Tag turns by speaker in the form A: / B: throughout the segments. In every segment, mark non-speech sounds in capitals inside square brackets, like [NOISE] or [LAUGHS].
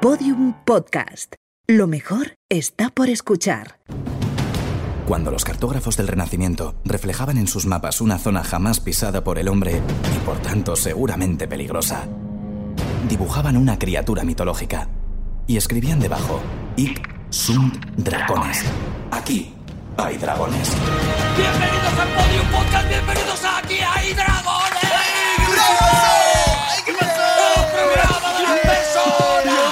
A: Podium Podcast. Lo mejor está por escuchar.
B: Cuando los cartógrafos del Renacimiento reflejaban en sus mapas una zona jamás pisada por el hombre y por tanto seguramente peligrosa, dibujaban una criatura mitológica y escribían debajo: Ic sunt dragones. Aquí hay dragones.
C: Bienvenidos a Podium Podcast, bienvenidos a Aquí hay dragones.
D: ¡Dragones!
C: ¡Un programa de las personas!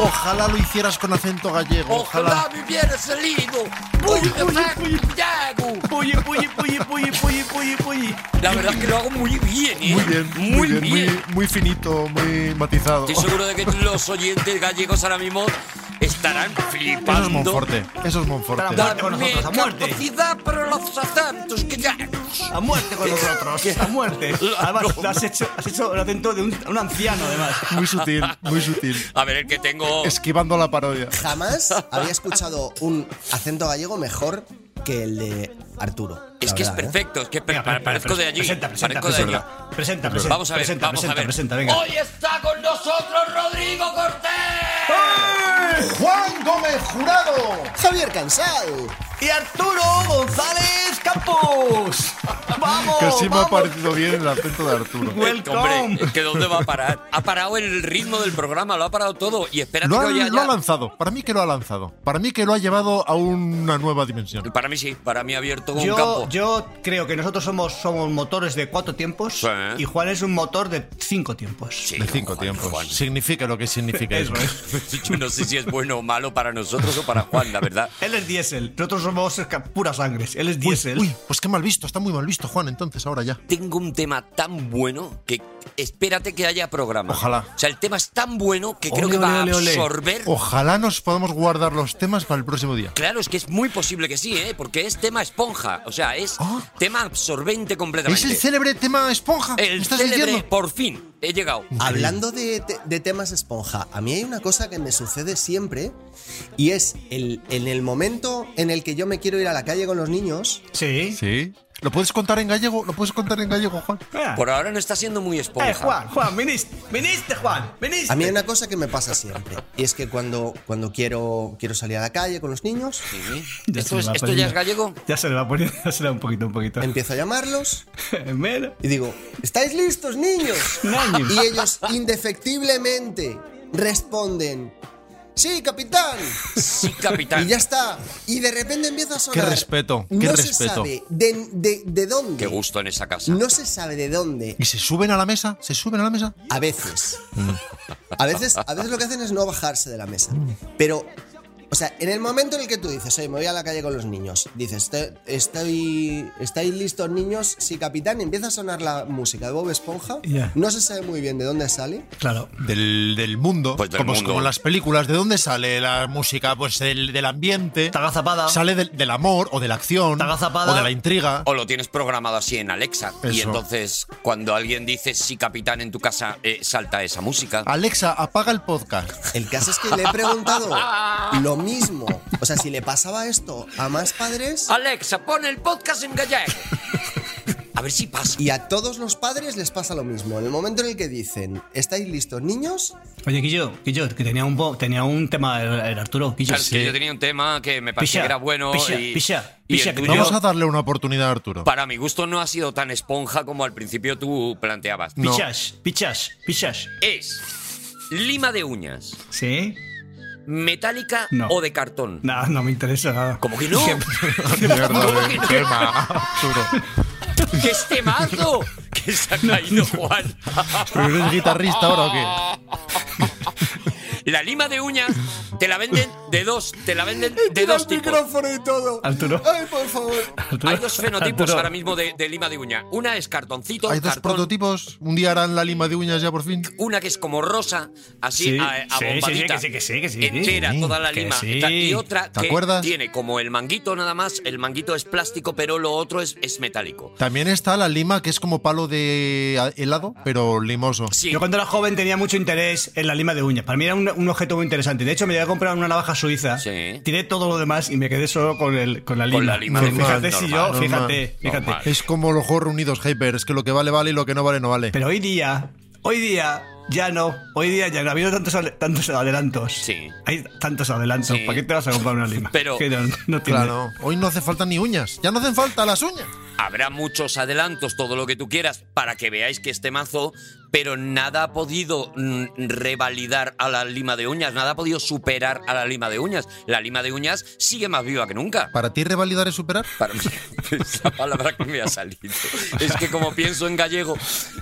D: Ojalá lo hicieras con acento gallego.
C: Ojalá
D: Ojalá.
C: me hubiera salido muy efectivo.
E: Oye, oye, oye, oye, oye, oye, oye.
C: La verdad es que lo hago muy bien, ¿eh?
D: Muy bien, muy bien,
C: bien.
D: Muy, muy finito, muy matizado.
C: Estoy seguro de que los oyentes gallegos ahora mismo estarán
D: Eso es
C: flipando.
D: Monforte. Eso es Monforte.
E: Para- Con
C: Darme
E: nosotros, a muerte.
C: capacidad para los acentos que ya...
E: A muerte con nosotros. A muerte. Además,
C: broma.
E: [LAUGHS] lo has hecho, has hecho el atento de un, un anciano, además.
D: Muy sutil, muy sutil.
C: A ver, el que tengo...
D: Esquivando la parodia.
F: Jamás había escuchado un acento gallego mejor que el de Arturo. la
C: Es que es
F: verdad, ¿eh?
C: perfecto, es que per-
E: Venga, pre- pre-
C: parezco de allí.
E: Presenta, presenta,
C: parezco de allí.
E: presenta. Presenta, presenta.
C: Vamos a ver,
E: presenta,
C: vamos a
E: presenta,
C: ver.
E: Presenta, venga.
C: Hoy está con nosotros Rodrigo Cortés.
D: ¡Juan Gómez Jurado!
F: Javier Cansado.
E: Y Arturo González Campos. Vamos.
D: Casi me ha
E: vamos.
D: parecido bien el acento de Arturo.
E: Welcome.
C: Hombre, es que ¿dónde va a parar? Ha parado el ritmo del programa, lo ha parado todo. Y espérate
D: Lo ha,
C: que hoy
D: lo ha
C: haya-
D: lanzado. Para mí que lo ha lanzado. Para mí que lo ha llevado a una nueva dimensión.
C: Para mí sí, para mí ha abierto un
E: Yo,
C: campo.
E: yo creo que nosotros somos, somos motores de cuatro tiempos
C: Sí.
E: y Juan es un motor de cinco tiempos.
C: Sí,
D: De cinco
C: Juan,
D: tiempos.
C: Juan.
D: Significa lo que significa eso.
E: Eso
C: [LAUGHS]
E: es.
C: Yo no sé si es bueno o malo para nosotros o para Juan, la verdad.
E: Él es diésel. Nosotros somos esca- pura sangres. Él es
D: Uy,
E: diésel.
D: uy, pues qué mal visto. Está muy mal visto, Juan, entonces, ahora ya.
C: Tengo un tema tan bueno que espérate que haya programa.
D: Ojalá.
C: O sea, el tema es tan bueno que creo
E: Ole,
C: que va a
E: ole, Oh. ole, ole.
C: absorber
D: Ojalá nos podamos guardar los temas para el próximo día.
C: Claro, es que es muy posible que sí, ¿eh? Porque es tema esponja. O sea, es
D: Ah.
C: tema absorbente completamente.
D: ¿Es el célebre tema esponja?
C: El
D: ¿Me estás
C: célebre,
D: diciendo?
C: por fin, he llegado.
E: Ah.
F: Hablando de, te- de temas esponja, a mí hay una cosa que me sucede siempre y es el, en el momento en el que yo me quiero ir a la calle con los niños.
E: Sí.
D: Sí. ¿Lo puedes contar en gallego? ¿Lo puedes contar en gallego, Juan?
E: Ah.
C: Por ahora no está siendo muy esponja.
E: Eh, Juan, Juan, viniste, viniste, Juan, viniste.
F: A mí hay una cosa que me pasa siempre y es que cuando, cuando quiero, quiero salir a la calle con los niños,
C: Sí.
E: Ya se
C: ¿Esto,
E: le
C: es- esto
E: va
C: ya
E: poniendo.
C: es gallego?
E: Ya se le va poniendo, [LAUGHS] ya se le va un poquito, un poquito.
F: empiezo a llamarlos
E: [LAUGHS] Mira.
F: Y digo, ¿estáis
D: [LAUGHS]
F: listos, niños?
E: Niños.
F: Y ellos indefectiblemente responden, sí, capitán.
C: Sí, capitán.
F: Y ya está. Y de repente empieza a sonar.
D: Qué respeto, qué
F: no se
D: respeto.
F: sabe de, de- de dónde.
C: Qué gusto en esa casa.
F: No se sabe de dónde.
D: ¿Y se suben a la mesa? ¿Se suben a la mesa?
F: A veces. A veces, a veces lo que hacen es no bajarse de la mesa. Pero, o sea, en el momento en el que tú dices, oye, me voy a la calle con los niños, dices, "Te- estoy, ¿estáis listos, niños? Sí, capitán, y empieza a sonar la música de Bob Esponja.
E: Ya.
F: No se sabe muy bien de dónde sale.
E: Claro.
D: Del, del mundo.
C: Pues del
D: como,
C: mundo.
D: como en las películas. ¿De dónde sale la música? Pues del, del ambiente.
E: Está agazapada.
D: Sale del, del amor o de la acción.
E: Está agazapada.
D: O de la intriga.
C: O lo tienes programado así en Alexa. Y
D: Eso.
C: entonces, cuando alguien dice sí, capitán, en tu casa, eh, salta esa música.
D: Alexa, apaga el podcast.
F: El caso es que le he preguntado lo mismo. O sea, si le pasaba esto a más padres
C: Alexa, pon el podcast en gallego. A ver si pasa.
F: y a todos los padres les pasa lo mismo. En el momento en el que dicen, ¿estáis listos, niños?
E: Oye, Guillo, Guillo, que tenía un, po- tenía un tema el, el Arturo, Guillo.
C: Claro, es que yo tenía un tema que me parecía
E: Picha,
C: que era bueno
E: picha,
C: y,
E: picha,
C: y el
E: picha, que
C: tuyo,
D: Vamos a darle una oportunidad a Arturo.
C: para mi gusto no ha sido tan esponja como al principio tú planteabas.
D: No.
E: Pichas, pichas, pichas.
C: Es lima de uñas,
E: ¿Sí?
C: metálica
E: No.
C: o de cartón.
E: No, no me interesa nada.
C: ¿Cómo
E: [LAUGHS]
C: que no?
D: Mierda
C: ¿Cómo
D: de
C: que no?
D: tema, Arturo.
C: ¡Qué es temazo! Que se ha
E: [LAUGHS]
C: caído Juan.
D: ¿Pero eres guitarrista ahora o qué?
C: [LAUGHS] La lima de uñas te la venden de dos, te la venden de dos tipos.
F: y todo.
E: Arturo.
F: Ay, por favor.
E: Arturo,
C: Hay dos fenotipos
E: Arturo,
C: ahora mismo de, de lima de uña. Una es cartoncito,
D: Hay dos
C: cartón.
D: prototipos. Un día harán la lima de uñas ya por fin.
C: Una que es como rosa, así
E: Sí,
C: a, a
E: sí,
C: bombadita,
E: sí, sí, que sí, que sí, que sí.
C: entera
E: Sí,
C: toda la
E: que
C: lima.
E: sí.
C: Y otra
D: ¿Te
C: que
D: acuerdas?
C: tiene como el manguito nada más, el manguito es plástico, pero lo otro es, es metálico.
D: También está la lima, que es como palo de a- helado,
C: Ah.
D: pero limoso.
C: Sí,
E: Yo cuando era joven tenía mucho interés en la lima de uñas. Para mí era un, un objeto muy interesante. De hecho, me llegué a comprar una navaja suiza.
C: Sí.
E: Tiré todo lo demás y me quedé solo con, el, con la lima.
C: Con la lima
D: de
E: fíjate
C: uñas,
E: si
C: normal,
E: yo,
D: normal,
E: fíjate, fíjate.
C: normal.
D: Es como los juegos reunidos, Hyper, es que lo que vale vale y lo que no vale no vale.
E: Pero hoy día, hoy día,
G: Ya no, hoy día ya no ha habido tantos, ale- tantos adelantos.
C: Sí.
G: Hay tantos adelantos.
C: Sí.
G: ¿Para qué te vas a comprar una lima?
C: [LAUGHS] Pero-
G: Que no, no tiene.
D: Claro, hoy no hace falta ni uñas. Ya no hacen falta las uñas.
C: Habrá muchos adelantos, todo lo que tú quieras, para que veáis que este mazo, pero nada ha podido mm, revalidar a la lima de uñas, nada ha podido superar a la lima de uñas. La lima de uñas sigue más viva que nunca.
D: ¿Para ti revalidar es superar?
C: Para mí, [LAUGHS] es la palabra que me ha salido. Es que como pienso en gallego,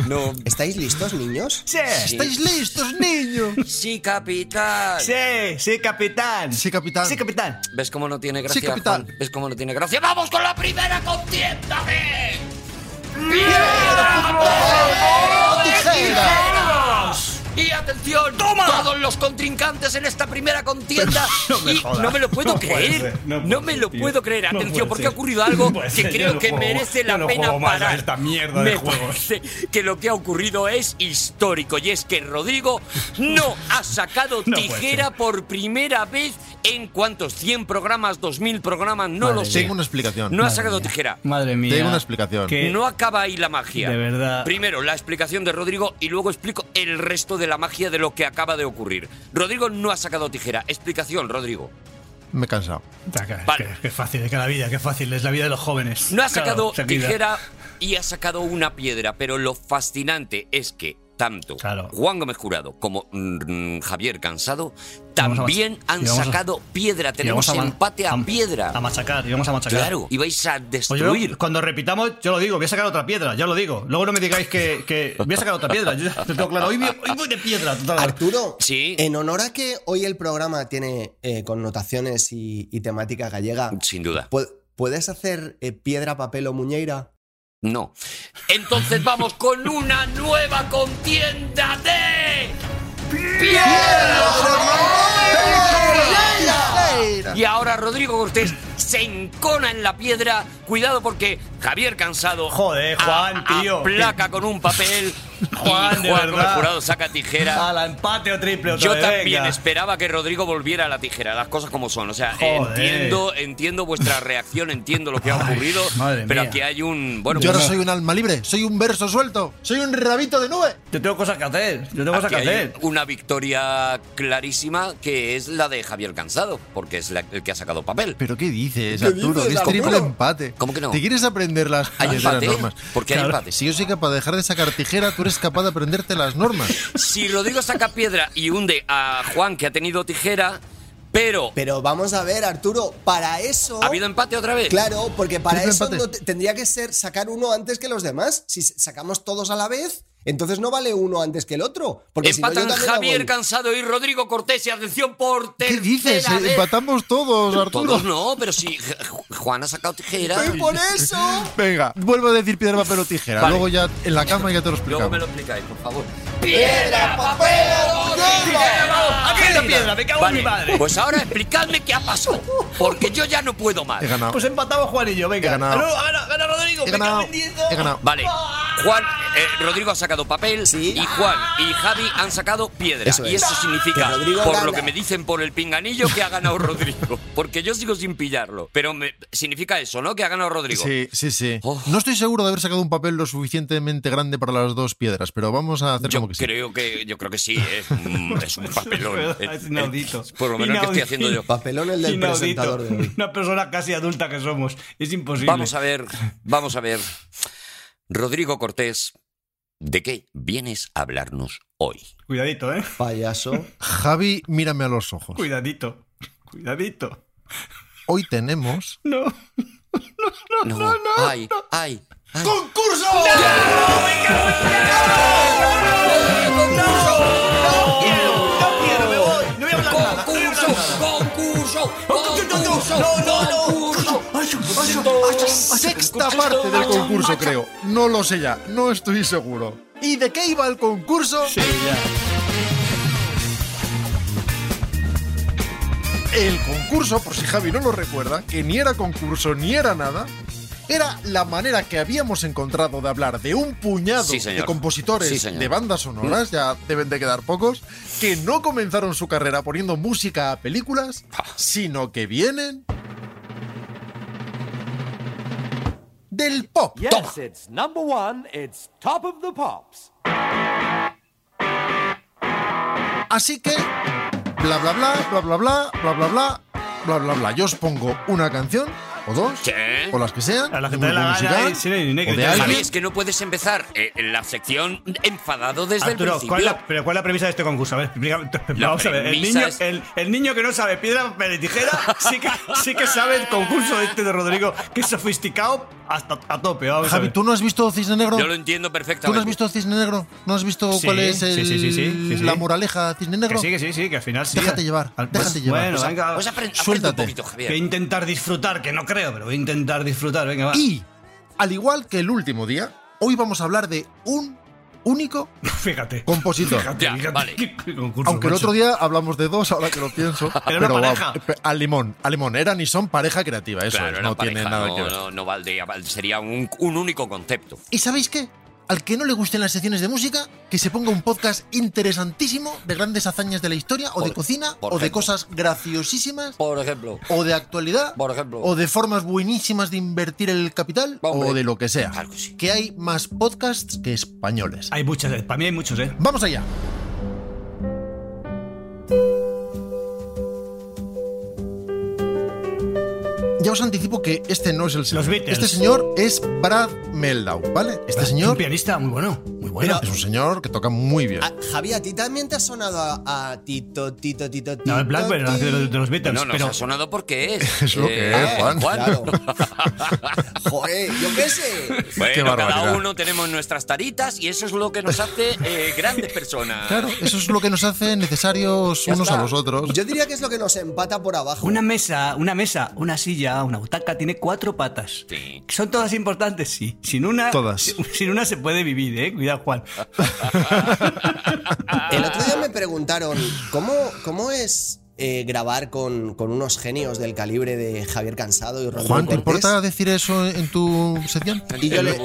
C: no.
F: ¿Estáis listos, niños?
G: Sí,
D: ¡Estáis
C: [LAUGHS]
D: listos, niños!
C: Sí, capitán.
G: sí, sí, capitán.
D: Sí, capitán.
G: Sí, capitán.
C: ¿Ves cómo no tiene gracia?
D: Sí, capitán.
C: Juan? ¿Ves cómo no tiene gracia? ¡Vamos con la primera contienda de... ¡Piedra, papel o tijeras! Y atención, todos los contrincantes en esta primera contienda.
G: No me
C: y
G: jodas.
C: no me lo puedo
G: No puede
C: creer.
G: ser,
C: no
G: no
C: me
G: puede
C: lo
G: ser,
C: puedo
G: tío.
C: creer.
G: No
C: Atención,
G: puede
C: porque
G: ser.
C: ha ocurrido
G: [LAUGHS]
C: algo
G: No puede
C: que
G: ser, yo
C: creo
G: no
C: que
G: juego-
C: merece
G: yo
C: la
G: no
C: pena
G: juego más a
C: parar.
G: esta mierda de
C: Me
G: juegos.
C: parece que lo que ha ocurrido es histórico y es que Rodrigo no ha sacado
G: [LAUGHS] No puede
C: tijera por primera vez en cuántos 100 programas, 2000 programas, no lo sé.
D: Tengo una explicación.
C: No ha
G: Madre
C: sacado
G: mía.
C: tijera.
G: Madre mía.
D: Tengo una explicación.
G: Que-
C: No acaba ahí la magia.
G: De verdad.
C: Primero la explicación de Rodrigo y luego explico el resto de la magia de lo que acaba de ocurrir. Rodrigo no ha sacado tijera. Explicación, Rodrigo.
D: Me he cansado.
G: Taca, es
C: Vale.
G: que- Qué fácil, es que la vida, qué fácil, es la vida de los jóvenes.
C: No ha
G: Claro,
C: sacado
G: seguida.
C: tijera y ha sacado una piedra, pero lo fascinante es que tanto
G: Claro.
C: Juan Gómez Jurado como mm, Javier Cansado
G: vamos a
C: también
G: mach-
C: han
G: y vamos a-
C: sacado piedra.
G: Y vamos
C: Tenemos
G: ma-
C: empate a, piedra.
G: A machacar, y vamos a machacar.
C: claro, y vais a
G: Pues yo,
C: destruir.
G: cuando repitamos, yo lo digo, voy a sacar otra piedra, ya lo digo. Luego no me digáis que, que voy a sacar otra piedra. Yo ya lo tengo claro, hoy, voy- hoy voy de piedra. total.
F: Arturo,
C: Sí.
F: en honor a que hoy el programa tiene eh, connotaciones y, y temática gallega,
C: Sin duda.
F: ¿pu- ¿puedes hacer eh, piedra, papel o muñeira?
C: No. Entonces vamos con una nueva contienda de piedra. Y ahora Rodrigo Cortés se encona en la piedra. Cuidado porque Javier Cansado.
G: Joder, Juan,
C: a-
G: tío.
C: Aplaca con un papel.
G: Juan,
C: y
G: de
C: Juan Gómez
G: verdad.
C: Jurado saca tijera.
G: A la empate o triple otra
C: Yo
G: vez,
C: también
G: venga.
C: esperaba que Rodrigo volviera a la tijera, las cosas como son. O sea,
G: Joder.
C: entiendo, entiendo vuestra reacción, entiendo lo que ha
G: Ay,
C: ocurrido,
G: madre
C: pero
G: mía.
C: aquí hay un bueno.
D: Yo
C: pues-
D: ahora soy un alma libre, soy un verso suelto, soy un rabito de nube.
G: Yo tengo cosas que hacer, yo tengo cosas
C: Aquí
G: que
C: hay
G: hacer.
C: una victoria clarísima que es la de Javier Cansado, porque es la- el que ha sacado papel.
D: ¿Pero qué dices,
F: ¿Qué
D: Arturo?
F: dices,
D: es triple
F: Arturo?
D: empate.
C: ¿Cómo que no?
D: ¿Te quieres aprender las
C: ¿Hay
D: calles de las
C: empate?
D: normas?
C: ¿Por qué hay empate?
D: Si yo soy capaz de dejar de sacar tijera, tú eres capaz de aprenderte las normas.
C: [LAUGHS] Si Rodrigo saca piedra y hunde a Juan, que ha tenido tijera, pero,
F: Pero vamos a ver, Arturo, para eso.
C: ¿ha habido empate otra vez?
F: Claro, porque para
D: Triple
F: eso
D: empate.
F: no te- tendría que ser sacar uno antes que los demás. Si s- sacamos todos a la vez, entonces no vale uno antes que el otro. Porque si no, yo
C: Empatan
F: también
C: Javier
F: hago el-
C: Cansado y Rodrigo Cortés y atención por
D: ¿Qué
C: tercera
D: dices? Eh,
C: vez.
D: Empatamos todos, Arturo.
C: Todos no, pero si Ju- Juan ha sacado tijera.
F: ¡Pero por eso!
D: Venga, vuelvo a decir piedra, papel o tijera.
C: Vale.
D: Luego ya en la cama ya te lo
C: Luego
D: explicamos.
C: me lo explicáis, por favor. ¡Piedra, papel o tijera!
G: Aquí hay una piedra, me cago en mi madre.
C: Pues ahora explicadme qué ha pasado, porque yo ya no puedo más.
D: He ganado.
G: Pues empatamos Juan y yo, venga.
D: He ganado.
G: No, gana, gana Rodrigo,
D: he
G: me cago
D: ganado.
G: en diez.
D: He ganado.
C: Vale.
F: Oh.
C: Juan, eh, Rodrigo ha sacado papel y Juan y Javi han sacado piedra.
F: Eso
C: y
F: es.
C: eso significa,
F: Que Rodrigo
C: por lo
F: gana.
C: que me dicen por el pinganillo, que ha ganado [LAUGHS] Rodrigo. Porque yo sigo sin pillarlo. Pero me- significa eso, ¿no? Que ha ganado Rodrigo.
D: Sí, sí, sí.
C: Oh.
D: No estoy seguro de haber sacado un papel lo suficientemente grande para las dos piedras, pero vamos a hacer
C: Yo
D: como que sí.
C: creo que yo creo que sí, es un, es un papelón. eh,
G: Es verdad, es inaudito.
C: por lo menos el que estoy
G: Inaudito.
C: haciendo yo.
F: Papelón el del
G: Inaudito.
F: presentador de hoy.
G: [LAUGHS] Una persona casi adulta que somos, es imposible.
C: Vamos a ver, vamos a ver. Rodrigo Cortés, ¿de qué vienes a hablarnos hoy?
G: Cuidadito, eh.
F: Payaso.
D: Javi, mírame a los ojos.
G: Cuidadito. Cuidadito.
D: Hoy tenemos
G: No.
C: No, ay, ay, ay.
G: No voy a hablar nada.
C: ¡Concurso! ¡Concurso! ¡Concurso! ¡Concurso!
D: sexta parte del concurso, creo. No lo sé ya, no estoy seguro. ¿Y de qué iba el concurso?
G: Sí, ya.
D: El concurso, por si Javi no lo recuerda, que ni era concurso ni era nada, era la manera que habíamos encontrado de hablar de un puñado
C: Sí, señor.
D: de compositores
C: Sí, señor.
D: de bandas sonoras, ya deben de quedar pocos, que no comenzaron su carrera poniendo música a películas,
C: Ah.
D: sino que vienen del pop.
E: Yes, it's number one. It's top of the pops.
D: Así que, bla, bla, bla, bla, bla, bla, bla, bla, bla, bla, bla, bla. Yo os pongo una canción, o dos,
C: Sí.
D: o las que sean,
G: A la que
D: de
G: te dé la
D: grupo
G: gana,
D: musical,
G: eh, sin el negro,
D: o de
G: ya
D: alguien.
C: Javi, es que no puedes empezar eh, la sección enfadado desde
G: Arturo,
C: el principio.
G: ¿cuál es la, pero ¿cuál es la premisa de este concurso? A ver, explícame. [LAUGHS] Vamos a ver. El
C: premisa
G: niño,
C: es-
G: el, el niño que no sabe piedra, papel y tijera, sí que, sí que sabe el concurso este de Rodrigo, que es sofisticado hasta a tope. Vamos a
D: Javi,
G: ver.
D: ¿tú no has visto Cisne Negro?
C: Yo lo entiendo
D: ¿Tú no has
C: perfectamente.
D: visto Cisne Negro? ¿No has visto
G: Sí,
D: cuál es
G: sí,
D: el-
G: sí, sí, sí, sí, sí.
D: la moraleja Cisne Negro?
G: Que sí, que sí, sí, que al final sí.
D: Déjate llevar,
G: Al- pues,
D: déjate llevar.
G: Bueno,
D: O sea,
G: venga.
C: Pues aprende, aprende
D: Suéltate.
C: un poquito, Javier.
G: Voy a intentar disfrutar, que no creo, pero voy a intentar disfrutar. Venga, va.
D: Y, al igual que el último día, hoy vamos a hablar de un único
G: [LAUGHS] Fíjate.
D: compositor.
G: Fíjate,
C: Ya,
G: fíjate, [LAUGHS]
C: vale.
G: qué- qué concurso,
D: Aunque el
G: macho.
D: otro día hablamos de dos, ahora que lo
G: [LAUGHS]
D: pienso.
G: Era una
D: pero
G: pareja.
D: va, pe- al limón, al limón. Eran y son pareja creativa, eso
C: Claro,
D: es,
C: una
D: no tiene
C: pareja,
D: nada
C: no,
D: que ver.
C: no- no valdría, val- sería un, un único concepto.
D: ¿Y sabéis qué? Al que no le gusten las secciones de música, que se ponga un podcast interesantísimo de grandes hazañas de la historia, o de
C: Por-
D: cocina,
C: por
D: o de
C: ejemplo.
D: cosas graciosísimas,
C: Por ejemplo.
D: o de actualidad,
C: Por ejemplo.
D: o de formas buenísimas de invertir el capital,
C: Hombre.
D: o de lo que sea.
C: Claro que sí.
D: hay más podcasts que españoles.
G: Hay muchas, eh, para mí hay muchos, ¿eh?
D: ¡Vamos allá! Ya os anticipo que este no es el señor.
G: Los Beatles.
D: Este señor es Brad Meldau, ¿vale? Este
G: Es un
D: señor
G: pianista muy bueno, muy bueno.
D: es un señor que toca muy bien.
F: A- Javi, Ah, ¿a ti también te ha sonado a, a Tito, Tito, Tito, Tito?
G: No, el Blackbird
F: Tito?
G: de los, de los Beatles.
C: No, no,
G: pero
C: ha sonado porque es.
D: [LAUGHS]
C: eh,
D: Es lo que es, Juan.
F: Claro.
C: [LAUGHS]
F: Joder, yo qué sé.
D: Qué
C: Bueno, cada
D: barbaridad.
C: uno tenemos nuestras taritas y eso es lo que nos hace eh, grandes personas.
D: Claro, eso es lo que nos hace necesarios
C: Ya
D: unos
C: está.
D: a los otros.
F: Yo diría que es lo que nos empata por abajo.
E: Una mesa, una mesa, una silla, una butaca tiene cuatro patas.
C: Sí.
E: ¿Son todas importantes? Sí. Sin una,
D: Todas.
G: [LAUGHS]
E: si- sin una se puede vivir, ¿eh? Cuidado,
C: [LAUGHS]
E: Juan.
F: El otro día me preguntaron, ¿cómo, cómo es eh, grabar con, con unos genios del calibre de Javier Cansado y Rodrigo
D: Juan, ¿te
F: Cortés?
D: importa decir eso en tu sección?
F: Y yo le-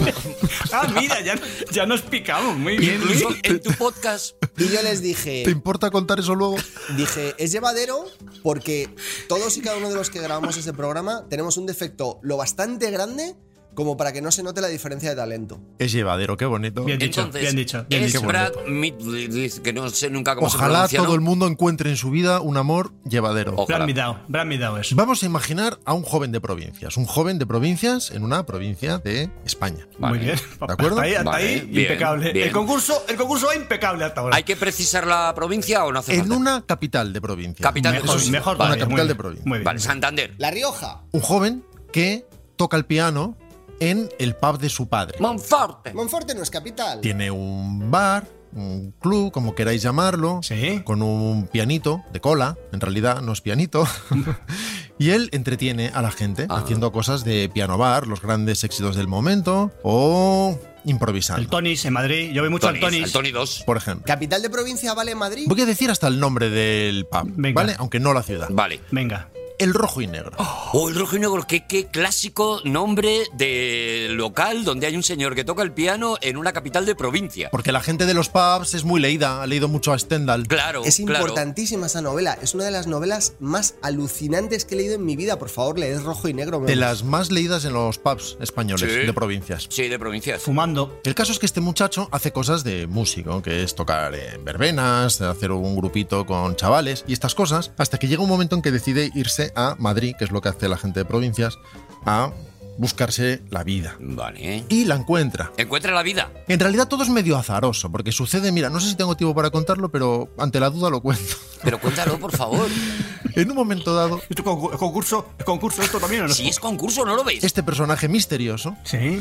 E: Ah, mira, ya, ya nos picamos. Muy bien.
C: Incluso en tu podcast.
F: Y yo les dije,
D: ¿Te importa contar eso luego?
F: dije, es llevadero porque todos y cada uno de los que grabamos este programa tenemos un defecto lo bastante grande como para que no se note la diferencia de talento.
D: Es llevadero, qué bonito.
G: Bien dicho,
C: Entonces,
G: bien dicho, bien
C: es
G: dicho.
C: Brad Midlitz, que no sé nunca cómo
D: Ojalá
C: se pronuncia.
D: todo
C: ¿no?
D: el mundo encuentre en su vida un amor llevadero.
C: Ojalá.
G: Brad Midao, Brad Midao es.
D: Vamos a imaginar a un joven de provincias, un joven de provincias en una provincia de España.
C: Vale.
G: Muy bien.
D: ¿De acuerdo?
G: Ahí, hasta
C: Vale,
G: ahí,
C: bien,
G: impecable.
C: bien.
G: El concurso, el concurso va impecable hasta ahora.
C: ¿Hay que precisar la provincia o no hace
D: En
C: falta?
D: una capital de provincia.
C: Capital de
G: mejor,
C: provincia.
G: mejor
D: Una
G: todavía, muy
D: capital de
G: bien,
D: provincia.
G: Muy bien.
C: Vale, Santander.
F: La Rioja,
D: Un joven que toca el piano en el pub de su padre.
C: Monforte.
F: Monforte no es capital.
D: Tiene un bar, un club, como queráis llamarlo,
G: Sí.
D: con un pianito de cola, en realidad no
G: [LAUGHS]
D: es pianito. y él entretiene a la gente
G: Ah.
D: haciendo cosas de piano bar, los grandes éxitos del momento, o
G: El
D: improvisando,
G: Tonis en Madrid. Yo voy mucho al
C: Tonis,
G: Tonis.
C: al Tony 2.
D: por ejemplo.
F: Capital de provincia vale Madrid.
D: Voy a decir hasta el nombre del pub,
G: Venga.
D: ¿vale? Aunque no la ciudad.
C: Vale.
G: Venga.
D: El rojo y negro.
C: Oh, el rojo y negro, qué, qué clásico nombre de local donde hay un señor que toca el piano en una capital de provincia.
D: Porque la gente de los pubs es muy leída, ha leído mucho a Stendhal.
C: Claro,
F: Es
C: claro.
F: importantísima esa novela. Es una de las novelas más alucinantes que he leído en mi vida. Por favor, leed rojo y negro.
D: De
F: vamos.
D: las más leídas en los pubs españoles
C: Sí.
D: de provincias.
C: Sí, de provincias.
G: Fumando.
D: El caso es que este muchacho hace cosas de músico, que es tocar en verbenas, hacer un grupito con chavales y estas cosas, hasta que llega un momento en que decide irse a Madrid, que es lo que hace la gente de provincias, a buscarse la vida.
C: Vale.
D: Y la encuentra.
C: Encuentra la vida.
D: En realidad todo es medio azaroso, porque sucede, mira, no sé si tengo tiempo para contarlo, pero ante la duda lo cuento. [LAUGHS]
C: Pero cuéntalo, por favor.
D: En un momento dado,
G: ¿Esto concu- concurso, ¿es concurso esto también o no?
C: Si es concurso, no lo veis.
D: este personaje misterioso
G: Sí.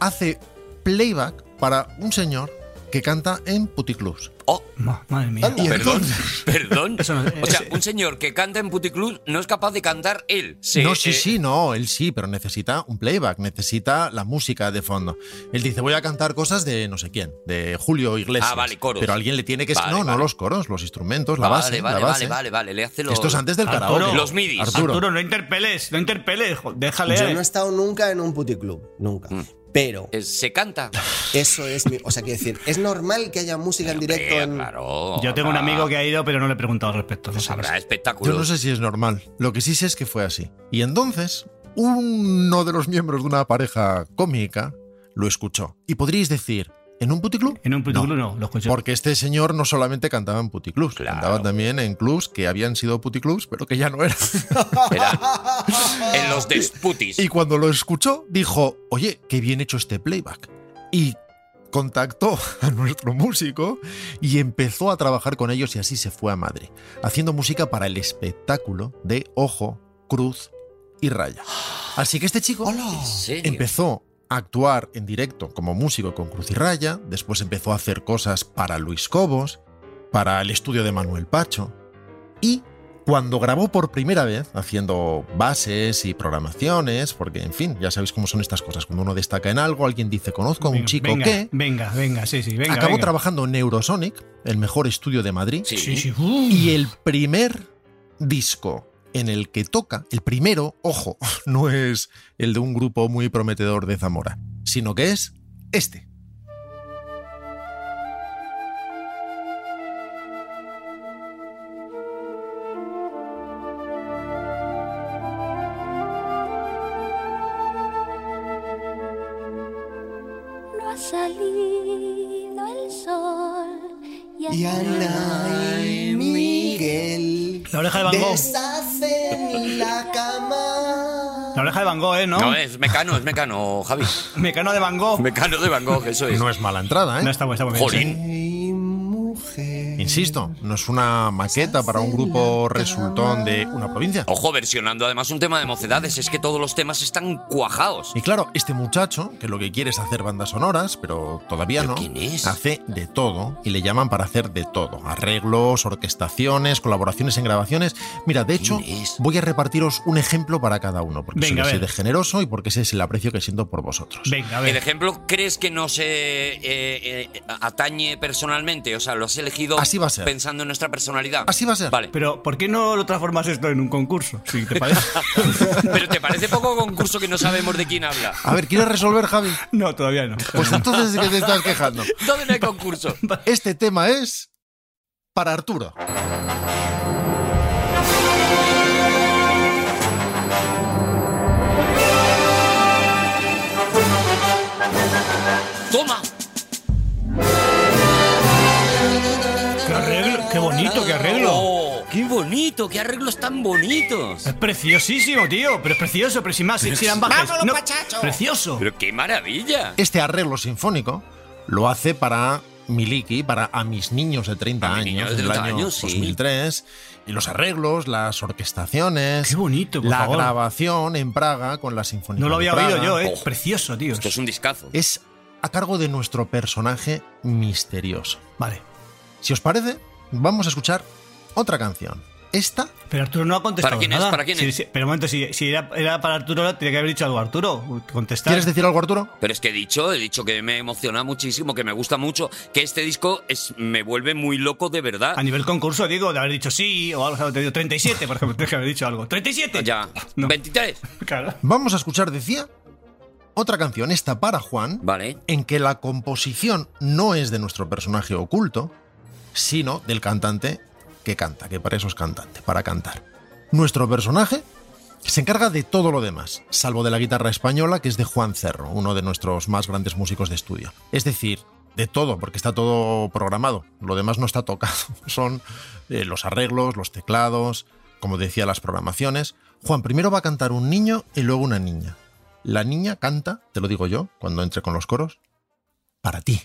D: hace playback para un señor que canta en puticlubs.
C: Oh,
G: Ma- madre mía.
D: Y
C: perdón.
D: entonces- eh,
C: Perdón.
G: Eso no-
C: o sea,
G: ese-
C: un señor que canta en Puticlub no es capaz de cantar él. Se-
D: no, sí,
C: eh,
D: sí, no, él sí, pero necesita un playback, necesita la música de fondo. Él dice, voy a cantar cosas de no sé quién, de Julio Iglesias.
C: Ah, vale, coros.
D: Pero alguien le tiene que...
C: Vale,
D: no, no
C: vale.
D: los coros, los instrumentos, la
C: Vale,
D: base.
C: vale,
D: la base.
C: vale, vale, vale. Le hace los.
D: Esto es antes del
G: Arturo.
D: karaoke.
C: Los midis.
D: Arturo.
G: Arturo. no interpeles, no interpeles. jo- Déjale.
F: Yo no he estado nunca en un puticlub, nunca. Pero
C: Eh, Se
D: [LAUGHS]
C: canta.
F: eso es mi. O sea, quiero decir, es normal que haya música en directo
C: Eh,
F: en.
C: claro.
G: Yo tengo un amigo que ha ido, pero no le he preguntado al respecto. No sé.
C: Ah. Pues Habrá espectáculos.
D: Yo no sé si es normal. Lo que sí sé es que fue así. Y entonces, uno de los miembros de una pareja cómica lo escuchó. Y podríais decir, ¿En un puticlub?
E: En un puticlub no, los coches.
D: Porque este señor no solamente cantaba en puticlubs, cantaba también en clubs que habían sido puticlubs, pero que ya no eran.
F: [LAUGHS]
C: Eran en los desputis.
D: Y cuando lo escuchó, dijo, oye, qué bien hecho este playback. Y contactó a nuestro músico y empezó a trabajar con ellos y así se fue a Madrid, haciendo música para el espectáculo de Ojo, Cruz y Raya. Así que este chico
C: ¿En serio?
D: empezó a actuar en directo como músico con Cruz y Raya, después empezó a hacer cosas para Luis Cobos, para el estudio de Manuel Pacho, y cuando grabó por primera vez, haciendo bases y programaciones, porque en fin, ya sabéis cómo son estas cosas, cuando uno destaca en algo, alguien dice, conozco a un
E: Venga,
D: chico
E: venga,
D: que...
E: Venga, venga, sí, sí, venga.
D: acabó
E: venga.
D: trabajando en Neurosonic, el mejor estudio de Madrid,
C: Sí.
E: Sí, sí. uh,
D: y el primer disco en el que toca, el primero, ojo, [LAUGHS] no es el de un grupo muy prometedor de Zamora, sino que es este.
H: No ha salido el sol y,
F: Y Ana y Miguel
E: La oreja de Van Gogh.
F: deshacen la cama.
E: La oreja de Van Gogh, ¿eh? ¿No?
C: No, es mecano, es mecano,
D: [LAUGHS]
C: Javi.
E: Mecano de Van Gogh.
C: Mecano de Van Gogh, eso es.
D: No es mala entrada, ¿eh?
E: No, está bueno, está muy bien.
C: Jolín.
F: Ay, mujer.
D: Insisto, no es una maqueta para un grupo resultón de una provincia.
C: Ojo, versionando además un tema de mocedades, es que todos los temas están cuajados.
D: Y claro, este muchacho, que lo que quiere es hacer bandas sonoras, pero todavía
C: ¿Pero
D: no,
C: quién es?
D: hace de todo y le llaman para hacer de todo. Arreglos, orquestaciones, colaboraciones en grabaciones. Mira, de hecho,
C: ¿Quién es?
D: voy a repartiros un ejemplo para cada uno, porque
E: Venga,
D: soy
E: a
D: así de
E: ver.
D: generoso y porque ese es el aprecio que siento por vosotros.
E: Venga, a
C: El
E: ver.
C: ejemplo, ¿crees que no se eh, eh, atañe personalmente? O sea, lo has elegido
D: Así va a ser.
C: pensando en nuestra personalidad.
D: Así va a ser.
C: Vale.
D: [LAUGHS]
E: Pero, ¿por qué no lo transformas esto en un concurso? Si
C: [LAUGHS]
E: te parece.
C: Pero ¿te parece poco concurso que no sabemos de quién habla?
D: A ver, ¿quieres resolver, Javi?
E: No, todavía no. [LAUGHS]
D: Pues entonces, ¿de ¿qué te estás quejando?
C: ¿Dónde no hay
D: [LAUGHS]
C: concurso?
D: Este tema es para Arturo.
C: ¡Toma!
E: ¡Qué arreglo! ¡Qué bonito, qué arreglo!
C: ¡Oh! ¡Qué bonito! ¡Qué arreglos tan bonitos!
E: Es preciosísimo, tío. Pero es precioso, pero sin más, sin sin ambajes.
F: ¡Vámonos,
E: No,
F: pachacho!
E: Precioso.
C: ¡Pero qué maravilla!
D: Este arreglo sinfónico lo hace para Miliki, para a mis niños de 30
C: A mis
D: años,
C: niños de
D: del
C: 30
D: año
C: años, sí.
D: 2003. Y los arreglos, las orquestaciones.
E: Qué bonito, por
D: La
E: favor.
D: grabación en Praga con la Sinfonía.
E: No lo
D: de
E: había
D: Praga.
E: oído yo, ¿eh?
C: Oh.
E: Precioso, tío.
C: Esto es un discazo.
D: Es a cargo de nuestro personaje misterioso.
E: Vale.
D: Si os parece, vamos a escuchar otra canción. Esta,
E: Pero Arturo no ha contestado
C: ¿Para quién es?
E: nada.
C: ¿Para quién
E: Sí,
C: es?
E: sí, pero un momento, si, si era, era para Arturo, tenía que haber dicho algo Arturo. Contestar.
D: ¿quieres decir algo, Arturo?
C: Pero es que he dicho, he dicho que me emociona muchísimo, que me gusta mucho, que este disco es, me vuelve muy loco de verdad.
E: A nivel concurso, digo, de haber dicho sí o algo, o sea, te digo 37, por ejemplo, tienes que haber dicho algo. ¡37!
C: Ya.
E: No.
C: 23.
E: Claro.
D: Vamos a escuchar, decía, otra canción, esta para Juan,
C: Vale.
D: en que la composición no es de nuestro personaje oculto, sino del cantante que canta, que para eso es cantante, para cantar. Nuestro personaje se encarga de todo lo demás, salvo de la guitarra española, que es de Juan Cerro, uno de nuestros más grandes músicos de estudio. Es decir, de todo, porque está todo programado, lo demás no está tocado. [LAUGHS] Son eh, los arreglos, los teclados, como decía, las programaciones. Juan primero va a cantar un niño y luego una niña. La niña canta, te lo digo yo, cuando entre con los coros, para ti.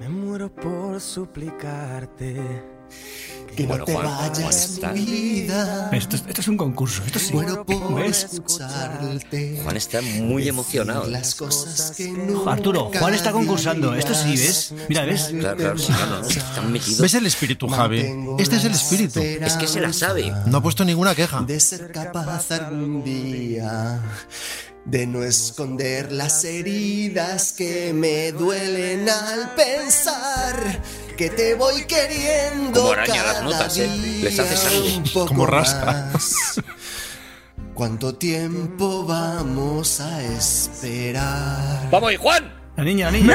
I: Me muero por suplicarte.
F: Que
C: Bueno,
F: no te
C: Juan,
F: vayas,
C: Juan está-
F: mi vida.
E: Esto, es- esto es un concurso. Esto es
F: Muero por
E: ¿Ves?
F: escucharte.
C: Juan está muy
F: decir
C: emocionado.
F: Las cosas que nunca
E: Arturo, Juan está concursando. Esto sí, ¿ves? Mira, ¿ves?
C: Claro, claro, sí, no, no, están metidos.
D: ¿Ves el espíritu, Javi?
F: Mantengo
D: Este es el
F: la
D: espíritu.
C: Es que se la sabe.
D: No ha puesto ninguna queja.
F: De ser capaz algún día de no esconder las heridas que me duelen al pensar que te voy queriendo.
C: Como araña las
F: cada
C: notas, ¿eh? Les
F: día
C: hace sangre.
F: un poco
D: Como rasca.
F: más. ¿Cuánto tiempo vamos a esperar?
C: ¡Vamos, y Juan!
E: La niña, la niña.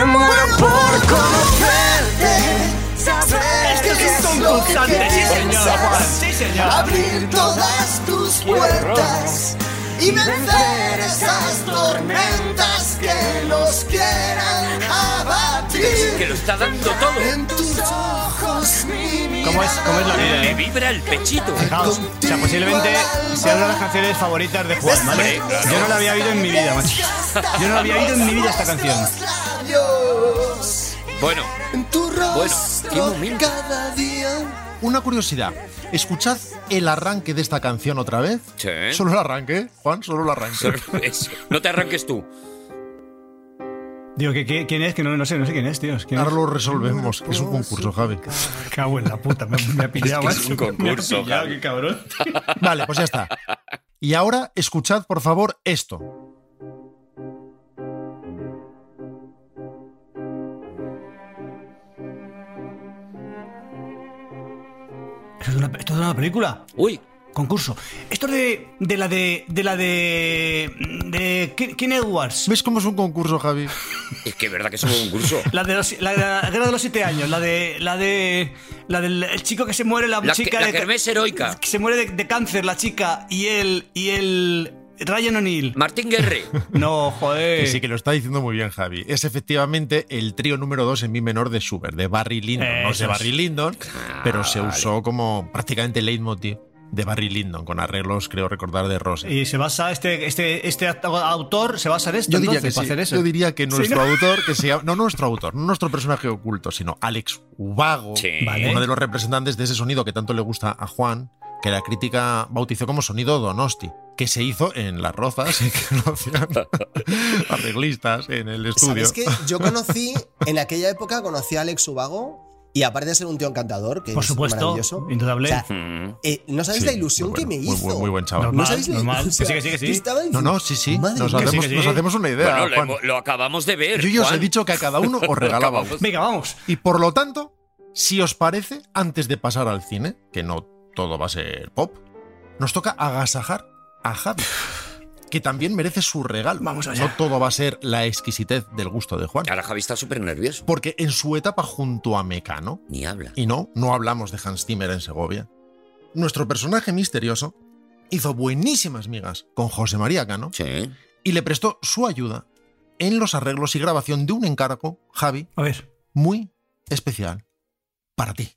F: es
E: concursante, sí, señor. Juan, Sí, señor.
F: Abrir todas tus puertas
J: y vencer esas tormentas que nos quieran abatir.
C: Que lo está dando todo.
J: En tus ojos mi vida.
E: ¿Cómo es, cómo es la vida,
C: Le
E: eh?
C: vibra el pechito.
D: Eh.
E: Fijaos, o sea, posiblemente sea una de las canciones favoritas de Juan, ¿vale?
J: Hombre, claro.
E: Yo no la había oído en mi vida, macho. Yo no la había oído en mi vida esta canción.
J: Labios,
C: Bueno,
J: en tu
C: qué
J: rostro
C: momento.
J: cada día.
D: Una curiosidad. Escuchad el arranque de esta canción otra vez.
C: Sí.
D: Solo el arranque, ¿eh? Juan, solo el arranque.
C: es- no te arranques tú.
E: Digo, ¿qué, qué- quién es? Que no, no sé, no sé quién es, tío. ¿Quién es?
D: Ahora lo resolvemos. Es un concurso, Javi.
E: Me Cago en la puta, me, me ha pillado,
C: Es que es un
E: macho. Me ha
C: concurso,
E: pillado,
C: Javi.
E: qué cabrón.
D: Vale, pues ya está. Y ahora escuchad, por favor, esto.
E: ¿Esto es una, esto es una película?
C: Uy,
E: Concurso. Esto es de, de la de. de la de. de. Ken- Ken Edwards.
D: ¿Ves cómo es un concurso, Javi?
C: es que es verdad que es un concurso.
E: La de, los, la de la guerra de los siete años, la de. la de. la del el chico que se muere, la,
C: La, que-
E: chica.
C: la
E: de-
C: kermés heroica.
E: que se muere de, de cáncer, la chica, y él. y él. Ryan O'Neill.
C: Martín
D: [LAUGHS]
C: Guerre.
E: No, joder.
D: Que sí, que lo está diciendo muy bien Javi. Es efectivamente el trío número 2 en mi menor de Schubert, de Barry Lyndon. no es
E: Eso
D: de
E: es. Ah,
D: Barry Lyndon, pero se usó como prácticamente leitmotiv de Barry Lyndon, con arreglos, creo recordar, de Rose.
E: Y se basa. este, este, este autor se basa en esto.
D: Yo diría,
E: entonces,
D: que
E: para
D: sí.
E: hacer eso.
D: Yo diría que
E: Sí,
D: nuestro
E: ¿no?
D: autor, que sea, no nuestro autor, no nuestro personaje oculto, sino Alex Ubago,
C: Sí.
E: Vale.
D: uno de los representantes de ese sonido que tanto le gusta a Juan, que la crítica bautizó como sonido Donosti, que se hizo en Las Rozas, [LAUGHS] y que lo hacían arreglistas en el estudio.
F: ¿Sabes qué? Yo conocí, en aquella época conocí a Alex Ubago y aparte de ser un tío encantador, que
E: Por
F: es
E: supuesto,
F: maravilloso.
E: indudable.
F: o sea,
C: Mm.
F: eh, no sabéis
D: Sí,
F: la ilusión
D: muy
F: que me
D: bueno,
F: hizo.
D: Muy, muy, muy buen chaval.
E: Normal.
F: No sabéis la [LAUGHS]
E: normal. Que
F: ilusión.
E: sí, que sí, que sí.
F: Yo estaba
D: No,
F: diciendo,
D: no, sí, sí.
F: Madre
D: Nos
F: mía.
E: sí,
D: hacemos,
E: que sí.
D: nos hacemos una idea.
C: Bueno, lo,
D: Juan.
C: hemo- lo acabamos de ver.
D: Yo ya os he
C: Juan.
D: dicho que a cada uno [LAUGHS] os regalábamos.
C: Acabamos.
E: Venga, vamos.
D: Y por lo tanto, si os parece, antes de pasar al cine, que no todo va a ser pop, nos toca agasajar a [SIGHS] Javi, que también merece su regalo.
E: Vamos allá.
D: No todo va a ser la exquisitez del gusto de Juan.
C: Ahora Javi está súper nervioso.
D: Porque en su etapa junto a Mecano,
C: Ni habla.
D: y no, no hablamos de Hans Zimmer en Segovia, nuestro personaje misterioso hizo buenísimas migas con José María Cano
C: Sí.
D: y le prestó su ayuda en los arreglos y grabación de un encargo, Javi,
E: A ver.
D: muy especial para ti.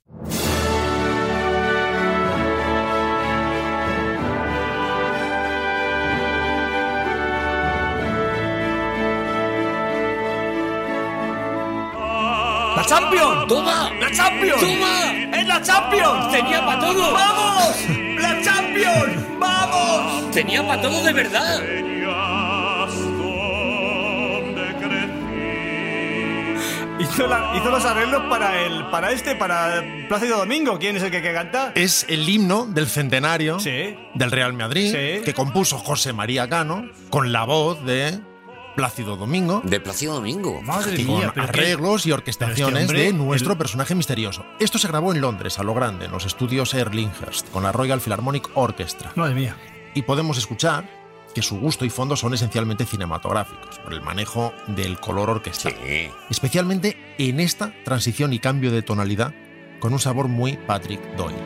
E: ¡La Champions!
C: ¡Toma!
E: ¡La Champions!
C: ¡Toma!
E: ¡Es la Champions!
C: ¡Tenía para todo!
E: ¡Vamos! ¡La Champions! ¡Vamos!
C: ¡Tenía para todo de verdad!
E: Hizo, la- hizo los arreglos para el para este, para Plácido Domingo. ¿Quién es el que, que canta?
D: Es el himno del centenario
E: Sí.
D: del Real Madrid
E: Sí.
D: que compuso José María Cano con la voz de Plácido Domingo.
C: De Plácido Domingo.
E: Madre
D: y con
E: mía, pero qué-
D: arreglos y orquestaciones
E: hombre,
D: de nuestro
E: el-
D: personaje misterioso. Esto se grabó en Londres, a lo grande, en los estudios Erlinghurst, con la Royal Philharmonic Orchestra.
E: Madre mía.
D: y podemos escuchar que su gusto y fondo son esencialmente cinematográficos, por el manejo del color orquestal,
C: Sí.
D: especialmente en esta transición y cambio de tonalidad con un sabor muy Patrick Doyle.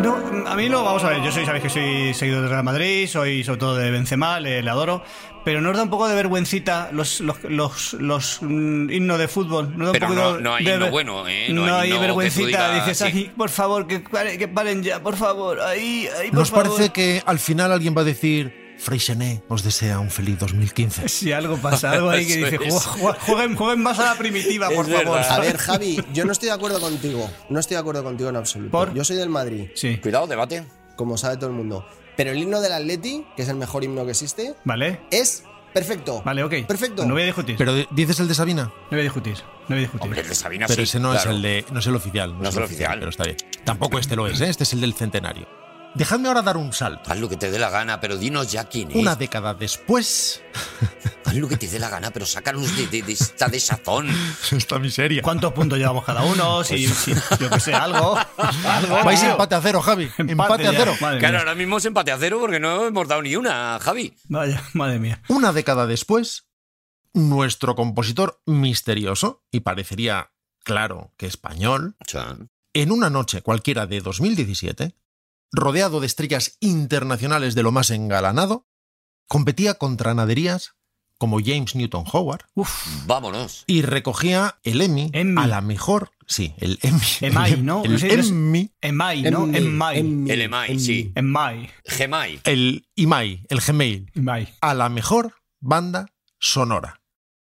E: No, a mí no, vamos a ver, yo soy, sabéis que soy seguidor de Real Madrid, soy sobre todo de Benzema, le, le adoro, pero nos da un poco de vergüencita los, los, los, los, mm, himnos de fútbol. Nos da
C: Pero
E: un poco
C: no-
E: de,
C: no hay
E: de
C: himno
E: ver-
C: bueno, ¿eh?
E: No,
C: No hay
E: hay,
C: himno que tú
E: vergüencita,
C: digas,
E: dices,
C: sí.
E: "Ay, por favor, que, pare- que paren ya, por favor, ahí, ahí, por
D: ¿Nos
E: favor".
D: parece que al final alguien va a decir, Freixenet os desea un feliz 2015?
E: Si algo pasa, algo ahí que
C: Eso
E: dice,
C: es.
E: "Ju- ju- jueguen, jueguen más a la primitiva, por
C: Es
E: favor.
C: verdad.
D: [LAUGHS]
F: A ver, Javi, yo no estoy de acuerdo contigo. No estoy de acuerdo contigo en absoluto.
E: ¿Por?
F: Yo soy del Madrid,
E: Sí,
C: Cuidado, debate.
F: como sabe todo el mundo. Pero el himno del Atleti, que es el mejor himno que existe,
E: vale,
F: es perfecto.
E: vale, ok.
F: Perfecto.
E: No voy a discutir,
D: Pero di- dices el de Sabina,
E: no voy a discutir, no voy a discutir.
C: Hombre, el de Sabina
D: pero
C: sí,
D: ese no
C: claro.
D: es el de, no es el oficial, Ah, no, es el oficial, pero está bien. Tampoco este lo es, ¿eh? este es el del centenario. Dejadme ahora dar un salto.
C: Haz lo que te dé la gana, pero dinos ya quién es.
D: Una década después,
C: Haz lo que te dé la gana, pero sácanos de, de- de esta desazón.
D: [LAUGHS] esta miseria.
E: ¿Cuántos puntos llevamos cada uno? Si, si- yo
D: [LAUGHS]
E: que sé, algo. algo
D: Pues Vais
E: tío.
D: empate a cero, Javi. Empate, a
E: ya.
D: cero.
E: Madre
C: Claro,
E: mía.
C: ahora mismo es empate a cero porque no hemos dado ni una, Javi.
E: Vaya, madre mía.
D: Una década después, nuestro compositor misterioso, y parecería claro que español, en una noche cualquiera de 2017, rodeado de estrellas internacionales de lo más engalanado, competía contra naderías como James Newton Howard
C: Vámonos.
D: y recogía el Emmy, a la mejor, sí, el Emmy.
E: Emmy, ¿no?
D: [LAUGHS] El
E: Sí, es-
D: Emmy.
E: Emmy, ¿no? Emmy.
C: El EMAI, sí.
E: Emmy.
C: Gemai.
D: El Imai, el Gmail.
E: Emmy.
D: a la mejor banda sonora.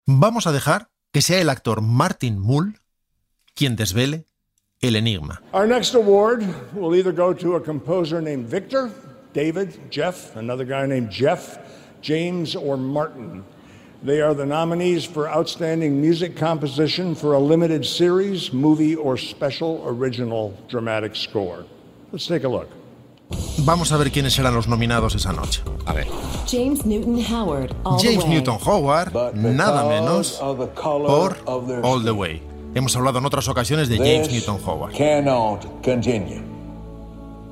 D: Vamos a dejar que sea el actor Martin Mull quien desvele el enigma.
K: Our next award will either go to a composer named Victor, David, Jeff, another guy named Jeff, James, or Martin. They are the nominees for Outstanding Music Composition for a Limited Series, Movie, or Special Original Dramatic Score. Let's take a look.
D: Vamos a ver quiénes serán los nominados esa noche. A ver.
L: James Newton Howard. All the
D: James
L: way.
D: Newton Howard, nada menos, por All the Way. Hemos hablado en otras ocasiones de James
M: This
D: Newton Howard.
M: Cannot continue.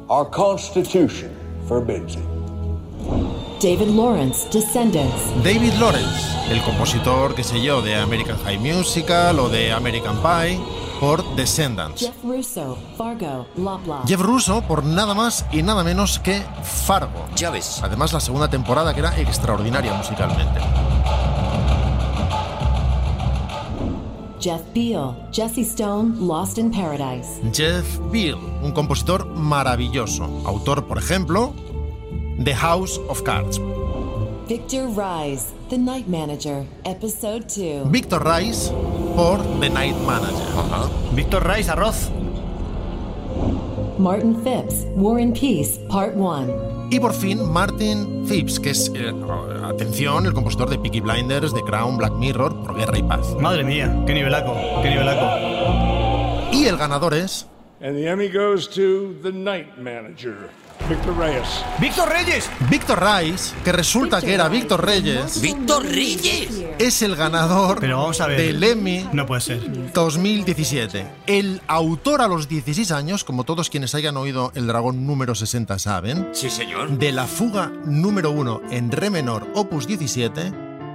M: Our Constitution forbids it.
L: David Lawrence, Descendants.
D: David Lawrence, el compositor, qué sé yo, de American High Musical o de American Pie, por Descendants.
L: Jeff Russo, Fargo, Loblaw.
D: Jeff Russo por nada más y nada menos que Fargo. Ya ves. Además, la segunda temporada que era extraordinaria musicalmente.
L: Jeff Beal, Jesse Stone, Lost in Paradise.
D: Jeff Beal, un compositor maravilloso, autor, por ejemplo, de House of Cards.
L: Victor Rise, The Night Manager, Episode 2.
D: Victor Rice por The Night Manager.
E: Víctor Rice, arroz.
L: Martin Phipps, War and Peace, Part 1.
D: Y por fin, Martin Phipps, que es, eh, atención, el compositor de Peaky Blinders, de Crown, Black Mirror, por Guerra y Paz.
E: Madre mía, qué nivelaco, qué nivelaco.
D: Y el ganador es
K: And the Emmy goes to The Night Manager, Victor Reyes.
E: Víctor Reyes.
D: Víctor Rice, que resulta que era Víctor Reyes.
C: Víctor Reyes.
D: Es el ganador
E: Pero vamos a ver.
D: del Emmy
E: No puede ser.
D: 2017. El autor a los 16 años, como todos quienes hayan oído El Dragón número 60 saben,
C: Sí, señor.
D: de la fuga número 1 en re menor opus 17,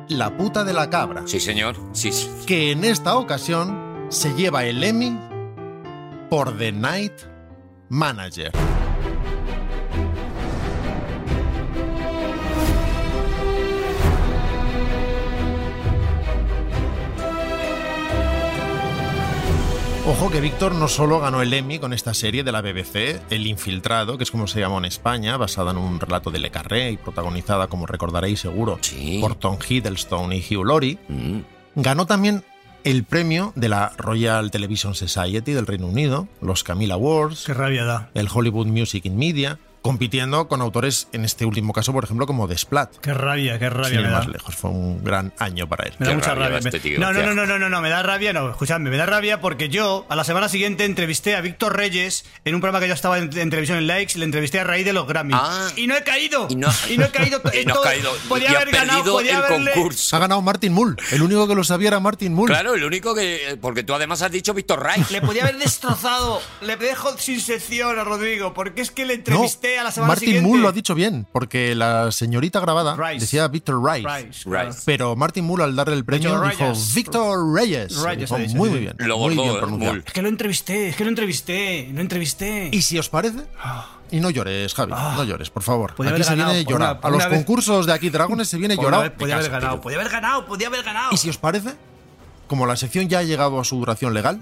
D: La puta de la cabra,
C: Sí, señor. Sí, sí.
D: que en esta ocasión se lleva el Emmy por The Night Manager. Ojo que Víctor no solo ganó el Emmy con esta serie de la BBC, El Infiltrado, que es como se llamó en España, basada en un relato de Le Carré y protagonizada, como recordaréis seguro, por Tom Hiddleston y Hugh Laurie. Ganó también el premio de la Royal Television Society del Reino Unido, los Camilla Awards,
E: Qué rabia da.
D: el Hollywood Music in Media, compitiendo con autores, en este último caso, por ejemplo, como Desplat.
E: Qué rabia, qué rabia
D: Sin ir
E: me da.
D: más lejos, fue un gran año para él.
E: Me da mucha rabia.
C: este
E: me- no, no, no, no, no, no, no, me da rabia, no, escuchadme, me da rabia porque yo a la semana siguiente entrevisté a Víctor Reyes en un programa que yo estaba en, en televisión en Likes, le entrevisté a raíz de los Grammy.
C: Ah.
E: Y no he caído. [LAUGHS] Y no, he caído.
C: [LAUGHS] Y no
E: Esto
C: ha caído.
E: Podía
C: y ha
E: haber ganado,
C: perdido
E: podía
C: el
E: haberle-
C: concurso.
D: Ha ganado Martin Mull. El único que lo sabía era Martin Mull.
C: Claro, el único que. eh, Porque tú además has dicho Víctor Reich.
E: Le
C: [LAUGHS]
E: podía haber destrozado, le dejo sin sección a Rodrigo, porque es que le
D: No,
E: entrevisté a la semana
D: Martin
E: siguiente.
D: Mull lo ha dicho bien, porque la señorita grabada
E: Rice.
D: decía Victor Rice.
E: Rice, claro. Rice.
D: Pero Martin Mull al darle el premio
E: Dicho
D: dijo
E: Reyes.
D: Victor Reyes.
E: Reyes,
D: Dijo
E: ha dicho,
D: muy,
E: sí.
D: muy bien.
C: Lo
D: muy
C: gordo,
D: bien
C: eh,
D: pronunciado.
C: Mull.
E: Es que lo entrevisté, es que lo entrevisté, lo entrevisté. Ah.
D: Y si os parece, y no llores, Javi, no llores, por favor.
E: Podía
D: aquí
E: Ah,
D: se
E: haber ganado,
D: viene
E: por
D: llorar.
E: una- por
D: A los
E: una vez-
D: concursos de aquí Dragones se viene
E: Podía
D: llorar.
E: haber- podía haber ganado, podía haber ganado, podía haber ganado.
D: Y si os parece, como la sección ya ha llegado a su duración legal,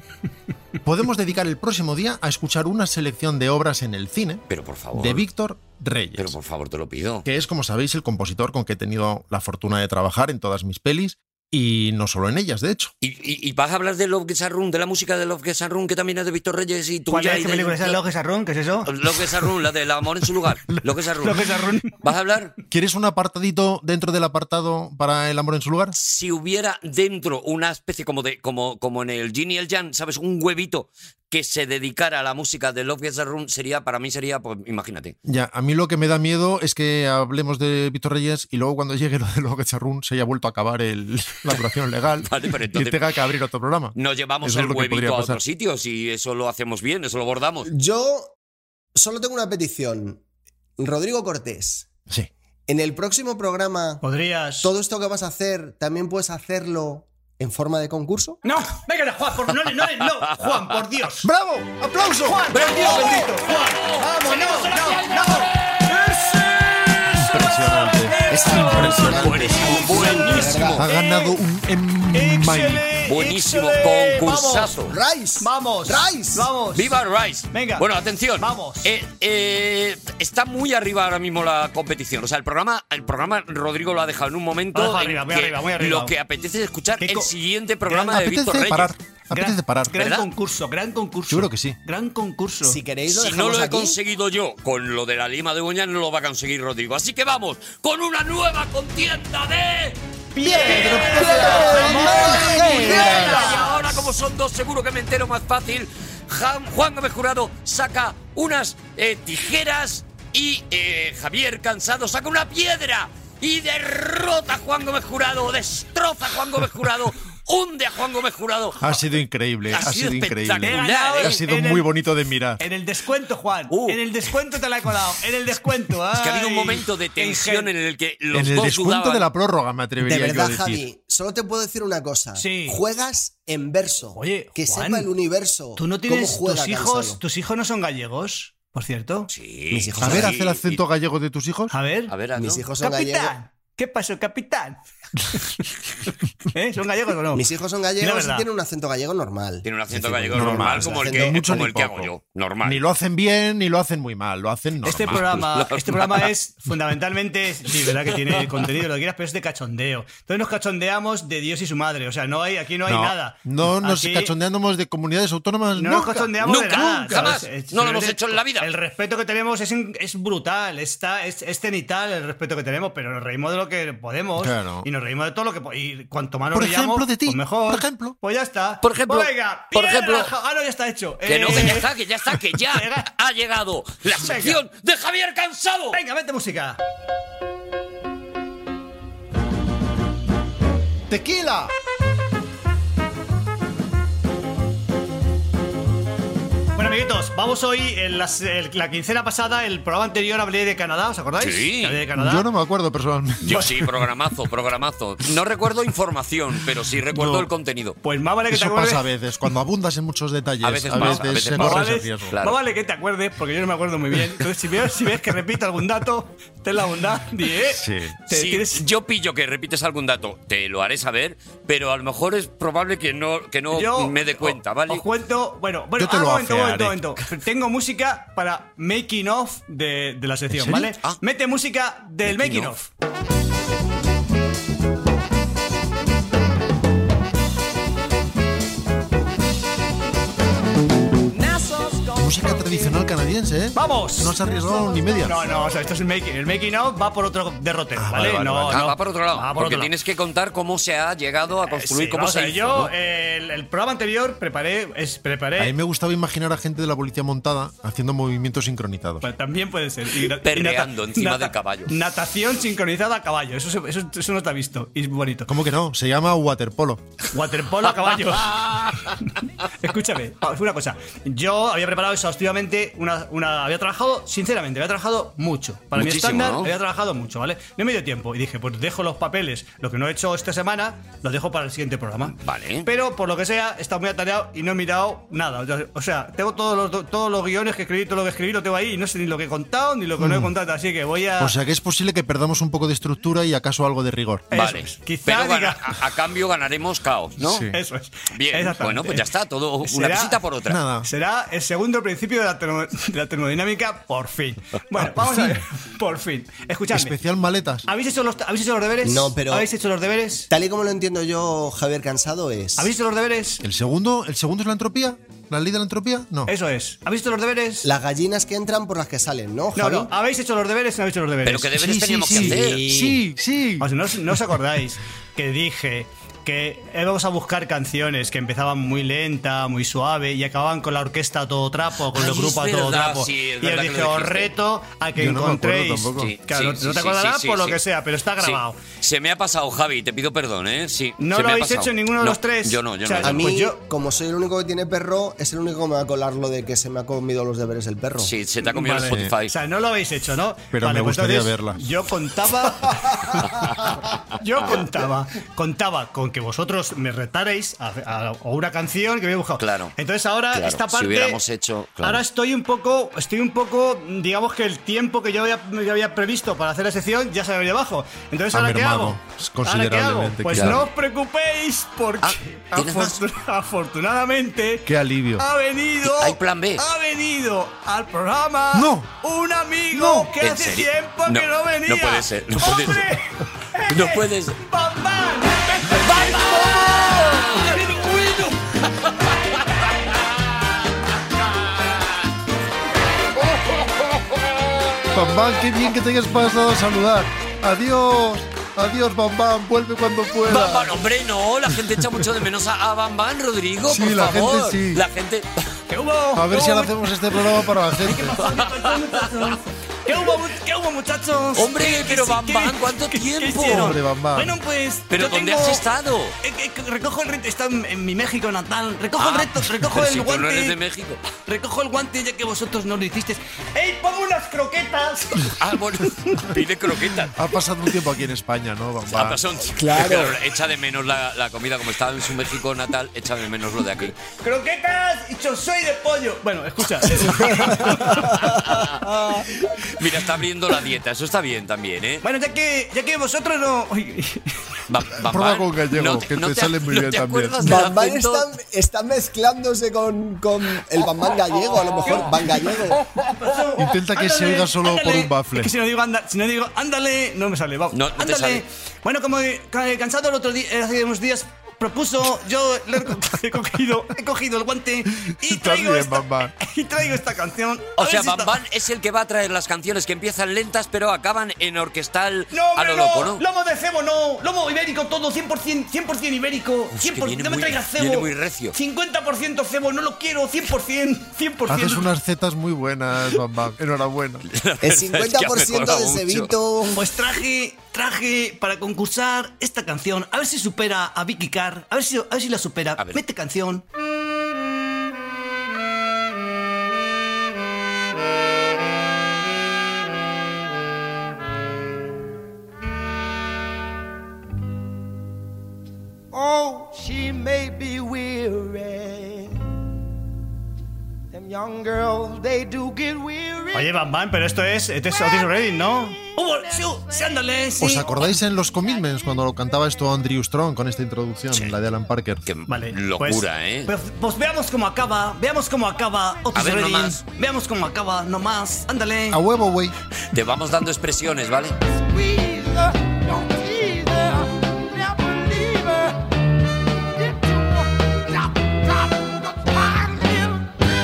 D: podemos dedicar el próximo día a escuchar una selección de obras en el cine
C: Pero por favor.
D: de Víctor Reyes.
C: Pero por favor, te lo pido.
D: que es, como sabéis, el compositor con que he tenido la fortuna de trabajar en todas mis pelis y no solo en ellas, de hecho.
C: ¿Y, y, y vas a hablar de Love Gets a Room, de la música de Love Gets a Room, que también es de Víctor Reyes y tú
E: ¿Cuál es? ¿Qué película es esa? ¿Loges a Ron? ¿Qué es eso?
C: Love Gets a Room, la del amor en su lugar. Love Gets a Room.
E: Loges a Ron.
C: ¿Vas a hablar?
D: ¿Quieres un apartadito dentro del apartado para el amor en su lugar?
C: Si hubiera dentro una especie como de como, como en el Gin y el Jan, ¿sabes? Un huevito que se dedicara a la música de Love Gets a Room sería, para mí sería, pues imagínate.
D: Ya, a mí lo que me da miedo es que hablemos de Víctor Reyes y luego cuando llegue lo de Logo Charrún se haya vuelto a acabar el- la duración legal
C: [LAUGHS] Vale, pero
D: y
C: entonces-
D: tenga que abrir otro programa.
C: Nos llevamos
D: Eso es
C: el
D: lo que
C: huevito
D: podría
C: a
D: pasar.
C: otros sitios y eso lo hacemos bien, eso lo bordamos.
F: Yo solo tengo una petición. Rodrigo Cortés.
D: Sí.
F: En el próximo programa.
E: ¿Podrías?
F: Todo esto que vas a hacer, también puedes hacerlo en forma de concurso.
E: ¡No! ¡Venga, Juan! Por, no, le- no, le- no! ¡Juan, por Dios!
F: ¡Bravo!
E: ¡Aplauso! ¡Juan, por Dios bendito! ¡Juan! ¡Vamos, no, no, no!
D: Impresionante. Es impresionante.
C: Buenísimo.
D: Ha ganado un M.
C: Buenísimo
E: ¡Éxele!
C: concursazo.
E: ¡Vamos!
F: Rice.
E: ¡Vamos!
F: Rice.
E: ¡Vamos!
C: Viva Rice.
E: Venga.
C: Bueno, atención.
E: Vamos.
C: Eh, eh, está muy arriba ahora mismo la competición. O sea, el programa, el programa Rodrigo lo ha dejado en un momento.
E: Lo ha
C: en
E: dejado arriba, muy
C: que
E: arriba, muy arriba.
C: Lo que apetece es escuchar
E: Qué
C: el
E: co-
C: siguiente programa de Víctor
D: Apetece
C: Reyes.
D: parar.
E: Gran-
D: Apetece parar.
E: Gran
C: ¿Verdad?
E: concurso, gran concurso.
D: Yo creo que sí.
E: Gran concurso.
F: Si queréis, lo
C: Si no
F: dejamos
C: lo he
F: aquí.
C: conseguido yo con lo de la lima de uñas, no lo va a conseguir Rodrigo. Así que vamos con una nueva contienda de.
E: ¡Piedra,
C: Y ahora, como son dos, seguro que me entero más fácil. Jam- Juan Gómez Jurado saca unas eh, tijeras y eh, Javier Cansado saca una piedra y derrota a Juan Gómez Jurado, destroza a Juan Gómez Jurado, [LAUGHS] hunde a Juan Gómez Jurado.
D: Ha sido increíble.
C: Ha
D: Ha sido
C: sido
D: increíble.
C: espectacular,
E: ¿eh?
D: Ha sido
E: En el-
D: muy bonito de mirar.
E: En el descuento, Juan.
C: Uh.
E: En el descuento te la he colado. En el descuento.
C: Es que ha habido un
E: Ay,
C: momento de
E: qué
C: tensión en
E: ingenio.
C: el que los
D: En el
C: dos
D: descuento
C: dudaban.
D: de la prórroga me
F: De
D: atrevería yo a
F: verdad,
D: decir.
F: Javi, solo te puedo decir una cosa.
E: Sí.
F: Juegas en verso.
E: Oye,
F: que
E: Juan,
F: sepa el universo.
E: ¿Tú no
F: cómo
E: tienes
F: juega
E: tus
F: Cansado.
E: hijos? ¿Tus hijos no son gallegos? Por cierto.
C: Sí,
F: Mis hijos
D: A ver,
C: Sí,
D: haz el acento gallego de tus hijos.
E: A ver.
C: y- A ver, hazlo.
F: Mis hijos son gallegos.
E: Capitán. ¿Qué pasó,
F: [LAUGHS]
E: capitán? ¿Eh? ¿Son gallegos o no?
F: Mis hijos son
E: Dile la
F: gallegos y
E: verdad.
F: tienen un acento gallego normal.
C: Tiene un acento
D: Sí, sí,
C: gallego
D: normal,
C: normal, como el
F: acento
C: que,
D: mucho
C: como
D: ni
C: el que hago
D: poco.
C: yo. Normal.
D: Ni lo hacen bien ni lo hacen muy mal. Lo hacen normal.
E: Este programa, este programa es fundamentalmente, sí, verdad que tiene contenido lo que quieras, pero es de cachondeo. Entonces nos cachondeamos de Dios y su madre, o sea, no hay, aquí no hay nada.
D: No nos
E: Aquí
D: cachondeamos de comunidades autónomas.
E: No nos
D: nunca.
E: cachondeamos de
C: Nunca,
E: nada.
C: nunca,
E: ¿sabes?
C: jamás.
E: Es-
C: No lo hemos
E: simplemente
C: hecho en la vida.
E: El respeto que tenemos es, in- es brutal, está, es, es cenital el respeto que tenemos, pero nos reímos de lo que podemos
D: Claro.
E: y nos reímos de todo lo que po- y cuanto más nos
D: Por
E: reíamos,
D: ejemplo, de ti.
E: pues mejor.
D: Por ejemplo.
E: Pues ya está.
C: Por ejemplo.
E: Pues venga,
C: Por
E: piedra,
C: ejemplo.
E: ja- Ah, no, ya está hecho.
C: Que no, que
E: Eh,
C: ya está, que ya está, que ya
E: Venga.
C: ha llegado la sección de Javier Cansado.
E: Venga, vete música.
D: ¡Tequila!
E: Bueno, amiguitos, vamos hoy, en las- el- la quincena pasada, el programa anterior hablé de Canadá, ¿os acordáis?
C: Sí.
E: Que Hablé de Canadá.
D: Yo no me acuerdo personalmente.
C: Yo sí, programazo, programazo. No recuerdo información, pero sí recuerdo
D: No.
C: el contenido.
E: Pues más vale que te
D: Eso
E: acuerdes.
D: pasa a veces. Cuando abundas en muchos detalles,
C: A
D: a
C: veces
D: veces,
C: pasa, a veces
D: se
C: pasa.
D: corre
E: Más
D: ese
E: vale,
D: riesgo.
C: Claro.
E: más vale que te acuerdes, porque yo no me acuerdo muy bien. Entonces, si ves, si ves que repito algún dato, ten la bondad, di, eh,
D: Sí.
E: te
C: Si
E: tienes-
C: yo pillo que repites algún dato, te lo haré saber, pero a lo mejor es probable que no, que no
E: yo
C: me dé cuenta,
E: os-
C: ¿vale?
E: Os cuento, bueno, bueno,
D: Yo te
E: ah,
D: lo
E: momento, momento,
D: afearé.
E: momento. Tengo música para making off de, de la sección,
D: ¿En serio? Ah.
E: ¿vale? Mete música del
C: Making
E: making off.
D: Música tradicional canadiense, ¿eh?
E: ¡Vamos!
D: No se ha arriesgado ni media.
E: No, no, o sea, esto es el making. El making of va por otro derrotero, ¿vale?
D: vale, vale,
E: no,
C: Ah,
E: no.
C: va por otro lado,
E: Va por
C: porque
E: otro lado. Eh,
C: tienes que contar cómo se ha llegado a construir,
E: Sí,
C: cómo
E: vamos
C: se
E: a ver,
C: hizo.
E: Yo,
C: ¿no?
E: eh, el, el programa anterior preparé. Es,
D: A mí
E: preparé
D: me gustaba imaginar a gente de la policía montada haciendo movimientos sincronizados.
E: Pues también puede ser. Y na-
C: Perreando
E: y nata-
C: encima
E: nata-
C: del caballo.
E: Natación sincronizada a caballo. Eso, se- eso, eso no te ha visto. Y es bonito.
D: ¿Cómo que no? Se llama waterpolo.
E: Waterpolo a caballo. [LAUGHS] Escúchame, vamos, una cosa. Yo había preparado exhaustivamente una, una. Había trabajado, sinceramente, había trabajado mucho. Para
C: Muchísimo,
E: mi estándar,
C: ¿no?
E: había trabajado mucho, ¿vale? No me dio tiempo. Y dije, pues dejo los papeles, lo que no he hecho esta semana, los dejo para el siguiente programa.
C: Vale.
E: Pero por lo que sea, he estado muy atareado y no he mirado nada. Yo- O sea, tengo todos los, todos los guiones que escribí, todo lo que escribí, lo tengo ahí y no sé ni lo que he contado ni lo que no
C: Mm.
E: he contado. Así que voy a.
D: O sea que es posible que perdamos un poco de estructura y acaso algo de rigor.
E: Eh,
C: Vale,
E: eso es. Quizá
C: pero gana-
E: diga-
C: a, a cambio ganaremos caos, ¿no?
D: Sí.
E: Eso es.
C: Bien,
E: Exactamente.
C: bueno, pues ya está, todo una
E: Será-
C: visita por otra.
D: Nada.
E: Será el segundo principio de la, termo- de la termodinámica, por fin. Bueno, vamos a ver, [LAUGHS] por fin. Escuchadme.
D: Especial maletas.
E: ¿Habéis hecho, los, ¿Habéis hecho los deberes?
F: No, pero-
E: ¿Habéis hecho los deberes?
F: Tal y como lo entiendo yo, Javier Cansado es.
E: ¿Habéis hecho los deberes?
D: ¿El segundo, ¿El segundo es la entropía? ¿La ley de la entropía? No.
E: Eso es. ¿Habéis hecho los deberes?
F: Las gallinas que entran por las que salen, ¿no,
E: No,
F: Javi?
E: no. ah, ¿Habéis hecho los deberes o no habéis hecho los deberes?
C: Pero que deberes
D: sí,
C: teníamos
D: sí.
C: que hacer.
D: Sí, sí.
E: O sea, no, os- no os acordáis que dije que íbamos a buscar canciones que empezaban muy lenta, muy suave y acababan con la orquesta a todo trapo, con
C: Ay,
E: los
C: es
E: grupos a todo
C: verdad,
E: trapo.
C: sí, es
E: y
C: verdad que
E: os
C: lo
E: dije, os
C: dijiste".
E: reto a que
C: Yo no me acuerdo
E: encontréis.
C: tampoco. Sí,
E: Claro, no,
C: sí,
E: no te
C: sí,
E: acordarás
C: sí, sí,
E: por lo
C: sí.
E: que sea, pero está
C: Sí.
E: grabado.
C: Se me ha pasado, Javi, te pido perdón, ¿eh? Sí.
E: ¿No
C: se
E: lo
C: me ha
E: habéis
C: pasado.
E: hecho ninguno de
C: No,
E: los tres?
C: Yo no, yo
F: O sea,
C: no.
F: a mí,
C: Pues yo-
F: como soy el único que tiene perro, es el único que me va a colar lo de que se me ha comido los deberes el perro.
C: Sí, se te ha comido el
F: Vale.
C: Spotify.
E: O sea, no lo habéis hecho, ¿no? pues
F: Pero me gustaría verla.
C: [LAUGHS]
E: Yo contaba. yo contaba. Contaba con que vosotros me retaréis a, a- a una canción que había buscado.
C: Claro.
E: Entonces ahora
C: Claro,
E: esta
C: Si
E: parte.
C: hubiéramos hecho. claro.
E: Ahora estoy un poco, estoy un poco, digamos que el tiempo que yo había, yo había previsto para hacer la sección ya se me había abajo. Entonces,
D: Ha
E: ¿ahora qué,
D: mermado
E: hago? ¿ahora qué hago?
D: considerablemente,
E: Pues
D: claro.
E: no os preocupéis porque
C: Ah,
E: afortun- [LAUGHS] afortunadamente
D: Qué alivio.
E: ha venido.
D: Hay plan B.
E: Ha venido al programa.
D: No.
E: Un amigo que
C: ¿En
E: hace
C: serio?
E: tiempo que no venía.
C: No puede ser, no puede ser.
E: [LAUGHS]
C: No puede ser.
D: Bambán, qué bien que te hayas pasado a saludar. Adiós, adiós, Bambán, vuelve cuando puedas.
C: Bambán, hombre, no, la gente echa mucho de menos a, a Bambán, Rodrigo,
D: Sí,
C: por
D: la gente
C: favor.
D: sí.
C: La gente.
D: A ver si ahora hacemos este programa para la gente.
E: [LAUGHS] ¿Qué hubo, mu- qué hubo, muchachos?
C: Hombre,
E: ¿Qué- qué-
C: pero
E: qué-
C: Bambán, ¿cuánto
E: qué- qué
C: tiempo?
E: hicieron?
D: Hombre, Bambán.
E: Bueno, pues.
C: ¿Pero
E: yo
C: dónde
E: tengo-
C: has estado?
E: Eh, eh, que recojo el reto. Está en, en mi México natal. Recojo el
C: Ah,
E: reto.
C: [LAUGHS]
E: Recojo
C: pero
E: el
C: si tú
E: guante.
C: no eres de México.
E: Recojo el guante ya que vosotros no lo hicisteis. ¡Ey, pongo unas [LAUGHS] croquetas!
C: Ah, bueno, [LAUGHS] pide croquetas.
D: Ha pasado un tiempo aquí en España, ¿no,
C: Ah,
D: Bambán?
C: pero son-
D: Claro.
C: [LAUGHS] echa de menos la, la comida, como estaba en su México natal, echa de menos lo de aquí.
E: ¡Croquetas y soy de pollo! Bueno, [LAUGHS] escucha.
C: Mira, está abriendo la dieta, eso está bien también, ¿eh?
E: bueno, ya que, ya que vosotros no. Uy,
C: Ba- Bambán,
D: Prueba con gallego,
C: no
D: que
C: no
D: te sale muy
C: no
D: bien
C: te
D: también.
C: acuerdas del
F: Bambán
C: acento?
F: está, está mezclándose con, con el Bambán gallego, a lo mejor. Van gallego.
D: Intenta que se oiga solo por un
E: Es
D: bafle.
E: que si no digo, anda, si no digo ándale, no me sale. Vamos.
C: No, no te
E: ándale.
C: sale.
E: Bueno, como eh, ca- eh, cansado el otro día, eh, hace unos días propuso, yo le he co- [LAUGHS] he cogido, he cogido el guante y
D: Estás
E: traigo,
D: bien,
E: esta,
D: Bambán.
E: [LAUGHS] y traigo esta canción. A
C: O
E: ver
C: sea,
E: si está-
C: Bambán es el que va a traer las canciones que empiezan lentas pero acaban en orquestal
E: No,
C: a
E: hombre,
C: lo
E: no,
C: loco, Ah, ¿no?
E: Lomo de cebo, no. Lomo ibérico, todo, 100%, 100% ibérico. 100%,
C: viene
E: no me
C: muy-
E: traigas cebo.
C: viene muy recio.
E: 50% cebo, no lo quiero, 100%, 100%.
D: Haces unas zetas muy buenas, Bambán. Enhorabuena.
F: El
C: [LAUGHS] es que ha
F: 50%
C: mejorado
F: de
C: mucho.
F: cebito.
E: Pues traje, traje para concursar esta canción. A ver si supera a Vicky Carr. A ver si, a ver si la supera.
C: A ver.
E: Mete canción.
J: Oh, she may be weary. Them young girls, they do get weary.
E: Oye, Bam Bam, pero esto es, este es Otis Redding, ¿no? ¡Oh, sí, sí, ándale! Sí.
D: ¿Os acordáis en los commitments cuando lo cantaba esto Andrew Strong con esta introducción, la de Alan Parker?
E: Vale,
C: Locura,
E: pues,
C: ¿eh?
E: Pues, pues veamos cómo acaba, veamos cómo acaba Otis
C: A ver,
E: Redding.
C: nomás.
E: Veamos cómo acaba, nomás. Ándale.
D: A huevo, güey.
C: Te vamos dando expresiones, ¿vale?
J: Squeeze her, don't tease her, never leave her. Get to work, drop, drop the fine little ribbon.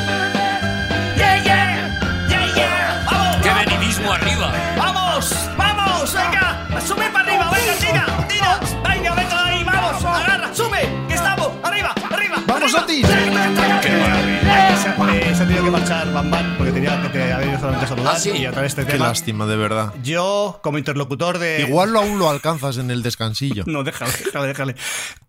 J: Yeah, yeah, yeah, yeah. Oh,
E: Ah.
C: ¡Qué venidismo arriba!
E: ¡Vamos! ¡Vamos! ¡Venga! ¡Sube para arriba! ¡Venga, tira! ¡Tira! ¡Venga, venga ahí! ¡Vamos! ¡Agarra! ¡Sube! ¡Que estamos! ¡Arriba! ¡Arriba!
D: ¡Vamos,
E: arriba!
D: Otis!
E: ¡Qué maravilla! Se ha tenido que marchar Bambán porque tenía que te haber ido solamente a saludar
C: Ah, sí.
E: y a través de este
D: Qué
E: tema.
D: lástima, de verdad.
E: Yo, como interlocutor de.
D: Igual lo aún lo alcanzas en el [LAUGHS] descansillo.
E: No, déjale, déjale, déjale.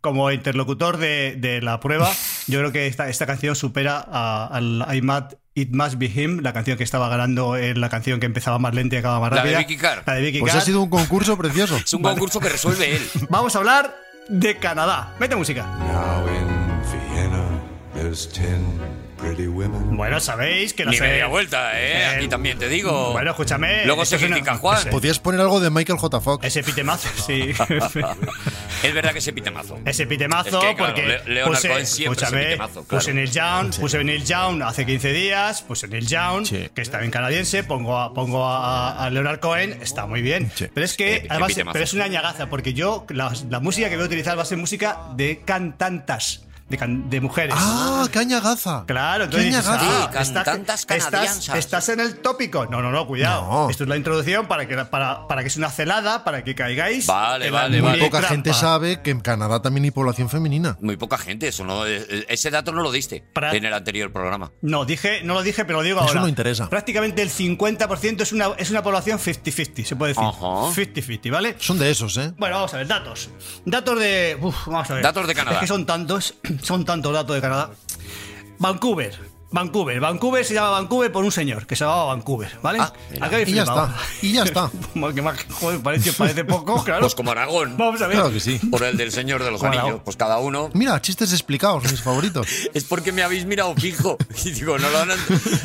E: Como interlocutor de, de la prueba, yo creo que esta, esta canción supera a- al I Must- It Must Be Him, la canción que estaba ganando, eh, la canción que empezaba más lenta y acababa más
C: La de
E: rápida.
C: Vicky Carr.
E: La de Vicky
D: Pues
E: Carr.
D: ha sido un concurso precioso.
C: Es un concurso que resuelve él.
E: Vamos a hablar de Canadá. Mete música.
N: Now in Vienna, there's ten pretty women.
E: Bueno, sabéis [LAUGHS] que no
C: Ni
E: sé.
C: media vuelta, ¿eh?
E: Eh,
C: Aquí también te digo.
E: Bueno, escúchame.
C: Luego
E: esto
C: se
E: es una-
C: critica a Juan.
E: ese-
D: Podías poner algo de Michael J. Fox.
E: Ese pitemazo,
C: [LAUGHS]
E: sí.
C: Es verdad que se pite mazo.
E: Ese pitemazo,
C: Es que, claro,
E: porque. pues, eh,
C: Le- Leonard Cohen siempre es el pitemazo, claro.
E: puse pues Neil Young, puse Neil Young hace 15 días, puse Neil Young,
D: Sí.
E: que está bien canadiense, pongo a, pongo a, a Leonard Cohen, está muy bien.
D: Sí.
E: Pero es que,
C: Eh,
E: además,
C: pitemazo.
E: pero es una ñagaza, porque yo, la, la música que voy a utilizar va a ser música de cantantas. de, can- de mujeres.
D: Ah, caña gaza.
E: Claro, entonces
D: Caña
E: dices,
D: gaza.
E: ah,
D: Sí, cantantes
E: estás,
D: canadiansas.
E: estás en el tópico. No, no, no, cuidado.
D: No.
E: Esto es la introducción para que, para, para que es una celada, para que caigáis. en la
D: Muy
E: mini
D: poca
E: trampa.
D: gente sabe que en Canadá también hay población femenina.
C: Muy poca gente, eso no, eh, ese dato no lo diste
E: Para-
C: en el anterior programa.
E: No, dije, no lo dije, pero lo digo
D: Eso
E: ahora.
D: no interesa.
E: Prácticamente el 50% es una, es una población 50-50, se puede decir.
D: Ajá.
E: 50-50, ¿vale?
D: Son de esos, ¿eh?
E: Bueno, vamos a ver, datos. Datos de. uf, vamos a ver.
D: Datos de Canadá.
E: Es que son tantos, [CLEARS THROAT] son tantos datos de Canadá. Vancouver. Vancouver. Vancouver se llama Vancouver por un señor que se llamaba Vancouver, ¿vale?
D: Ah, mira.
E: Acá habéis
D: Y ya
E: flipado.
D: está, Y ya está.
E: [LAUGHS] Como que más- joder, parece,
D: [LAUGHS]
E: parece poco, claro.
C: Pues como Aragón.
E: Vamos a ver.
D: Claro que sí.
C: Por el del Señor de los
D: Como
C: Anillos.
D: Aragón.
C: Pues cada uno.
D: Mira, chistes explicados, mis favoritos.
C: Es porque me habéis mirado fijo. [LAUGHS] Y digo, no lo han,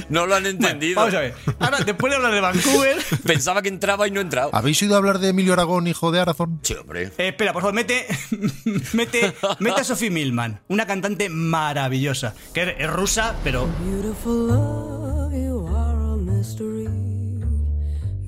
C: no lo han entendido.
E: vamos a ver. Ahora, después de hablar
D: [LAUGHS]
E: de Vancouver.
C: Pensaba que entraba y no he entrado.
D: ¿Habéis oído hablar de Emilio Aragón, hijo de Arazón?
C: Sí, hombre.
E: Eh, espera, por favor, mete, [LAUGHS] mete, mete a Sophie Millman, una cantante maravillosa, que es- es rusa, pero
O: Beautiful love, you are a mystery.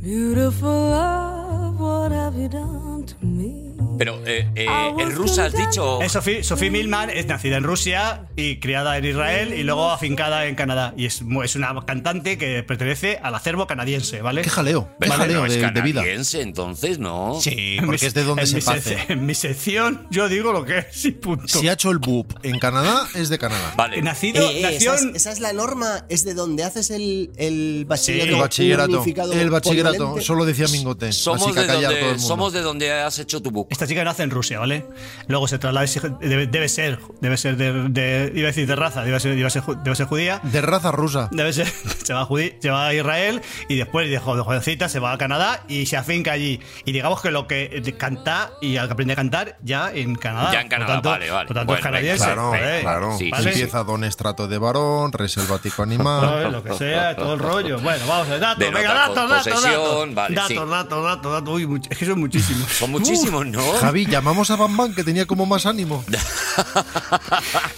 O: Beautiful love, what have you done to me?
C: Pero, eh, eh, ¿es rusa has dicho?
E: Es Sophie, Sophie Millman es nacida en Rusia y criada en Israel y luego afincada en Canadá. Y es, mu- es una cantante que pertenece al acervo canadiense, ¿vale?
D: Qué jaleo, qué
E: Vale,
D: jaleo
E: no, es
D: de, de vida.
C: canadiense, entonces, ¿no?
D: Sí,
E: En
D: porque
E: mi-
D: es de donde
E: en
D: se
E: mi
D: pase.
E: sec- En mi sección yo digo lo que es y punto.
D: Si ha hecho el boop en Canadá, es de Canadá.
C: Vale.
E: Nacido,
F: Eh, eh,
E: nació
F: esa,
E: en-
F: es, esa es la norma, es de donde haces el, el bachillerato.
D: El bachillerato.
F: unificado
D: El bachillerato.
F: polivalente.
D: Solo decía Mingote. así
C: Somos
D: que
C: de,
D: a callar todo el
C: donde,
D: mundo.
C: somos de donde has hecho tu book.
E: Esta chica nace en Rusia, ¿vale? Luego se traslada, debe, debe ser, debe ser de, de- iba a decir de raza, debe ser, iba a ser ju- debe ser judía.
D: De raza rusa.
E: Debe ser, se va, a Judi- se va a Israel y después de jo- de jovencita se va a Canadá y se afinca allí. Y digamos que lo que eh, canta y al que aprende a cantar ya en Canadá.
C: Ya en Canadá,
E: Por tanto-
C: vale, vale.
E: Por tanto
C: Bueno,
E: es
C: venga,
E: canadiense.
D: Claro,
E: ¿vale?
D: claro.
E: ¿Vale?
D: Empieza Don Estrato de Varón, Reselvático
E: Vale,
D: Animal.
E: lo que sea, todo el rollo. Bueno, vamos a ver, datos,
D: De
E: venga,
D: nota,
E: datos, datos,
D: posesión,
E: datos.
D: vale,
E: datos,
D: sí.
E: datos, datos, datos. Uy, much- es que son muchísimos. Son
C: muchísimos, ¿no?
D: Javi, llamamos a Bam Bam, que tenía como más ánimo.
E: [LAUGHS]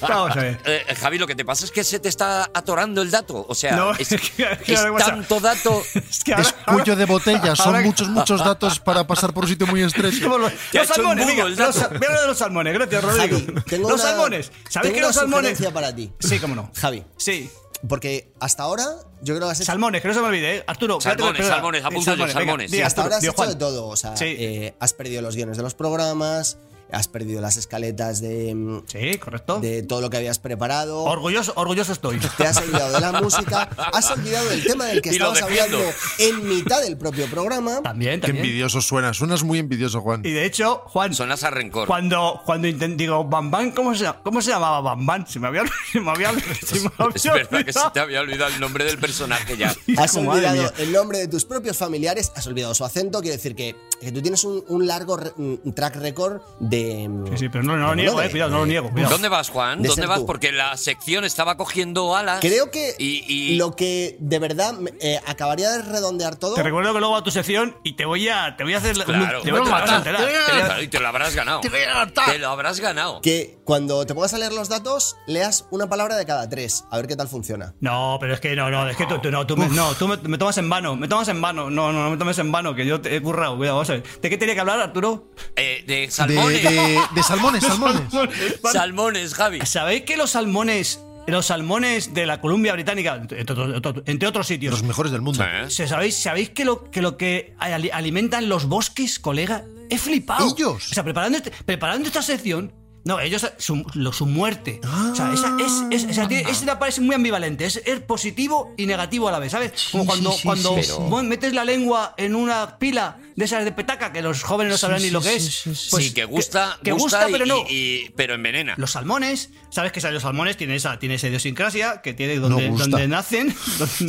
E: Vamos
C: [LAUGHS]
E: a ver.
C: Eh, Javi, lo que te pasa es que se te está atorando el dato. O sea,
E: No, [LAUGHS]
C: es,
E: es que- es que
C: es
E: ahora-
C: tanto dato.
E: que
D: Es cuello de botella.
E: ahora-
D: Son muchos, muchos datos para pasar por un sitio muy estrecho.
E: [LAUGHS] Como los,
C: Te ha
E: los
C: hecho un
E: salmones,
C: nudo
E: venga,
C: el dato.
E: los sal- voy a hablar de los salmones, gracias, Rodrigo.
F: Javi, tengo
E: los
F: una-
E: salmones, ¿sabéis
F: tengo
E: que
F: una
E: los salmones?
F: sugerencia para ti.
E: Sí, cómo no.
F: Javi.
E: Sí.
F: Porque hasta ahora yo creo que has hecho
E: Salmones, que no se me olvide, ¿eh? Arturo, espérate,
C: Salmones,
E: espera.
C: salmones, apunto yo,
E: venga,
C: salmones,
E: di,
C: sí.
F: hasta
E: Arturo,
F: ahora has
E: di,
F: hecho
E: Juan.
F: de todo. O sea,
E: Sí.
F: eh, has perdido los guiones de los programas, has perdido las escaletas de. mm,
E: Sí, correcto.
F: De todo lo que habías preparado.
E: Orgulloso, orgulloso
F: [LAUGHS]
E: estoy.
F: te has olvidado de la música,
E: [LAUGHS]
F: has olvidado del tema del que
C: Y lo
F: estabas
C: defiendo.
F: hablando en mitad del propio programa.
E: También,
D: Qué
E: también.
D: envidioso suenas. Suenas muy envidioso, Juan.
E: Y de hecho, Juan,
C: Sonas a rencor.
E: cuando, cuando intent- digo, Bambán, ¿cómo se, ¿cómo se llamaba Bambán? Se me había se me había, se me había
C: [LAUGHS] Es verdad que se
E: olvidado.
C: te había olvidado el nombre del personaje ya.
F: Has
E: Hijo, madre
F: olvidado
E: mía.
F: el nombre de tus propios familiares, has olvidado su acento, quiere decir que, que tú tienes un, un largo re- un track record de... mm,
E: Sí, sí, pero no, no lo
F: de-
E: niego,
F: de-
E: eh, cuidado, no lo niego. cuidado.
C: ¿Dónde vas, Juan?
F: De
C: ¿Dónde
F: ser
C: vas?
F: tú.
C: Porque la sección estaba cogiendo alas.
F: Creo que
C: Y, y-
F: lo que de verdad eh, acabaría de redondear todo...
E: Te recuerdo que luego a tu sección y te voy a, te voy a hacer.
C: Claro,
E: te voy a
C: te lo
E: matar,
C: habrás-
E: te la- te voy a-
C: Claro, y te lo habrás ganado.
E: Te voy a matar.
C: Te lo habrás ganado.
F: Que cuando te pongas a leer los datos, leas una palabra de cada tres, a ver qué tal funciona.
E: No, pero es que no, no, es que tú, tú no, tú, me, no, tú me, me tomas en vano, me tomas en vano, no, no, no me tomes en vano, que yo te he currado, cuidado, vamos a ver. ¿De qué tenía que hablar, Arturo?
C: Eh, de
D: De,
C: salmones.
D: de- de
E: [LAUGHS]
D: salmones, salmones.
C: [LAUGHS] Salmones, Javi.
E: ¿Sabéis que los salmones, los salmones de la Columbia Británica, entre, otros- entre otros
D: Los
E: sitios,
D: mejores del mundo.
C: Eh,
E: ¿se- ¿sabéis, sabéis que, lo, que lo que ali- alimentan los bosques, colega? He flipado.
D: ¿Ellos?
E: O sea, preparando, este- preparando esta sección. No, ellos, su, lo- su muerte. O
D: Ah.
E: sea, esa, es, es- o sea, tiene- es una- parece muy ambivalente. Es, es positivo y negativo a la vez, ¿sabes? Como
D: sí,
E: cuando,
D: sí,
E: cuando
D: sí, sí.
E: vos metes la lengua en una pila de esas de petaca que los jóvenes no sabrán ni lo que es. Pues
C: sí, que gusta,
E: que, gusta,
C: y-
E: pero no.
C: y- y- pero envenena.
E: Los salmones, sabes que los salmones tienen esa, tiene esa idiosincrasia que tiene donde,
D: No gusta. [LAUGHS]
E: donde nacen.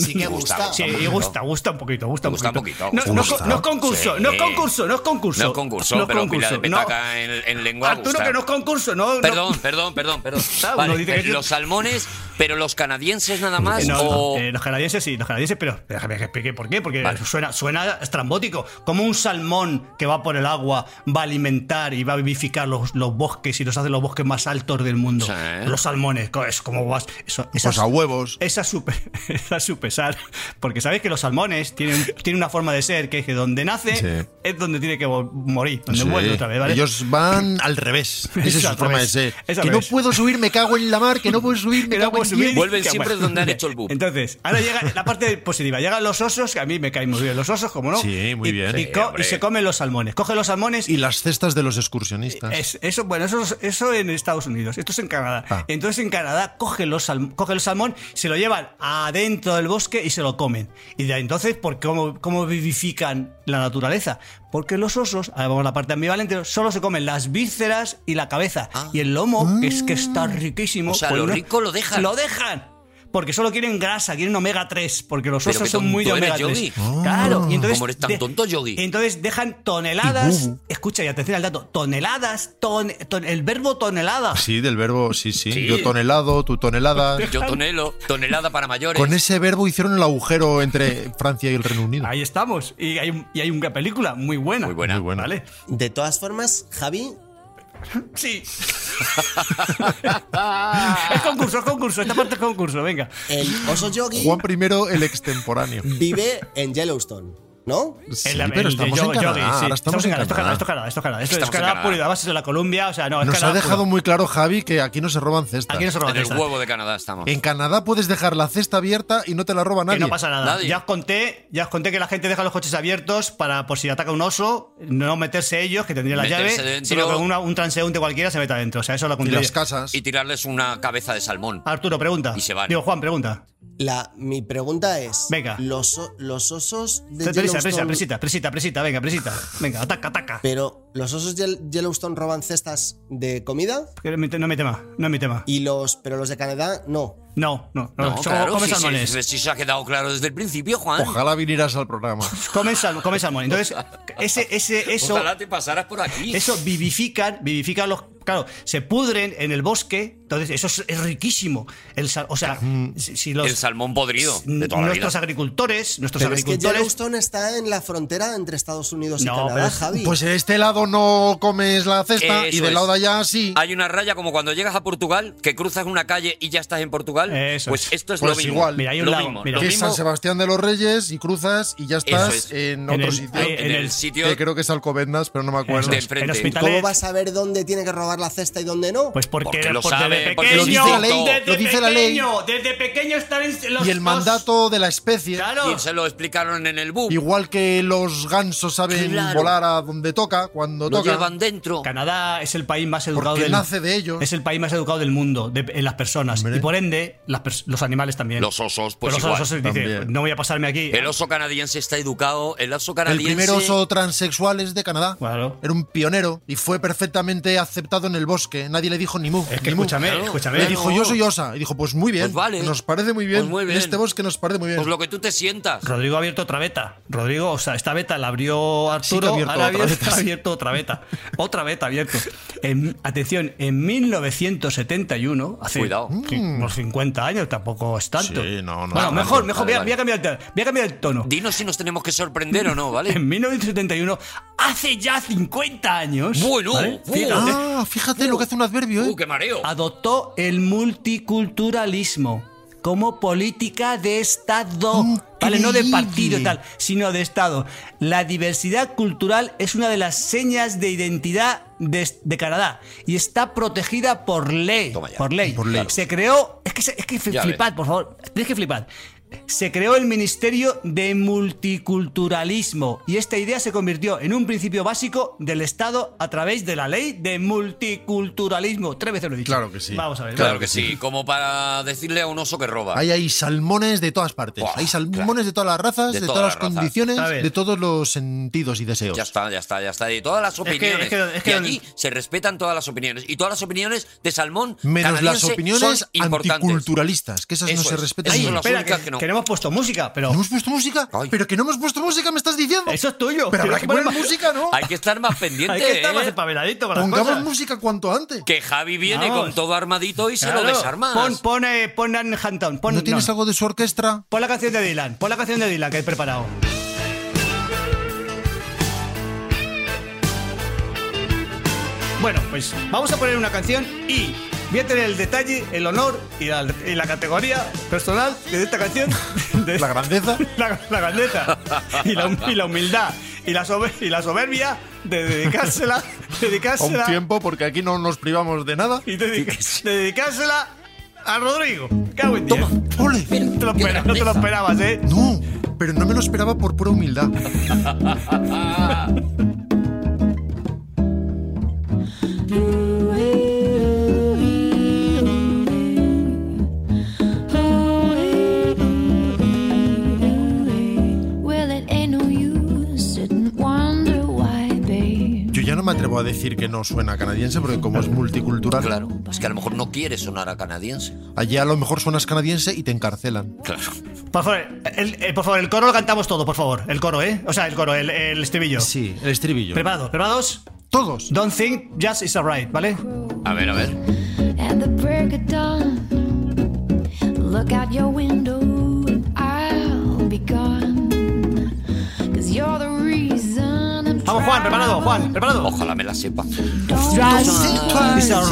F: Sí que gusta.
E: Sí,
C: gusta un
E: y gusta, gusta un poquito, gusta un
C: Gusta un
E: poquito.
C: poquito,
E: No, no es
D: gusta.
E: con- no es concurso,
C: Sí.
E: no es concurso, no es concurso.
C: No es concurso,
E: No es
C: pero pila de
E: concurso,
C: petaca
E: no.
C: en, en lengua
E: Arturo,
C: gusta.
E: que no es concurso, no. no. [LAUGHS]
C: Perdón, perdón, perdón, perdón.
E: Claro,
C: Vale, eh,
E: uno dice que-
C: los salmones Pero los canadienses nada más.
E: No, no,
C: o-
E: eh, los canadienses sí, los canadienses, pero pero déjame que explique por qué, porque suena, suena estrambótico. Como un salmón que va por el agua, va a alimentar y va a vivificar los, los bosques y los hace los bosques más altos del mundo. Los salmones, co- es como vas. Eso,
D: a huevos.
E: Esa su, pe- [LAUGHS] esa es su pesar. Porque sabéis que los salmones tienen, tienen una forma de ser que es que donde nace
D: Sí.
E: es donde tiene que vol- morir, donde
D: Sí.
E: muere Pues otra vez, ¿vale?
D: Ellos van al
E: [LAUGHS]
D: revés. Esa es su
E: al
D: forma de
E: revés.
D: ser.
E: Es al
D: Que no
E: revés.
D: puedo subir, me cago en la mar, que no puedo subir, me
E: [LAUGHS] Que no
D: cago
E: puedo
D: en
E: subir.
D: diez.
E: Que bueno. Entonces, ahora llega la parte positiva. Llegan los osos, que a mí me caen muy bien los osos, como no.
D: Sí, muy
E: Y-
D: bien.
E: Y,
D: Sí,
E: co- y
D: hombre.
E: se comen los salmones. Coge los salmones.
D: Y las cestas de los excursionistas.
E: Es- eso, bueno, eso, es- eso en Estados Unidos, esto es en Canadá.
C: Ah.
E: Entonces en Canadá coge los, salm- coge el salmón, se lo llevan adentro del bosque y se lo comen. Y de ahí, entonces, ¿por qué- cómo, cómo vivifican la naturaleza? Porque los osos, ahora vamos a la parte ambivalente, solo se comen las vísceras y la cabeza. Y el lomo, que es que está riquísimo.
C: Ah. O sea,
E: pues
C: lo
E: no-
C: rico lo dejan.
E: Lo dejan. Porque solo quieren grasa, quieren omega 3, porque los
C: Pero
E: osos
C: qué
E: son muy de
C: tonto
E: omega
C: eres, Yogi.
E: 3.
C: Ah.
E: Claro, y entonces.
C: ¿Cómo eres tan
E: de-
C: tonto, Yogi?
E: y entonces dejan toneladas.
D: Y bobo.
E: Escucha y atención al dato. Toneladas. ton- ton- el verbo tonelada.
D: Sí, del verbo, sí, sí.
C: Sí.
D: Yo tonelado, tú tonelada.
E: Pues
C: Yo tonelo, tonelada para mayores.
D: Con ese verbo hicieron el agujero entre Francia y el Reino Unido.
E: Ahí estamos. Y hay, y hay una película muy buena. Muy
C: buena.
E: ¿Vale?
F: De todas formas, Javi.
E: Sí. [LAUGHS] es concurso, es concurso. Esta parte es concurso. Venga.
F: El oso yogi
D: Juan I el extemporáneo.
F: vive en Yellowstone, ¿no?
D: Sí, El- pero el de estamos en Yogi, Canadá, sí. ahora estamos en
E: Esto
D: Canadá.
E: es Canadá, esto es Canadá, esto es Canadá. Esto es
D: Estamos en
E: Canadá
D: Canadá.
E: puro. Además, es de la Colombia. O sea, no, es
D: Nos ha
E: Canadá
D: dejado
E: puro.
D: muy claro, Javi, que aquí no se roban cestas.
E: Aquí no se roban
C: En el
E: cestas.
C: huevo de Canadá estamos.
D: En Canadá puedes dejar la cesta abierta y no te la roba nadie.
E: Que no pasa nada. Ya os conté, ya os conté que la gente deja los coches abiertos para por si ataca un oso, no meterse ellos, que tendría la
C: Meterse
E: llave,
C: dentro.
E: sino que una- un transeúnte cualquiera se meta dentro. O sea, eso lo conté. yo.
D: casas.
C: Y tirarles una cabeza de salmón.
E: Arturo, pregunta.
C: Y se van.
E: Digo, Juan, pregunta.
F: La, mi pregunta es:
E: Venga.
F: Los, o- los osos
E: Presa,
F: de
E: presa, presa,
F: Yellowstone.
E: presita, presita, presita, venga, presita. Venga, ataca, ataca.
F: Pero, ¿los osos de Yellowstone roban cestas de comida?
E: Que No es mi te- no es mi tema, no es mi tema.
F: Y los, pero los de Canadá, no.
E: No, no, no.
C: No,
E: so-
C: claro,
E: come
C: si, se-
E: salmones.
C: si, se ha quedado claro desde el principio, Juan.
D: Ojalá vinieras
C: [LAUGHS]
D: al programa.
E: Comen salmón, comen salmón. Entonces, ese, ese, eso.
C: Ojalá te pasaras por aquí.
E: Eso vivifican, vivifican los. Claro, se pudren en el bosque, entonces eso es, es riquísimo. El, sal- o sea, si, si los.
C: El salmón podrido de toda la vida.
E: nuestros agricultores, nuestros
F: Pero es que
E: agricultores.
F: Yellowstone está en la frontera entre Estados Unidos
E: No,
F: y Canadá,
E: pero es-
F: Javi.
D: Pues de este lado no comes la cesta
C: Eso
D: y del lado de
C: es.
D: allá sí.
C: Hay una raya como cuando llegas a Portugal, que cruzas una calle y ya estás en Portugal.
D: Eso
C: pues
D: es.
C: esto es
D: Pues
C: lo mismo.
D: igual.
E: Mira, hay un
C: lo
E: lago,
C: mismo,
E: mira.
C: lo
D: Que es
C: mismo.
D: San Sebastián de los Reyes y cruzas y ya estás
C: Eso es.
D: en
E: En
D: otro
E: el-
D: sitio.
E: en el
C: sitio-
D: Que creo que es Alcobendas, pero no me acuerdo.
E: Eso es. En hospitales.
F: ¿Cómo vas a ver dónde tiene que robar la cesta y dónde no?
E: Pues porque,
C: Porque lo
E: porque
C: sabe,
E: desde
C: porque lo
E: pequeño,
C: dice la ley,
E: desde
D: lo dice la ley.
E: pequeño, desde pequeño están en los
D: Y el
E: dos-
D: mandato de la especie.
E: Claro.
C: Y se lo explicaron en el bus.
D: Igual que los gansos saben
C: Claro.
D: volar a donde toca, cuando
C: Lo
D: toca.
C: llevan dentro.
E: Canadá es el país más educado
D: Porque
E: del
D: nace de ellos.
E: Es el país más educado del mundo de- en las personas y por ende las pers- los animales también.
C: Los osos,
E: Pero
C: pues
E: los
C: igual.
E: osos dicen,
D: También.
E: no voy a pasarme aquí.
C: El oso canadiense está educado. El oso
D: El
C: canadiense.
D: primer oso transexual es de Canadá.
E: Claro.
D: Era un pionero y fue perfectamente aceptado en el bosque. Nadie le dijo ni mu.
E: Es que
D: ni mu.
E: escúchame, escúchame.
D: Le dijo,
E: Claro.
D: yo soy osa. Y dijo, pues muy bien.
C: Pues vale.
D: Nos parece muy bien.
C: Pues muy bien.
D: En este bosque nos parece muy bien.
C: Pues lo que tú te sientas.
E: Rodrigo ha abierto otra beta. Rodrigo, o sea, esta beta la abrió
D: Sí que ha
E: Arturo,
D: abierto
E: ahora ha
D: otra
E: abierto,
D: beta,
E: [LAUGHS] ha
D: sí.
E: abierto otra beta. Otra beta ha abierto. En- atención, en 1971, hace
C: Cuidado.
E: ci- unos 50 años, tampoco es tanto.
D: Mm. Sí, no, no.
E: Bueno,
D: no,
E: mejor,
D: no.
E: mejor,
C: vale,
E: voy a-
C: vale.
E: voy a cambiar el tono, voy a cambiar el tono.
C: Dinos si nos tenemos que sorprender o no, ¿vale?
E: [LAUGHS] En 1971, hace ya 50 años.
C: Bueno,
E: ¿vale?
C: uh,
E: Fíjate.
D: Ah, fíjate lo que hace un adverbio, ¿eh?
C: ¡Uh, qué mareo!
E: Ah, adoptó el multiculturalismo como política de Estado. Vale, no de partido y tal, sino de Estado. La diversidad cultural es una de las señas de identidad de, de Canadá y está protegida por ley.
C: Toma ya.
E: Por ley.
D: Por ley.
E: Se creó. Es que, se- es que
C: Ya
E: flipad, por favor. Tenéis que flipad. Se creó el Ministerio de Multiculturalismo y esta idea se convirtió en un principio básico del Estado a través de la ley de multiculturalismo. Tres veces lo he dicho.
D: Claro que sí.
E: Vamos a ver.
C: Claro que sí. Como para decirle a un oso que roba.
D: Ahí hay salmones de todas partes.
C: Buah,
D: hay salmones
C: claro.
D: de todas las razas,
C: De
D: de,
C: todas
D: todas las
C: las razas.
D: condiciones,
E: A ver.
D: de todos los sentidos y deseos.
C: Ya está, ya está, ya está. Y todas las
E: que-
C: opiniones.
E: es que- es que-
C: y aquí se respetan todas las opiniones. Y todas las opiniones de Salmón.
D: Menos las
C: canadiense son
D: opiniones
C: importantes.
D: anticulturalistas, que esas
C: Eso
D: no se
C: es.
D: respetan.
C: Esas
D: ni
C: son
D: una.
C: las
E: espera,
C: únicas
E: que-
C: que no no.
E: Que no hemos puesto música, pero. ¿No hemos
D: puesto música? ¿Pero que no hemos puesto música? ¿Me estás diciendo?
E: Eso es tuyo.
D: Pero habrá
E: Tienes
D: que
E: poner
D: poner música, ¿no?
C: Hay que estar más pendiente.
E: [LAUGHS] Hay que estar
C: ¿eh?
E: más espabiladito para las
D: Pongamos
E: cosas.
D: música cuanto antes.
C: Que Javi viene
E: Vamos.
C: con todo armadito y se lo
E: Claro.
C: desarma.
E: Pon, pon, eh, pon Anne Hampton, Pon,
D: ¿No tienes algo de su
E: [LAUGHS]
D: orquesta?
E: Pon la canción de Dylan. Pon la canción de Dylan que he preparado. Bueno, pues vamos a poner una canción y voy a tener el detalle, el honor y la, y la categoría personal de esta canción. [LAUGHS] de-
D: la
E: [LAUGHS]
D: grandeza.
E: La, grandeza. Y la, hum- y la humildad. Y la, sobe- y la soberbia de
D: [LAUGHS]
E: dedicársela.
D: A un
E: dedicársela
D: tiempo, porque aquí no nos privamos de nada.
E: y dedica- dedicársela a Rodrigo. Cago en diez.
D: ¡Ole!
E: Te lo espera- no te lo esperabas, ¿eh?
D: No, pero no me lo esperaba por pura humildad.
H: Well, it ain't no use sitting wonder why, babe.
D: Yo ya no me atrevo a decir que no suena canadiense, porque como es multicultural,
C: Claro, es que a lo mejor no quiere sonar a canadiense.
D: allí a lo mejor suenas canadiense y te encarcelan.
C: Claro.
E: Por favor, el, el- por favor, el coro lo cantamos todo, por favor. El coro, ¿eh? O sea, el coro, el, el estribillo.
D: Sí, el estribillo.
E: ¿Preparados? ¿Preparados?
D: Todos.
E: Don't think, just is alright, ¿vale?
C: A ver, a ver.
H: At the break of dawn, look out your window and I'll be gone. Cause you're the reason I'm
E: Vamos, Juan, preparado, Juan, preparado.
C: Ojalá me la sepa.
E: It's alright.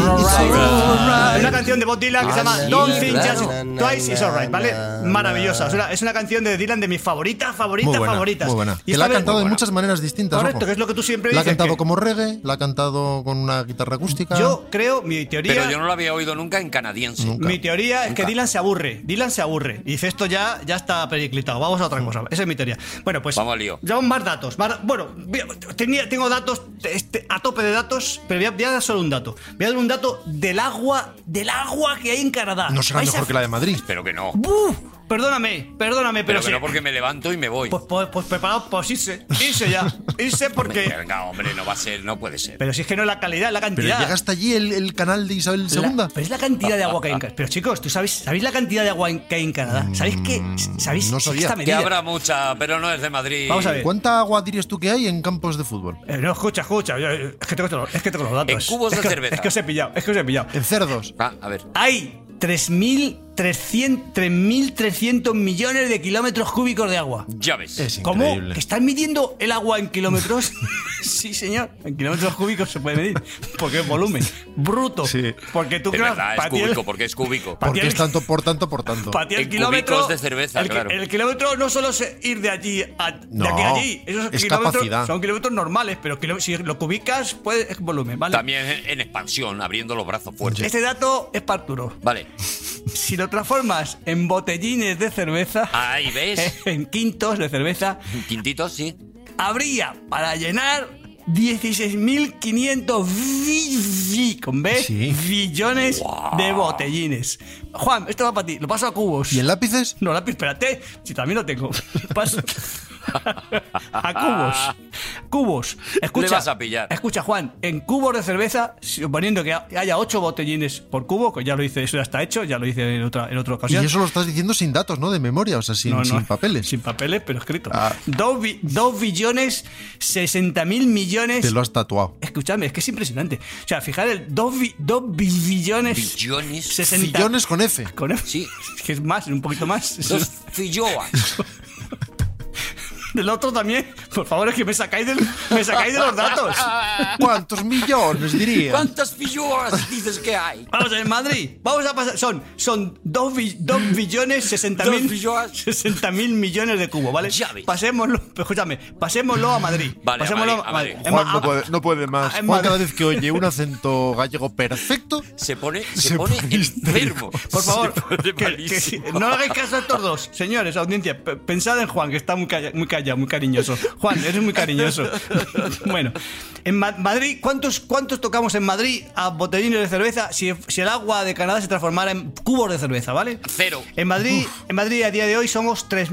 E: Una canción de Bob Dylan que se llama
F: Ah, sí,
E: Don't Think
F: claro.
E: Just Twice Is Alright, ¿vale? Maravillosa. Es una, es una canción de Dylan de mis favoritas, favoritas,
D: Muy buena,
E: favoritas.
D: muy buena. Que la
E: Y esta
D: ha
E: vez-
D: cantado de muchas maneras distintas.
E: Correcto,
D: ojo.
E: que es lo que tú siempre
D: La ha
E: dices,
D: cantado
E: que-
D: como reggae, la ha cantado con una guitarra acústica.
E: Yo creo, mi teoría.
C: Pero yo no lo había oído nunca en canadiense.
D: Nunca.
E: Mi teoría es que Dylan se aburre. Dylan se aburre. Y dice, esto ya, ya está periclitado. Vamos a otra cosa. Esa es mi teoría. Bueno, pues.
C: Vamos al lío.
E: Ya más datos. más- bueno, vi- tenía, tengo datos este, a tope de datos, pero voy a, voy a dar solo un dato. Voy a dar un dato del agua, del agua que hay en Canadá.
D: No será
E: Vais a-
D: mejor que la de Madrid.
C: Pero que no.
E: ¡Buf! Perdóname, perdóname,
C: Pero
E: pero,
C: que
E: sí.
C: no porque me levanto y me voy.
E: Pues, pues, pues preparado, pues irse.
D: [LAUGHS]
E: Irse ya. Irse porque.
C: Venga, hombre, no va a ser, no puede ser.
E: Pero si es que no es la calidad, es la
D: Pero
E: cantidad.
D: llega hasta allí el, el canal de Isabel II.
E: La- pero es la cantidad de agua que hay en Canadá. Pero chicos, ¿tú sabéis, ¿sabéis la cantidad de agua en- que hay en Canadá? ¿Sabéis que ¿Sabéis
D: Mm, no sabía.
E: esta
D: Que
C: Que
E: medida?
C: habrá mucha, pero no es de Madrid.
E: Vamos a ver.
D: ¿Cuánta agua dirías tú que hay en campos de fútbol?
E: Eh, no, escucha, escucha. yo- es, que tengo, los- es que tengo los datos.
C: En cubos
E: es
C: de
E: que,
C: cerveza.
E: Es que os he pillado, es que os he pillado.
D: En cerdos.
C: Ah, a ver.
E: Hay 3.300 3.300 millones de kilómetros cúbicos de agua.
C: Ya ves.
D: Es
E: ¿Cómo?
D: increíble.
E: ¿Que están midiendo el agua en
D: [LAUGHS]
E: kilómetros? sí, señor. En kilómetros cúbicos se puede medir. Porque es volumen. Bruto.
D: Sí.
E: Porque tú,
C: Es
E: claro,
C: verdad, es
E: para ti el-
C: cúbico, porque es cúbico.
E: Pa-
D: Porque es tanto por tanto por tanto.
E: Para ti el
C: En
E: kilómetro.
C: cubicos de cerveza,
E: el, ki-
C: claro.
E: el kilómetro no solo es ir de allí a, de
D: No,
E: aquí a allí. Esos
D: es
E: kilómetros
D: capacidad.
E: son kilómetros normales, pero kiló- si lo cubicas, puede, es volumen, ¿vale?
C: También en expansión, abriendo los brazos fuertes.
E: Este dato es para Arturo.
C: Vale.
E: Si lo transformas en botellines de cerveza,
C: Ahí ves.
E: [LAUGHS] en quintos de cerveza,
C: Quintitos, sí.
E: habría para llenar 16.500 bi- bi- con B,
D: Sí.
E: billones de botellines. Juan, esto va para ti. Lo paso a cubos.
D: ¿Y en lápices?
E: No, lápiz, espérate, si también lo tengo. Paso. a cubos. Cubos. Escucha.
C: Le vas a pillar.
E: Escucha, Juan, en cubos de cerveza, suponiendo que haya 8 botellines por cubo, que ya lo hice, eso ya está hecho, ya lo hice en otra, en otra
D: Y
E: ocasión.
D: eso lo estás diciendo sin datos, ¿no? De memoria, o sea, sin,
E: No, no,
D: sin papeles.
E: Sin papeles, pero escrito.
D: Ah.
E: 2 billones, 60 mil millones.
D: Te lo has tatuado.
E: Escuchadme, es que es impresionante. O sea, fijar el 2 billones.
C: Billones.
E: 60
D: Sillones con F.
E: Con F.
C: Sí.
E: Es que es más, un poquito más. Eso
C: Dos
E: es-
C: filloas.
E: Del otro también. Por favor, es que me sacáis, del, me sacáis de los datos.
D: ¿Cuántos millones diría?
C: ¿Cuántas filloas dices que hay?
E: Vamos a ver, Madrid. Vamos a pasar. Son, son 2 billones 60
C: Dos
E: mil
C: billones.
E: 60 mil millones de cubos, ¿vale?
C: Ya ves.
E: Pasémoslo, escúchame, pasémoslo a Madrid.
C: Vale, a
E: pasémoslo
C: Madrid, a Madrid.
E: Es
D: Juan
E: más,
D: no
E: a-
D: puede, no puede más.
E: Ah, en
D: Juan
E: Madrid.
D: cada vez que oye un acento gallego perfecto,
C: Se pone, se
D: Se
C: pone
D: pone
C: enfermo.
E: Por favor,
C: Se pone
E: que- que si-
C: malísimo.
E: no hagáis caso a estos dos. Señores, audiencia,
C: [LAUGHS]
E: pe- pensad en Juan, que está muy calla- muy callado, muy cariñoso. Juan, eres muy cariñoso. bueno, En Ma- Madrid, ¿cuántos, ¿cuántos tocamos en Madrid a botellines de cerveza si, si el agua de Canadá se transformara en cubos de cerveza, ¿vale?
C: Cero.
E: En Madrid, en Madrid a día de hoy somos 3,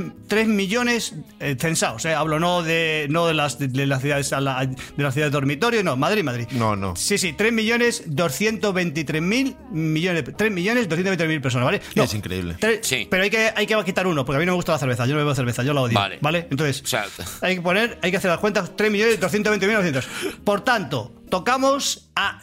E: millones eh, censados, ¿eh? Hablo no de, no de las, de las ciudades a la- de las ciudades dormitorio, no, Madrid, Madrid.
D: No, no.
E: Sí, sí, 3 millones 223 mil millones, 3 millones 223 mil personas, ¿vale? No,
D: Es increíble.
E: tres- Pero hay que, hay que quitar uno, porque a mí no me gusta la cerveza, yo no bebo cerveza, yo la odio.
C: Vale.
E: ¿Vale? Entonces,
C: O sea, [LAUGHS]
E: hay que poner, hay que hacer las cuentas, 3.220.900. Por tanto, tocamos a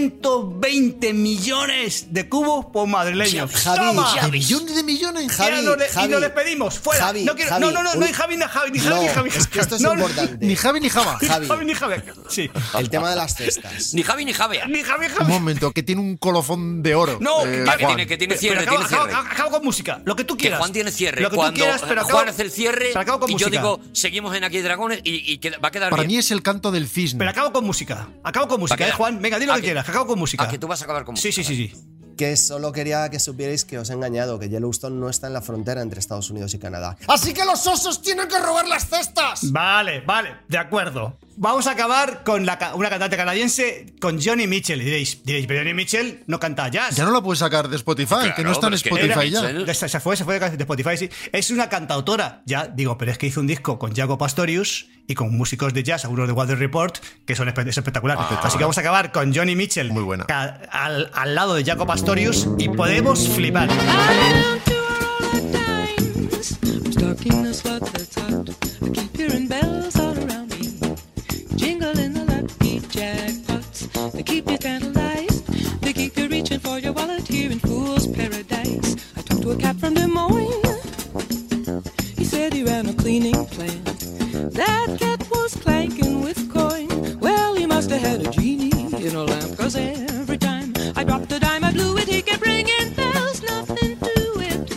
E: 620 millones de cubos por madrileños.
F: Javi,
E: ¡Toma!
F: Javi. ¿De
D: millones de millones?
F: Javi,
E: y, nos le- y
F: Javi.
E: nos les pedimos, fuera.
F: Javi,
E: no, quiero-
F: Javi,
E: no, no, no, no hay
F: un-
E: Javi, ni Javi, ni Javi, ni
F: No,
E: Javi.
F: es que esto es
E: No, no,
F: importante.
E: Ni Javi,
D: ni Java.
F: Javi.
E: ni Javi. Sí.
F: El tema de las cestas.
C: Ni Javi ni Javea.
E: Ni Javi, Javi.
D: Un momento, que tiene un colofón de oro.
E: No,
D: eh,
E: que-
C: Vale,
D: Juan.
C: tiene, que tiene
E: Pero
C: cierre,
E: acabo,
C: tiene
E: acabo-
C: cierre.
E: acabo con música, lo que tú
C: Que
E: quieras.
C: Juan tiene cierre.
E: Lo que
C: Cuando
E: tú quieras, pero acabo-
C: Juan hace el cierre,
E: pero acabo con
C: y yo
E: música.
C: digo, seguimos en Aquí hay Dragones y, y queda- va a quedar
D: Para
C: bien.
D: mí es el canto del cisne.
E: Pero acabo con música. Acabo con música,
C: quedar-
E: eh, Juan. Venga, di lo
C: ¿A
E: que
C: que-
E: quieras, que acabo con música.
C: Ah, que tú vas a acabar con
E: Sí, sí, sí, sí.
F: Que solo quería que supierais que os he engañado, que Yellowstone no está en la frontera entre Estados Unidos y Canadá. Así que los osos tienen que robar las cestas.
E: Vale, vale, de acuerdo. Vamos a acabar con la ca- una cantante canadiense, con Johnny Mitchell. Y diréis, diréis, pero Johnny Mitchell no canta jazz.
D: Ya no la puedes sacar de Spotify, que no está en
C: pero es que
D: Spotify
C: era
D: ya.
C: Mitchell.
E: Ya está, Se fue, se fue de de Spotify, sí. Es una cantautora. Ya digo, pero es que hizo un disco con Jaco Pastorius y con músicos de jazz, algunos de Water Report, que son espe- es espectacular. Así que vamos a acabar con Johnny Mitchell. Muy buena. Al, al lado de Jaco Pastorius y podemos flipar.
O: Stalking the spotless hot. I keep hearing bells all around me. Jingle in the lucky jackpots. They keep you tantalized. They keep you reaching for your wallet here in Fool's Paradise. I talked to a cat from Des Moines. He said he ran a cleaning plant. That cat was clanking with coin. Well, he must have had a genie in a lamp. Cause every time I dropped a dime, I blew it. He kept ringing bells, nothing to it.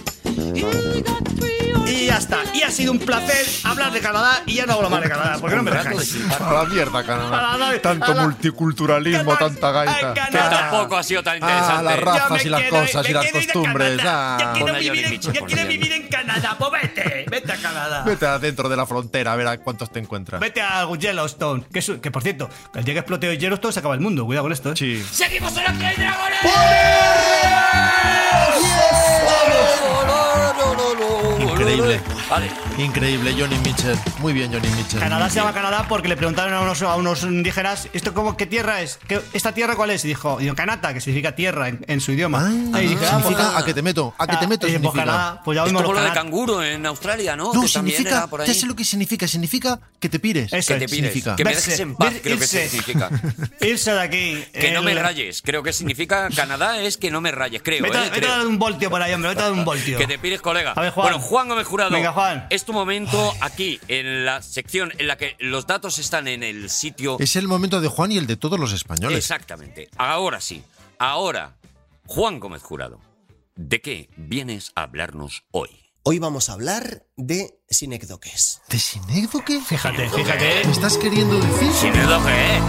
E: Y ya está. Y ha sido un placer hablar de Canadá y ya no hablo más de Canadá, porque no me dejáis.
D: A la mierda,
E: A la-
D: Canadá. Tanto
E: a la-
D: multiculturalismo, tanta gaita.
C: Que tampoco ha sido tan
D: Ah,
C: interesante.
D: las razas
E: me
D: y las
E: quedo-
D: cosas
E: me
D: y las
E: quedo en
D: costumbres.
E: Canadá.
D: ah.
E: Yo quiero
D: Ponle-
E: vivir en- yo quiero vivir en Canadá, pues vete, vete a Canadá.
D: Vete adentro de la frontera a ver a cuántos te encuentras.
E: Vete a Yellowstone. Que, es- que por cierto, el día que explote Yellowstone se acaba el mundo. Cuidado con esto, ¿eh?
D: Sí.
J: ¡Seguimos en Aquí hay Dragones!
D: Increíble. Increíble, Johnny Mitchell. Muy bien, Johnny Mitchell.
E: Canadá se llama Canadá porque le preguntaron a unos, a unos indígenas, ¿esto cómo, qué tierra es? ¿Qué- ¿Esta tierra cuál es? Y dijo, dijo Canata, que significa tierra en, en su idioma.
D: Ah,
E: Ahí dije, ah, pues
D: significa
E: nada.
D: a que te meto, a que te
E: Ah,
D: meto
E: eh, pues
D: significa.
E: Canadá, pues ya
C: Es
E: vimos
C: como
E: los
C: lo de
E: canad-
C: canguro en Australia, ¿no?
D: No,
C: que también
D: significa,
C: era por
D: ya
C: ahí.
D: sé lo que significa, significa que te pires.
E: Eso
C: Que te
E: es,
C: pires.
D: significa.
C: Que me
E: Verse,
C: dejes en paz,
E: ver-
C: creo que
E: irse.
C: eso significa.
E: [LAUGHS] Irse de aquí.
C: Que no me
E: El-
C: rayes. Creo que significa Canadá es que no me rayes, creo.
E: Vete, a-
C: ¿eh?
E: vete
C: Creo.
E: a dar un voltio por ahí, hombre. Vete a dar un voltio.
C: Que te pires, colega.
E: A ver, Juan.
C: Bueno, Juan Gómez Jurado.
E: Venga, Juan.
C: Es tu momento aquí, en la sección en la que los datos están en el sitio.
D: Es el momento de Juan y el de todos los españoles.
C: Exactamente. Ahora sí. Ahora, Juan Gómez Jurado, ¿de qué vienes a hablarnos hoy?
F: Hoy vamos a hablar de sinecdoques.
D: ¿De sinécdoque?
E: Fíjate,
C: fíjate.
D: ¿Me estás queriendo decir?
C: ¿Sinécdoque?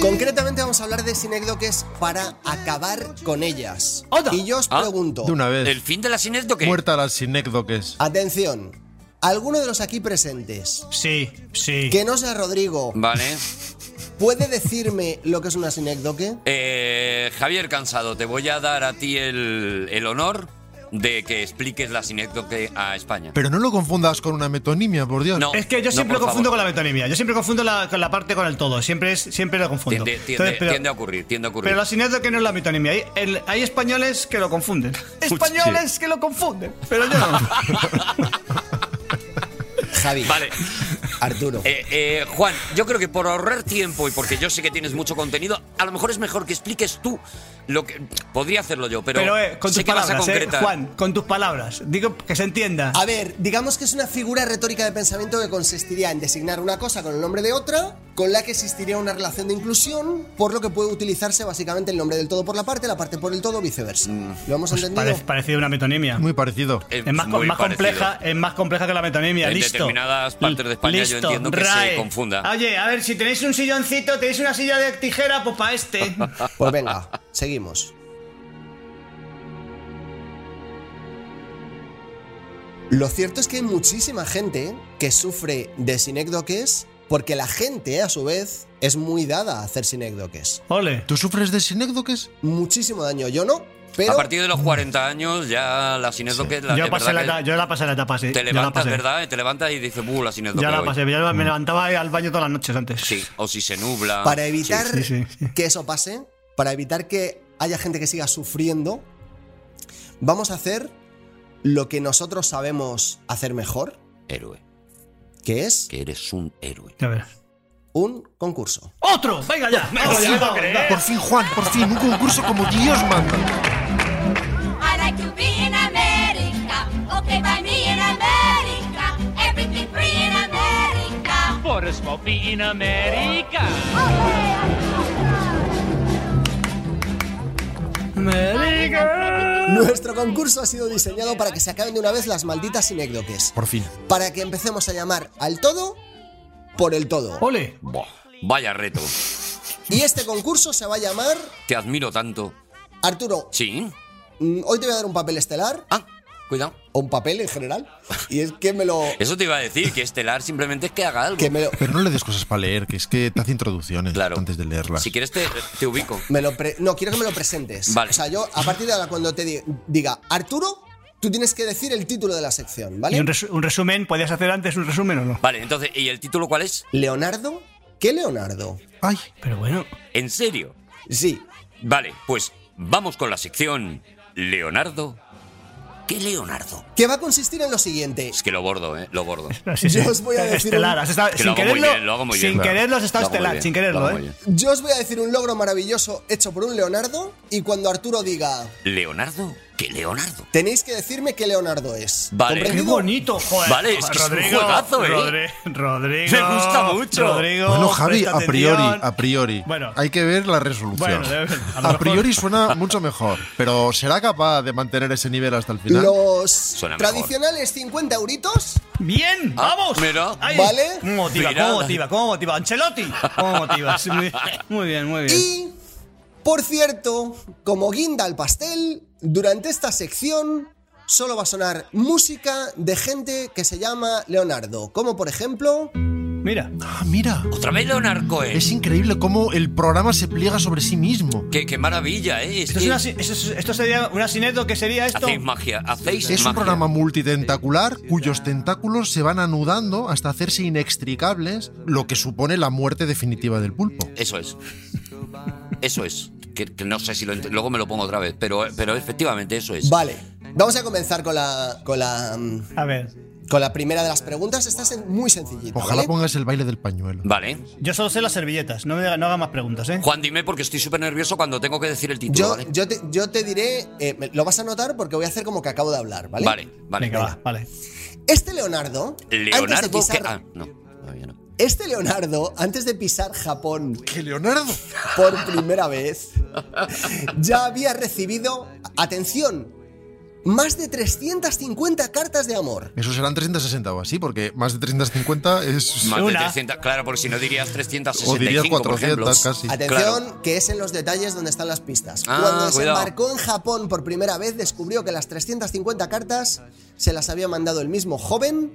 F: Concretamente vamos a hablar de sinécdoques para acabar con ellas. Y yo os
D: Ah,
F: pregunto,
D: De una vez.
C: ¿El fin de la sinécdoque?
D: Muerta las sinécdoques.
F: atención, ¿alguno de los aquí presentes,
E: Sí, sí.
F: que no sea Rodrigo,
C: Vale.
F: puede decirme lo que es una sinécdoque?
C: Eh, Javier Cansado, te voy a dar a ti el, el honor de que expliques la sinécdoque a España.
D: Pero no lo confundas con una metonimia, por Dios.
C: No,
E: Es que yo
C: no,
E: siempre lo
C: por
E: confundo
C: favor.
E: con la metonimia. Yo siempre confundo la, con la parte con el todo. Siempre, es, siempre lo confundo.
C: Tiende, tiende-
E: Entonces, pero,
C: tiende a ocurrir, tiende a ocurrir.
E: pero la sinécdoque no es la metonimia. Hay, el- hay españoles que lo confunden. Españoles que lo confunden. Pero yo no.
F: Javi,
C: Vale.
F: Arturo.
C: Eh, eh, Juan, yo creo que por ahorrar tiempo y porque yo sé que tienes mucho contenido, a lo mejor es mejor que expliques tú lo que. Podría hacerlo yo, [LAUGHS] pero.
E: Pero eh, con
C: sé
E: tus
C: que vas a
E: palabras, eh,
C: concretar.
E: Juan, con tus palabras. Digo que se entienda.
F: A ver, digamos que es una figura retórica de pensamiento que consistiría en designar una cosa con el nombre de otra, con la que existiría una relación de inclusión, por lo que puede utilizarse básicamente el nombre del todo por la parte, la parte por el todo, viceversa.
C: Mm.
F: ¿Lo hemos
E: Pues
F: entendido?
E: parec- parecido a una metonimia.
D: Muy parecido.
E: Es, más,
C: muy
E: más compleja, es más compleja que la metonimia.
C: En
E: Listo.
C: determinadas partes de España yo
E: Listo.
C: entiendo que se
E: Rae.
C: confunda.
E: Oye, a ver, si tenéis un silloncito, tenéis una silla de tijera, pues
C: [LAUGHS]
E: para este.
F: Pues venga, seguimos. Lo cierto es que hay muchísima gente que sufre de sinécdoques porque la gente, a su vez, es muy dada a hacer sinécdoques.
E: Ole.
D: ¿Tú sufres de sinécdoques?
F: Muchísimo daño, yo no, pero...
C: A partir de los 40 años ya la sinesdoque... la,
E: yo,
C: de
E: pasé la,
C: verdad
E: eta-
C: que
E: yo la pasé la etapa, sí.
C: Te
E: Yo la
C: levantas,
E: pasé.
C: ¿verdad? Te levantas y dices, buh, la sinesdoque
E: Ya la
C: hoy".
E: pasé. yo me levantaba al baño todas las noches antes.
C: Sí, o si se nubla.
F: Para evitar
C: Ah, Sí, sí, sí.
F: que eso pase, para evitar que haya gente que siga sufriendo, vamos a hacer lo que nosotros sabemos hacer mejor,
C: Héroe.
F: ¿Qué es?
C: Que eres un héroe.
F: un concurso.
E: ¡Otro! ¡Venga
F: [LAUGHS]
E: ya!
J: No se lo puedo creer.
D: Por fin, Juan, por fin, un concurso como Dios manda.
J: I like to be in America. Okay, by me in America. Everything free in America. For a small fee in America.
F: Nuestro concurso ha sido diseñado para que se acaben de una vez las malditas anécdotas.
D: Por fin.
F: Para que empecemos a llamar al todo por el todo.
E: ¡Ole!
C: Vaya reto.
F: Y este concurso se va a llamar
C: Te admiro tanto.
F: Arturo.
C: Sí.
F: mm, Hoy te voy a dar un papel estelar.
C: Ah, cuidado.
F: O un papel en general. Y es que
C: [LAUGHS]
F: me lo.
C: Eso te iba a decir, que estelar simplemente es que haga algo.
F: Que me lo,
D: Pero no le des cosas para leer, que es que te hace introducciones antes de leerlas.
C: Si quieres te, te ubico.
F: me lo pre- no, quiero que me lo presentes.
C: Vale.
F: O sea, yo a partir de ahora, cuando te di- diga Arturo, tú tienes que decir el título de la sección,
E: Y
F: ¿vale?
E: un, resu- un resumen, ¿podías hacer antes un resumen o no?
C: Vale, entonces, ¿y el título cuál es?
F: Leonardo. ¿Qué Leonardo?
D: Ay.
E: Pero bueno.
C: ¿En serio?
F: Sí.
C: Vale, pues vamos con la sección Leonardo. ¿Qué Leonardo?
F: Que va a consistir en lo siguiente.
C: Es que lo bordo, ¿eh? Lo bordo.
E: Así
F: Yo
E: Ah, sí.
F: os voy a decir
E: Eh, Estelar,
F: un-
E: has estado-
C: Que lo
E: sin
C: hago muy
E: quererlo.
C: bien, lo hago muy
E: sin
C: bien.
E: quererlo has estado
C: Lo hago muy
E: estelar,
C: bien,
E: sin
C: lo
E: quererlo,
C: hago muy
E: ¿eh?
C: bien.
F: Yo os voy a decir un logro maravilloso hecho por un Leonardo y cuando Arturo diga,
C: ¿Leonardo? ¿Qué Leonardo?
F: tenéis que decirme qué Leonardo es.
C: Vale.
E: ¡Qué
F: ¿Comprendido?
E: bonito, joder!
C: Vale, es que es un
E: Rodrigo,
C: juegazo, ¿eh?
E: Rodri- Rodrigo.
C: Me gusta mucho.
E: Rodrigo,
D: Bueno, Javi,
E: presta
D: a priori,
E: atención.
D: a priori.
E: Bueno.
D: hay que ver la resolución.
E: Bueno, debe- a lo
D: a,
E: mejor-
D: priori suena mucho mejor, pero ¿será capaz de mantener ese nivel hasta el final?
F: Los
C: Suena mejor.
F: tradicionales 50 euritos.
E: ¡Bien! ¡Vamos!
C: Ah, mira.
E: Ahí.
F: Vale.
E: Motiva,
C: Mira.
E: ¿cómo motiva? ¿Cómo motiva? ¡Ancelotti! ¿Cómo motivas? Muy, muy bien, muy bien.
F: Y, por cierto, como guinda al pastel, durante esta sección solo va a sonar música de gente que se llama Leonardo. Como por ejemplo...
E: Mira.
D: Ah, mira.
C: Otra vez Leonardo ¿eh? Cohen.
D: Es increíble cómo el programa se pliega sobre sí mismo.
C: Qué, qué maravilla, ¿eh? Es
E: Esto, es
C: que
E: una si- esto es- esto sería una sineto que sería esto.
C: hacéis magia, hacéis
D: Es un
C: magia.
D: programa multitentacular cuyos tentáculos se van anudando hasta hacerse inextricables, lo que supone la muerte definitiva del pulpo.
C: Eso es. Eso es. Que, que no sé si lo ent- Luego me lo pongo otra vez, pero, pero efectivamente eso es.
F: Vale, vamos a comenzar con la, con la, mm,
E: A ver,
F: con la primera de las preguntas. Esta es muy sencillita.
D: Ojalá
F: ¿vale?
D: pongas el baile del pañuelo.
C: Vale.
E: yo solo sé las servilletas, no, me haga- no haga más preguntas, ¿eh?
C: Juan, dime porque estoy súper nervioso cuando tengo que decir el título.
F: Yo,
C: ¿vale?
F: yo, te, yo te diré, eh, me- lo vas a notar porque voy a hacer como que acabo de hablar, ¿vale?
C: vale, vale.
E: Venga, va, vale.
F: Este Leonardo, antes de
C: Leonardo, que.
F: pisar,
C: Ah, no, todavía no.
F: este Leonardo, antes de pisar Japón
D: ¡Que Leonardo!
F: por primera vez, ya había recibido, atención, más de 350 cartas de amor.
D: Eso serán 360 o así, porque más de 350 es.
C: Más de
E: Una.
C: 300, claro, porque si no dirías 365,
D: O dirías
C: por ejemplo.
D: 400 casi.
F: Atención, que es en los detalles donde están las pistas.
C: Ah,
F: Cuando se
C: cuidado.
F: embarcó en Japón por primera vez, descubrió que las 350 cartas se las había mandado el mismo joven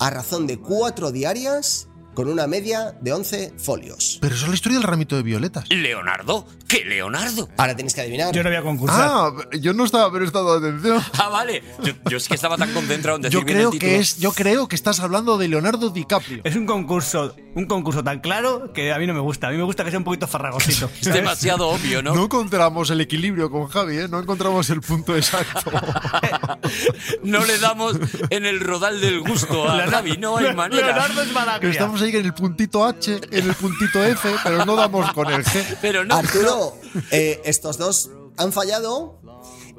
F: a razón de cuatro diarias con una media de 11 folios.
D: Pero eso es la historia del ramito de violetas.
C: ¿Leonardo? ¿Qué Leonardo?
F: Ahora tenéis que adivinar.
E: Yo no voy a concursar.
D: Ah, yo no estaba prestando atención.
C: Ah, vale. Yo, yo es que estaba tan concentrado en decir
D: Yo
C: bien
D: creo
C: el título. Eh,
D: que es. Yo creo que estás hablando de Leonardo DiCaprio.
E: Es un concurso, un concurso tan claro que a mí no me gusta. A mí me gusta que sea un
C: [LAUGHS]
E: poquito farragosito.
C: Es demasiado obvio, ¿no?
D: No encontramos el equilibrio con Javi, ¿eh? no encontramos el punto exacto.
C: [LAUGHS] No le damos en el rodal del gusto a Javi, no hay manera.
E: Leonardo es Balagria.
D: Estamos ahí en el puntito H, en el puntito F, pero no damos con el G.
C: Pero no.
F: Arturo, eh, estos dos han fallado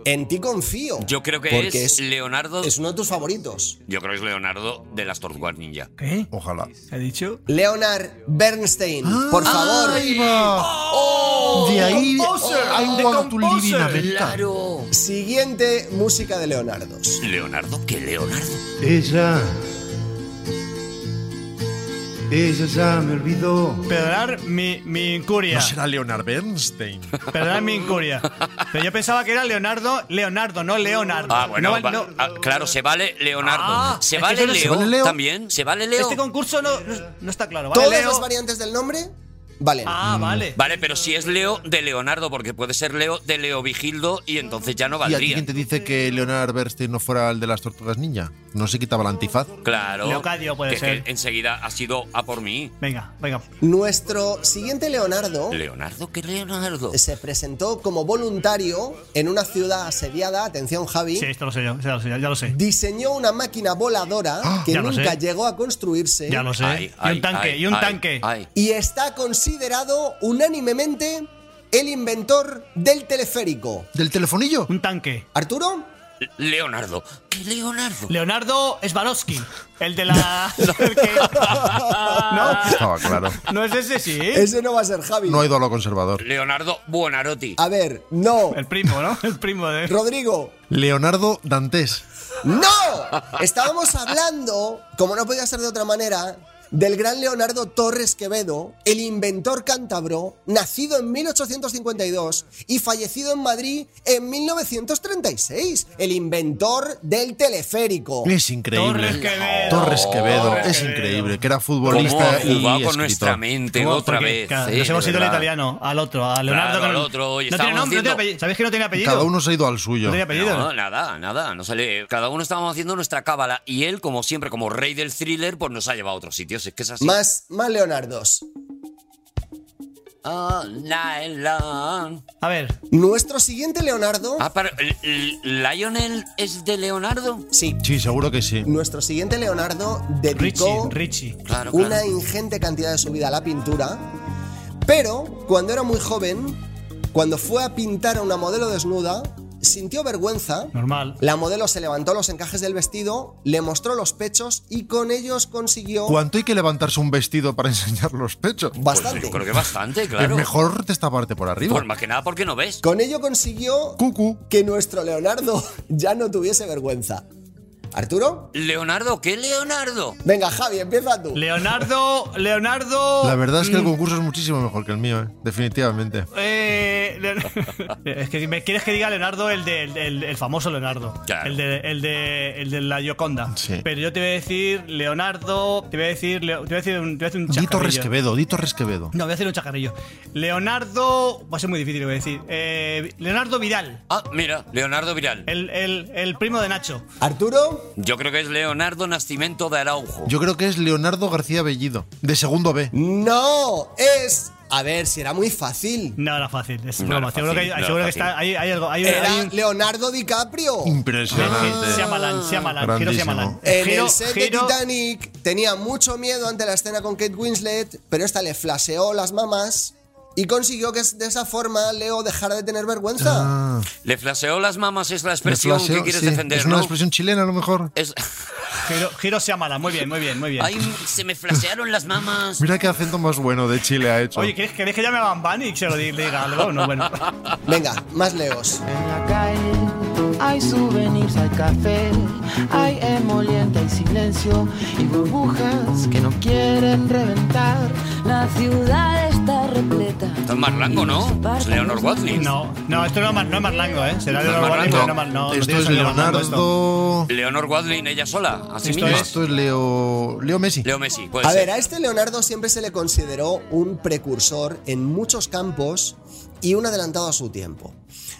F: En ti confío.
C: Yo creo que
F: Porque
C: es, Leonardo.
F: Es uno de tus favoritos.
C: Yo creo que es Leonardo de las Tortugas Ninja.
F: ¿Qué?
D: Ojalá.
E: ¿Se ha dicho?
F: Leonard Bernstein,
E: Ah.
F: por favor.
D: ahí va.
F: ¡Oh!
D: De ahí,
F: Composer,
D: I
F: the
D: want to live in
F: composer.
D: America.
F: Claro. Siguiente música de Leonardo.
C: Leonardo, que Leonardo.
P: Ella. Ella ya me olvidó.
E: Perdonar mi, mi incuria.
D: No será Leonard
F: [LAUGHS]
D: Bernstein.
E: Perdonar mi incuria. Pero yo pensaba que era Leonardo, Leonardo, no Leonardo.
C: Ah, bueno,
E: No val-
C: va-
E: no.
C: ah, claro, se vale Leonardo.
E: Ah,
C: ¿Se,
E: es
C: vale
E: que yo no-
C: Leo
E: ¿se vale Leo?
C: también. ¿Se vale Leo?
E: Este concurso no, no- no está claro. ¿Vale,
F: Todas
E: Leo?
F: las variantes del nombre valen.
C: Mm,
E: Ah, vale.
C: Vale, pero si es Leo de Leonardo, porque puede ser Leo de Leo Vigildo y entonces ya no
D: ¿Y a ti
C: valdría.
D: quién te dice que Leonard Bernstein no fuera el de las tortugas ninja? ¿No se quitaba el antifaz?
C: Claro.
E: Leocadio puede
C: que- que
E: ser.
C: enseguida ha sido a por mí.
E: Venga, venga.
F: Nuestro siguiente Leonardo
C: Leonardo, que Leonardo.
F: se presentó como voluntario en una ciudad asediada. Atención, Javi.
E: Sí, esto lo sé yo, ya lo sé, ya lo sé.
F: Diseñó una máquina voladora que
E: Ah, ya lo
F: nunca
E: sé.
F: llegó a construirse.
E: Ya lo sé.
C: Ay,
E: y
C: ay,
E: un tanque,
C: ay,
E: y un
C: ay,
E: tanque.
C: ay.
F: Y está considerado unánimemente el inventor del teleférico.
D: ¿Del telefonillo?
E: Un tanque.
F: ¿Arturo?
C: Leonardo. ¿Qué Leonardo?
E: Leonardo Swarovski, el
C: [LAUGHS]
E: de la. el que-
D: Estaba claro.
E: [LAUGHS] no, no es ese, sí.
F: Ese no va a ser Javi.
D: No ha ido a lo conservador.
C: Leonardo Buonarroti.
F: A ver, no.
E: El primo, ¿no? El primo de.
F: Rodrigo,
D: Leonardo Dantes.
F: ¡No! Estábamos hablando, como no podía ser de otra manera, del gran Leonardo Torres Quevedo, el inventor cántabro, nacido en 1852 y fallecido en Madrid en 1936, el inventor del teleférico.
D: Es increíble.
E: Torres Quevedo.
D: Torres Quevedo,
E: Torres
D: es
E: Quevedo.
D: increíble. Que era
C: Como jugado
D: futbolista y escritor.
C: con nuestra mente
E: Porque,
C: otra vez.
E: claro,
C: eh,
E: nos hemos
C: de
E: ido al
C: verdad.
E: italiano, al otro, a Leonardo.
C: Claro,
E: que
C: al
E: no-
C: otro, y
E: no tiene
C: estábamos
E: nombre, no tiene
C: haciendo-
E: apellido. ¿Sabéis que no tiene apellido?
D: Cada uno se ha ido al
E: no
D: suyo.
E: tiene apellido.
C: No, nada, nada, no sale. Cada uno estábamos haciendo nuestra cábala y él, como siempre, como rey del thriller, pues nos ha llevado a otros sitios. Es que es así.
F: Más, más Leonardos.
C: All night long.
E: A ver,
F: Nuestro siguiente Leonardo.
C: Ah, pero ¿l- l- Lionel es de Leonardo. Pues
F: Sí.
D: Sí, seguro que sí.
F: Nuestro siguiente Leonardo
E: Richie,
F: dedicó
E: Richie.
C: Claro, claro.
F: una ingente cantidad de su vida a la pintura, pero cuando era muy joven, cuando fue a pintar a una modelo desnuda, sintió vergüenza.
E: Normal.
F: La modelo se levantó los encajes del vestido, le mostró los pechos y con ellos consiguió
D: ¿Cuánto hay que levantarse un vestido para [LAUGHS] enseñar los pechos?
C: Pues
F: bastante.
C: yo creo que bastante,
D: Es
C: claro.
D: mejor de esta parte por arriba.
C: Por más que nada porque no ves.
F: Con ello consiguió
D: Cucu.
F: que nuestro Leonardo [LAUGHS] ya no tuviese vergüenza. ¿Arturo?
C: Leonardo, ¿qué Leonardo?
F: Venga, Javi, empieza tú.
E: Leonardo, Leonardo.
D: La verdad es que el
E: Mm,
D: concurso es muchísimo mejor que el mío, ¿eh? definitivamente.
E: eh, Leon- [LAUGHS] es que si me quieres que diga Leonardo, el, de, el, el- el famoso Leonardo.
C: Claro.
E: El, de, el, de, el de la Gioconda.
D: Sí.
E: Pero yo te voy a decir Leonardo. Te voy a decir, Leo- te voy a decir un, te voy a decir un
D: Di Torres
E: chascarrillo.
D: Quevedo, Di Torres Quevedo.
E: No, voy a hacer un chacarrillo. Leonardo. Va a ser muy difícil, voy a decir. Eh, Leonardo Vidal.
C: Ah, mira, Leonardo Viral.
E: El, el- el primo de Nacho.
F: ¿Arturo?
C: Yo creo que es Leonardo Nascimento de Araujo.
D: Yo creo que es Leonardo García Bellido, de segundo B.
F: No, es... A ver, si era muy fácil.
E: No era fácil, es
C: No
E: broma.
C: era
E: Seguro que,
C: fácil,
E: hay-
C: no era
E: seguro que
C: fácil.
E: está, hay, hay algo. Hay, hay
F: Era
E: un-
F: Leonardo DiCaprio.
D: Impresionante.
E: Se Malán, se Malán, giro
D: Grandísimo.
E: se Malán.
F: Eh, En el set de Titanic tenía mucho miedo ante la escena con Kate Winslet, pero esta le flasheó las mamas y consiguió que de esa forma Leo dejara de tener vergüenza.
D: Ah,
C: Le flaseó las mamas, es la
D: me
C: expresión
D: flasheó,
C: que quieres
D: sí.
C: defender,
D: Es una
C: ¿no?
D: expresión chilena a lo mejor.
C: Es-
E: Giro, giro se Malán, muy bien, muy bien, muy bien.
C: Ay, se me flasearon las
D: [LAUGHS]
C: mamas.
D: Mira qué acento más bueno de Chile ha hecho.
E: Oye, ¿quieres, queréis que llame a Van y se lo di- diga algo? No, bueno.
F: Venga, más Leos.
I: En la calle hay souvenirs, hay café, hay emoliente, hay silencio y burbujas que no quieren reventar.
Q: La ciudad está repleta.
C: Esto es más blanco, ¿no? Es Leonor Watling.
E: No, no, esto no es, Mar- no es Marlango, ¿eh? Será de
C: No es Este
E: Leonardo
C: Marlango.
E: pero no, es Mar- no, no
D: esto
E: tiene
D: es
E: sentido Marlango esto.
D: Leonardo.
C: Leonor Watling, ella sola, así
E: Esto
C: mismo.
E: es-
D: Esto es Leo. Leo Messi.
C: Leo Messi, puede
F: A
C: ser.
F: ver, a este Leonardo siempre se le consideró un precursor en muchos campos y un adelantado a su tiempo.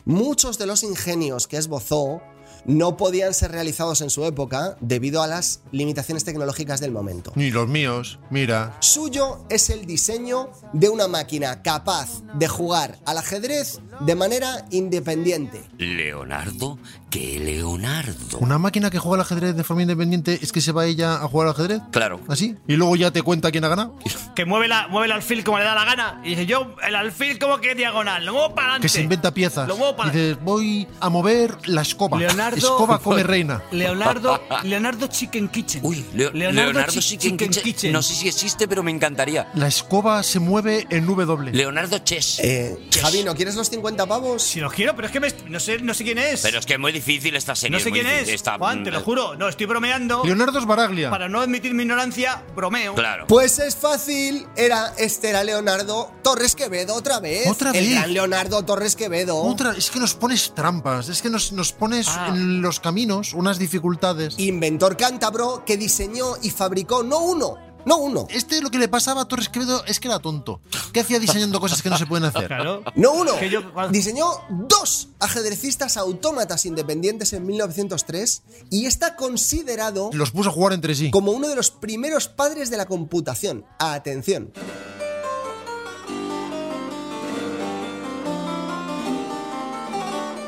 F: Muchos de los ingenios que esbozó no podían ser realizados en su época debido a las limitaciones tecnológicas del momento.
D: Ni los míos, mira.
F: Suyo es el diseño de una máquina capaz de jugar al ajedrez de manera independiente.
C: Leonardo, que Leonardo.
D: Una máquina que juega al ajedrez de forma independiente es que se va ella a jugar al ajedrez.
C: Claro.
D: ¿Así? Y luego ya te cuenta quién ha ganado.
E: Que mueve, la, mueve el alfil como le da la gana. Y dice, yo, el alfil como que es diagonal, lo muevo para adelante.
D: Que se inventa piezas.
E: Lo muevo para
D: Dices, voy a mover la escoba.
E: Leonardo- [LAUGHS]
D: Escoba come reina.
E: Leonardo, Leonardo Chicken Kitchen. Uy,
C: Leo- Leonardo, Chicken, Kitchen. No sé si existe, pero me encantaría.
D: La escoba se mueve en W.
C: Leonardo Chess.
F: Eh,
C: Chess.
F: Javi, ¿no quieres los 50 pavos?
E: Si los quiero, pero es que me- no, sé, no sé quién es.
C: Pero es que es muy difícil esta serie.
E: no sé
C: muy
E: quién es.
C: difícil, mm, esta-
E: Juan, te lo juro. No, estoy bromeando.
D: Leonardo es Baraglia.
E: Para no admitir mi ignorancia, bromeo.
C: Claro.
F: Pues es fácil, era este era Leonardo Torres Quevedo otra vez.
D: Otra
F: El
D: vez.
F: gran Leonardo Torres Quevedo.
D: Otra, es que nos pones trampas, es que nos, nos pones
E: Ah.
D: en los caminos unas dificultades.
F: Inventor cántabro que diseñó y fabricó no uno, no uno.
D: Este lo que le pasaba a Torres Quevedo es que era tonto. ¿Qué hacía diseñando cosas que no se
E: [LAUGHS]
D: pueden hacer?
C: [LAUGHS]
E: Claro.
F: No uno.
E: Que yo-
F: Diseñó dos ajedrecistas autómatas independientes en 1903 y está considerado
D: Los puso a jugar entre sí.
F: como uno de los primeros padres de la computación. Atención.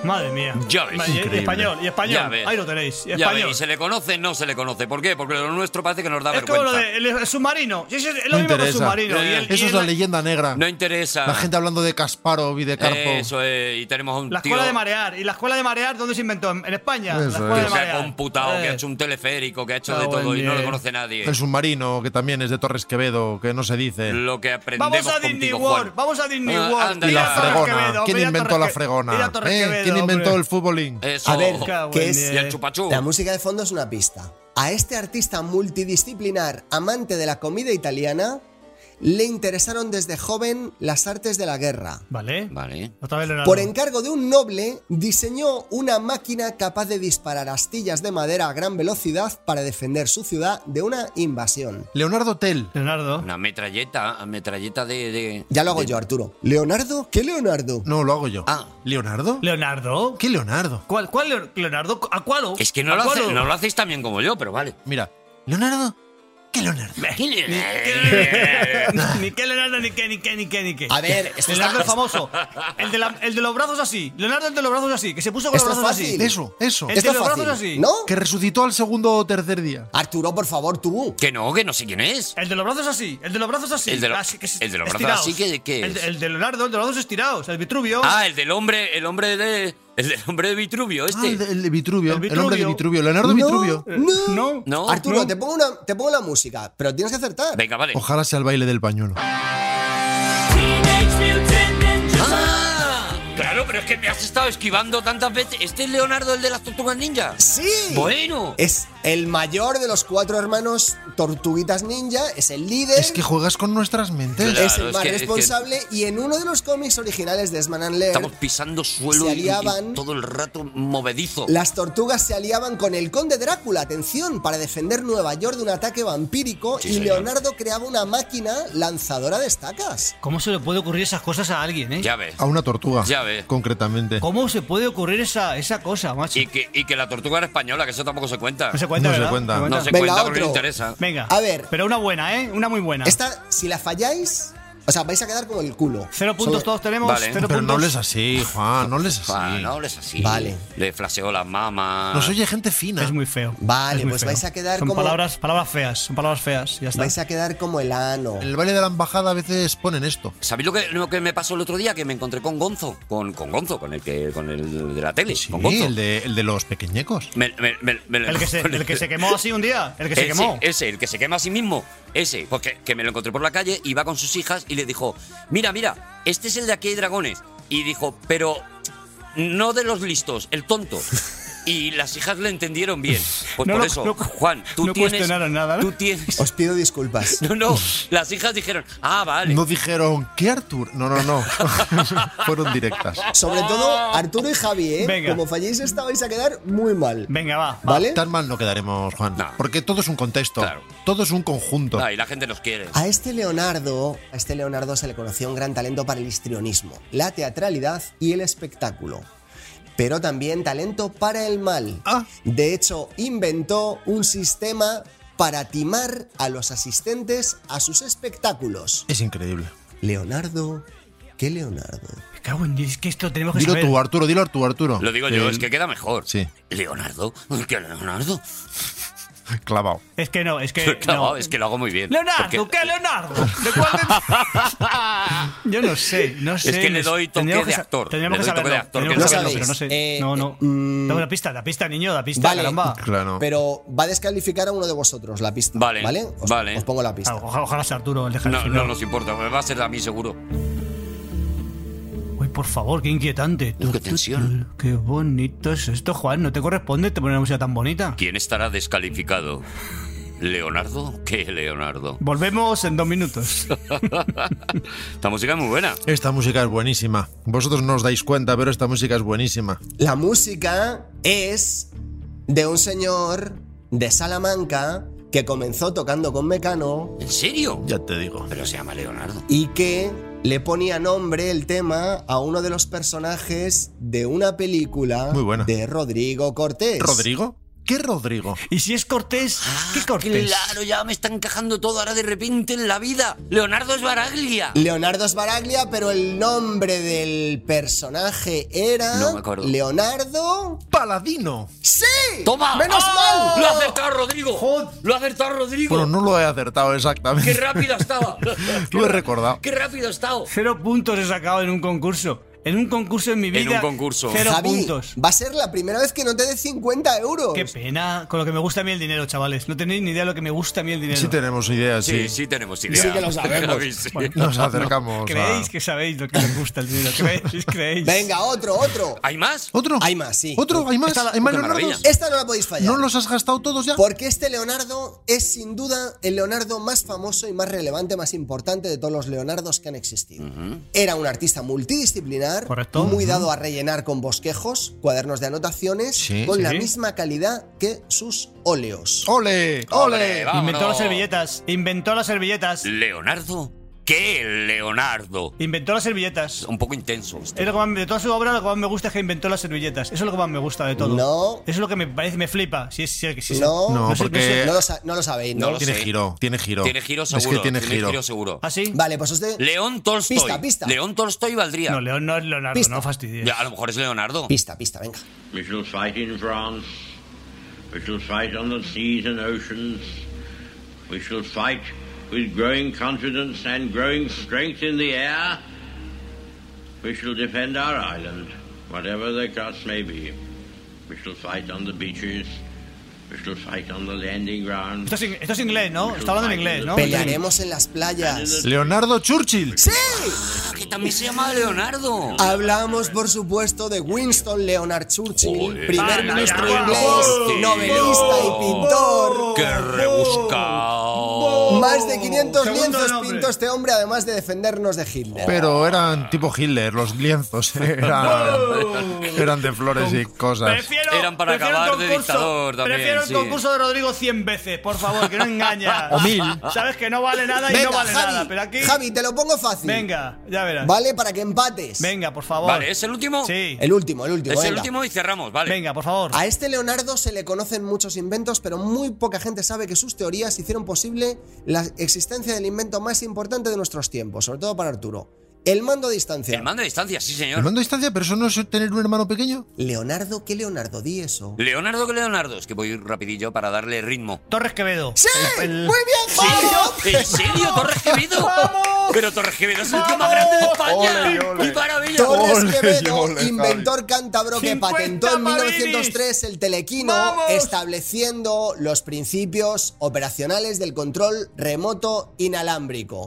E: Madre mía.
C: Ya ves.
E: Vale, y- y español, y español.
C: Ya ves.
E: Ahí lo tenéis. y
C: Ya
E: español.
C: ves, y se le conoce, no se le conoce. ¿Por qué? Porque lo nuestro parece que nos da
E: Es como
C: vergüenza.
E: lo de el, el submarino. Sí, sí, es
D: No
E: lo mismo que el
D: interesa.
E: submarino. y el- y
D: Eso es
E: el-
D: la leyenda negra.
C: No interesa.
D: La gente hablando de Kasparov y de Karpov.
C: Eso es, y tenemos a un
E: la
C: tío
E: escuela de marear. ¿Y la escuela de marear dónde se inventó? En en España.
D: Eso
E: la
D: es.
C: que
E: escuela de
C: se ha
E: marear.
C: computado, que
E: Eh.
C: ha hecho un teleférico, que ha hecho
E: Ah,
C: de todo y no
E: oye.
C: lo conoce nadie.
D: El submarino, que también es de Torres Quevedo, que no se dice.
C: Lo que aprendemos
E: Eh, Vamos a Disney
C: contigo,
E: World.
C: Juan.
E: Vamos a Disney
C: Ah,
E: World.
C: anda
D: Y la
C: ya.
E: Torres
D: fregona.
E: Quevedo,
D: ¿Quién
E: mira
D: inventó
E: Torres
D: la
E: Que- mira
D: fregona?
E: Torres
D: ¿Eh?
E: Quevedo,
D: ¿Quién inventó
E: hombre.
D: el futbolín?
C: Eso.
F: A ver,
E: Cago
F: ¿qué
E: en
F: es?
E: diez.
C: Y el chupachú.
F: La música de fondo es una pista. A este artista multidisciplinar, amante de la comida italiana, le interesaron desde joven las artes de la guerra.
E: Vale.
C: Vale.
E: Otra vez Leonardo.
F: Por encargo de un noble, diseñó una máquina capaz de disparar astillas de madera a gran velocidad para defender su ciudad de una invasión.
D: Leonardo Tell.
E: Leonardo.
C: Una metralleta, metralleta de. de-
F: Ya lo hago
C: de-
F: yo, Arturo. ¿Leonardo? ¿Qué Leonardo?
D: No, lo hago yo.
C: Ah.
D: ¿Leonardo?
E: ¿Leonardo?
D: ¿Qué Leonardo?
E: ¿Cuál, cuál Leon- Leonardo? ¿A cuál?
C: Es que no
E: ¿A
C: lo,
E: cuál?
C: hace- no lo hacéis tan bien como yo, pero vale.
D: Mira, ¿Leonardo? ¿Qué Leonardo?
E: [LAUGHS] ni que Leonardo, ni que, ni que, ni que, ni que.
F: A ver, esto está- [LAUGHS]
E: Leonardo el famoso. El de, la- el de los brazos así. Leonardo el de los brazos así. Que se puso con
F: Esto
E: los
F: es
E: brazos
F: fácil.
E: así.
D: Eso, eso.
E: El
F: Esto
E: de
F: es
E: los
F: fácil,
E: brazos así.
F: ¿no?
D: Que resucitó al segundo o tercer día.
F: Arturo, por favor, tú.
C: Que no, que no sé quién es.
E: El de los brazos así. El de los brazos así.
C: El de lo-
E: así, que se-
C: el de los brazos
E: estiraos.
C: así, ¿qué- qué
E: El, de-
C: es?
E: el de Leonardo, el de los brazos estirados. El Vitruvio.
C: Ah, el del hombre, el hombre de. El del hombre de Vitruvio,
D: Ah, el,
C: este.
D: de, el de Vitruvio,
E: El
D: el hombre de Vitruvio,
E: Vitruvio.
D: Leonardo Vitruvio.
F: No, no.
C: No,
F: Arturo,
C: no.
F: Te, pongo una, te pongo la música, pero tienes que acertar.
C: Venga, vale.
D: Ojalá sea el baile del pañuelo.
C: Ah, claro, pero es que me has estado esquivando tantas veces. ¿Este es Leonardo, el de las tortugas ninja?
F: Sí.
C: Bueno.
F: Es el mayor de los cuatro hermanos tortuguitas ninja, es el líder.
D: Es que juegas con nuestras mentes.
C: Claro,
F: es el
C: es
F: más
C: que- es que-
F: responsable y en uno de los cómics originales de Sman and Laird,
C: Estamos pisando suelo
F: Se
C: y- y,
F: aliaban.
C: todo el rato movedizo.
F: las tortugas se aliaban con el conde Drácula, atención, para defender Nueva York de un ataque vampírico
C: Sí,
F: y
C: señor.
F: Leonardo creaba una máquina lanzadora de estacas.
E: ¿Cómo se le puede ocurrir esas cosas a alguien, eh?
C: Ya ves.
F: Ah,
D: A una tortuga.
C: Ya ves.
D: Concretamente.
E: ¿Cómo se puede ocurrir esa, esa cosa, macho?
C: Y que, y que la tortuga era española, que eso tampoco se cuenta.
E: No se cuenta,
D: No se
E: ¿verdad?
D: cuenta.
C: No se
F: Venga,
C: cuenta porque
F: otro.
C: no interesa.
E: Venga.
F: A ver.
E: Pero una buena, ¿eh? Una muy buena.
F: Esta, si la falláis, o sea, vais a quedar como el culo.
E: Cero puntos
F: Solo-
E: todos tenemos.
C: Vale.
E: Cero
D: Pero no
E: puntos.
D: hables así, Juan, no hables así.
C: Ah, no hables así.
F: Vale.
C: Le flaseó las mamas.
D: Nos oye gente fina.
E: Es muy feo.
F: Vale,
E: Es muy
F: pues
E: feo.
F: vais a quedar
E: son
F: como-
E: Palabras, palabras feas, son palabras feas. Ya está.
F: Vais a quedar como el ano.
D: En el baile de la embajada a veces ponen esto.
C: ¿Sabéis lo que, lo que me pasó el otro día? Que me encontré con Gonzo. Con, con Gonzo, con el que con el de la tele.
D: Sí,
C: con Gonzo.
D: el de, el de los pequeñecos.
C: Me- me- me- me lo
E: El, que se,
C: encontré.
E: el que se quemó así un día. El que se
C: Ese,
E: quemó.
C: Ese, el que se quema a Eh, sí mismo. Ese, porque que me lo encontré por la calle, iba con sus hijas y le dijo, mira, mira, este es el de aquí hay dragones. Y dijo, pero no de los listos, el tonto. Y las hijas le entendieron bien. Pues
E: No
C: por
E: lo-
C: eso,
E: no-
C: Juan, tú
E: no
C: tienes...
E: cuestionaron nada, ¿no?
C: Tú tienes...
F: Os pido
E: [LAUGHS]
F: disculpas.
C: [LAUGHS] No,
D: [LAUGHS]
C: no, las hijas dijeron, ah, vale.
D: No dijeron, ¿qué Artur? No, no,
C: [LAUGHS]
D: no. Fueron directas.
F: Sobre todo Arturo y Javi, ¿eh?
E: Ah. Venga.
F: Como falléis esta vais a quedar muy mal.
E: Venga, va.
F: ¿Vale?
D: Tan mal no quedaremos, Juan.
C: No.
D: Porque todo es un contexto.
C: Claro.
D: Todo es un conjunto.
C: Ah, y la gente nos quiere.
F: A este Leonardo, a este Leonardo se le conocía un gran talento para el histrionismo, la teatralidad y el espectáculo. pero también talento para el mal.
E: Ah.
F: De hecho, inventó un sistema para timar a los asistentes a sus espectáculos.
D: Es increíble.
F: Leonardo, ¿qué Leonardo?
E: Me cago en Dios, es que esto tenemos que
D: Dilo
E: saber.
D: tú, Arturo, dilo Arturo, Arturo.
C: Lo digo yo,
D: Eh,
C: es que queda mejor.
D: Sí.
C: Leonardo, ¿qué Leonardo?
D: Clavado.
E: Es que no,
C: [LAUGHS]
E: es que.
C: Clavado,
E: Eh, no.
C: es que lo hago muy bien.
E: Leonardo,
C: Porque
E: ¿qué Leonardo? ¿De cuál [LAUGHS] de- Yo no sé, no
C: Es
E: sé.
C: que le
E: no sé.
C: doy toque
E: Tendríamos que
C: de
E: sa-
C: actor,
E: Tendríamos
C: le
E: que
C: doy toque
E: saberlo.
C: de actor,
E: tendríamos
C: que
E: que
C: lo
E: saberlo, pero no
C: sabéis. mm.
E: sé.
F: Eh,
E: no, no. Dame la pista, la pista, niño, la pista,
F: Vale.
E: caramba.
D: Claro.
F: Pero va a descalificar a uno de vosotros la pista. Vale. ¿Vale? Os, os pongo la pista.
E: Ojalá, Ah, ojalá sea Arturo el de
C: No,
E: Jackson.
C: no nos importa, me va a ser a mí seguro.
E: Uy, por favor, qué inquietante. qué tensión. Qué bonito es esto, Juan. No te corresponde te poner una música tan bonita.
C: ¿Quién estará descalificado? ¿Leonardo? ¿Qué Leonardo?
E: Volvemos en dos minutos.
C: Esta música es muy buena.
D: Esta música es buenísima. Vosotros no os dais cuenta, pero esta música es buenísima.
F: La música es de un señor de Salamanca que comenzó tocando con Mecano
C: ¿En serio?
D: Ya te digo.
C: Pero se llama Leonardo.
F: y que le ponía nombre el tema a uno de los personajes de una película
D: Muy buena.
F: de Rodrigo Cortés.
D: ¿Rodrigo? ¿Qué Rodrigo?
E: ¿Y si es Cortés?
F: Ah,
E: ¿Qué Cortés?
C: Ah, Claro, ya me está encajando todo ahora de repente en la vida. Leonardo es Baraglia.
F: Leonardo Sbaraglia, pero el nombre del personaje era
C: No me acuerdo.
F: Leonardo
D: Paladino.
F: ¡Sí!
C: ¡Toma!
F: ¡Menos
C: ¡Ah!
F: mal!
C: Lo ha acertado Rodrigo. Lo ha acertado Rodrigo.
D: Bueno, no lo he acertado
C: ¡Qué
D: exactamente.
C: rápido estaba!
D: Lo he recordado.
C: ¡Qué rápido ha estado!
E: Cero puntos he sacado en un concurso. En un concurso en mi vida.
C: En un concurso.
E: Cero
F: Javi,
E: puntos.
F: Va a ser la primera vez que no te dé 50 euros.
E: Qué pena, con lo que me gusta a mí el dinero, chavales. No tenéis ni idea de lo que me gusta a mí el dinero.
D: [LAUGHS] Sí tenemos ideas, sí.
C: Sí, sí tenemos idea.
F: Sí que lo sabemos.
C: [LAUGHS] Sí, sí.
D: Nos acercamos. a-
E: Creéis que sabéis lo que me gusta el dinero. Creéis, creéis.
F: Venga, otro, otro.
C: ¿Hay más?
D: ¿Otro?
F: Hay más, sí.
D: ¿Otro? ¿Hay más?
C: Esta la-
D: ¿Hay más
C: qué
D: Leonardos?
C: maravilla.
F: Esta no la podéis fallar.
D: ¿No los has gastado todos ya?
F: Porque este Leonardo es sin duda el Leonardo más famoso y más relevante, más importante de todos los Leonardos que han existido. Era un artista multidisciplinar,
E: Correcto.
F: muy dado a rellenar con bosquejos, cuadernos de anotaciones,
D: Sí,
F: con
D: sí.
F: la misma calidad que sus óleos.
D: Oh, ¡Ole!
C: Oh, ¡Ole!
E: Inventó las
C: vámonos.
E: servilletas. Inventó las servilletas.
C: ¿Leonardo? ¿Qué Leonardo?
E: Inventó las servilletas.
C: Un poco intenso. este.
E: Es lo que más- de toda su obra, lo que más me gusta es que inventó las servilletas. Eso es lo que más me gusta de todo.
F: No.
E: Eso es lo que me parece, me flipa. Sí, sí, sí, sí.
F: No,
D: No,
E: No sé,
D: porque
F: no lo, sa- no lo sabéis, ¿no?
C: No lo
D: tiene
C: sé.
D: giro, tiene giro.
C: Tiene giro
D: Es que
C: seguro.
D: tiene giro.
C: seguro.
E: ¿Ah, sí?
F: Vale, pues usted.
C: León Tolstoy.
F: Pista, pista.
C: León Tolstoy valdría.
E: No, León no es Leonardo,
F: Pista.
E: no fastidies.
C: Ya, a lo mejor es Leonardo.
F: Pista, pista, venga.
R: We shall fight in France. We shall fight on the seas and oceans. We shall fight with growing confidence and growing strength in the air. We shall defend our island, whatever the cost may be. We shall fight on the beaches. We shall fight on the landing ground.
E: Esto es, in- esto es inglés, ¿no? Está hablando en inglés, ¿no?
F: Pelearemos en las playas.
D: Leonardo Churchill.
F: ¡Sí!
C: Ah, que también se llama Leonardo.
F: Ah, Hablamos, por supuesto, de Winston Leonard Churchill,
C: Joder,
F: primer
C: ay,
F: ministro
E: Oh,
C: ay, ay,
F: inglés,
C: ay,
F: novelista y
C: ay,
F: pintor.
C: ¡Qué rebuscado!
F: Más de 500
G: Segundo
F: lienzos
G: nombre.
F: pintó este hombre, además de defendernos de Hitler.
D: Pero eran tipo Hitler, los lienzos [LAUGHS] eran,
C: [LAUGHS]
D: eran de flores y cosas.
E: Prefiero,
C: Eran para
E: prefiero el
C: acabar de
E: concurso-
C: dictador también,
E: Prefiero el
C: sí.
E: concurso de Rodrigo 100 veces, por favor, que no
F: [LAUGHS]
E: engañas.
D: O mil.
E: Sabes que no vale nada y
F: Venga,
E: no vale
F: Javi,
E: nada, pero aquí.
F: Javi, te lo pongo fácil.
E: Venga, ya verás.
F: ¿Vale? Para que empates.
E: Venga, por favor.
C: Vale, ¿es el último?
E: Sí.
F: El último, el último.
C: Es el
F: venga.
C: último y cerramos, vale.
E: Venga, por favor.
F: A este Leonardo se le conocen muchos inventos, pero muy poca gente sabe que sus teorías hicieron posible la existencia del invento más importante de nuestros tiempos, sobre todo para Arturo. El mando a distancia.
C: El mando de distancia, sí,
D: ¿El
C: señor.
D: mando a distancia? ¿Pero eso no es tener un hermano pequeño?
F: Leonardo, ¿qué Leonardo? Di eso.
C: Leonardo que Leonardo. Es que voy rapidillo para darle ritmo.
E: Torres Quevedo.
F: ¡Sí!
E: El- el-
F: ¡Muy bien, Pablo!
C: ¿En serio, Torres
E: [LAUGHS]
C: Quevedo? Pero Torres Quevedo es el tío más grande de España. ¡Qué maravilla!
F: Torres
D: Ole,
F: Quevedo,
D: ole, Javi.
F: inventor cántabro que
E: 50
F: patentó en
E: marinis.
F: 1903 el telequino,
E: ¡Vamos!
F: estableciendo los principios operacionales del control remoto inalámbrico.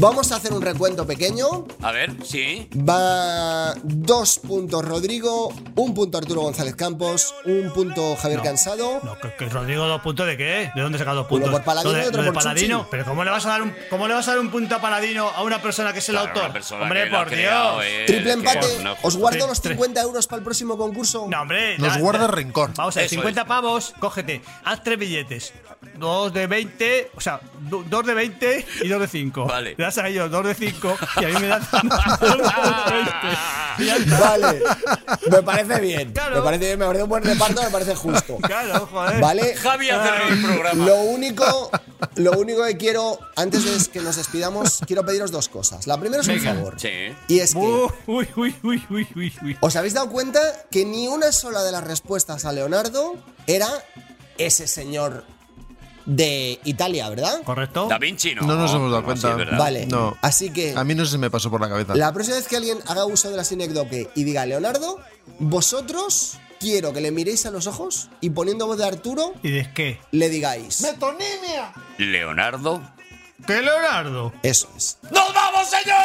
F: Vamos a hacer un recuento pequeño.
C: A ver, sí.
F: Va dos puntos Rodrigo, un punto Arturo González Campos, un punto Javier Cansado.
E: No, que, que Rodrigo dos puntos de qué? ¿De dónde saca dos puntos?
F: por Paladino
E: Lo de-
F: y otro
E: lo de
F: por
E: Paladino.
F: Chuchi.
E: Pero cómo le vas a dar un cómo le vas a dar un punto a Paladino a una persona que es el
C: Claro, una
E: autor?
C: persona
E: Hombre,
C: que lo ha
E: por Dios.
C: creado, eh,
F: Triple
C: que-
F: empate.
C: no,
F: ¿Os guardo
E: tres,
F: los
E: tres.
F: 50 euros para el próximo concurso?
E: No, hombre.
D: Nos
E: da-
D: guarda
E: da-
D: rencor.
E: Vamos a ver,
C: Eso
E: 50
C: es.
E: pavos, cógete, haz tres billetes. dos de 20, o sea, do- dos de 20 y dos de 5. Vale. Le das a ellos dos de 5 y a mí
C: [LAUGHS]
E: me das
C: Ah.
F: Vale, me parece bien. Me parece bien, me parece un buen reparto, me parece justo.
E: [LAUGHS] Claro, eh. joder.
F: ¿Vale?
C: Javi ha cerrado el programa.
F: Lo único, lo único que quiero, antes de que nos despidamos, quiero pediros dos cosas. La primera es un
C: Venga.
F: favor.
C: Sí.
F: Y es que.
E: Uy, uy, uy, uy, uy, uy.
F: ¿Os habéis dado cuenta que ni una sola de las respuestas a Leonardo era ese señor de Italia, ¿verdad?
E: Correcto.
C: Da Vinci no.
D: No nos hemos dado
C: No, sí,
D: cuenta.
C: es verdad.
F: Vale.
D: No.
F: Así que.
D: A mí no se me pasó por la cabeza.
F: La próxima vez que alguien haga uso de la sinécdoque y diga, Leonardo, vosotros quiero que le miréis a los ojos y poniendo voz de Arturo,
E: ¿Y de qué?
F: le digáis.
J: ¡Metonimia!
C: Leonardo.
E: ¿Qué Leonardo?
F: Eso es.
J: ¡Nos vamos, señores!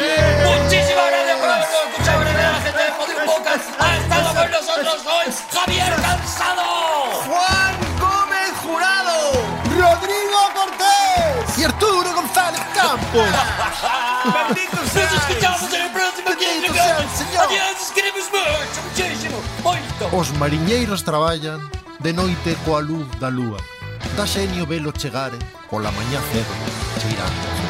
J: Muchísimas gracias por habernos escuchado, gracias a la gente de Poder Podcast. Ha estado con nosotros hoy Javier Cansado, Juan Gómez Jurado, Rodrigo Cortés y Arturo González Campos. [LAUGHS] Nos escuchamos en el próximo Quinto Adiós, queremos mucho, muchísimo. Muito.
D: Os mariñeiros traballan de noite coa luz da lúa. Da xenio velo chegare pola mañá cedo cheirando.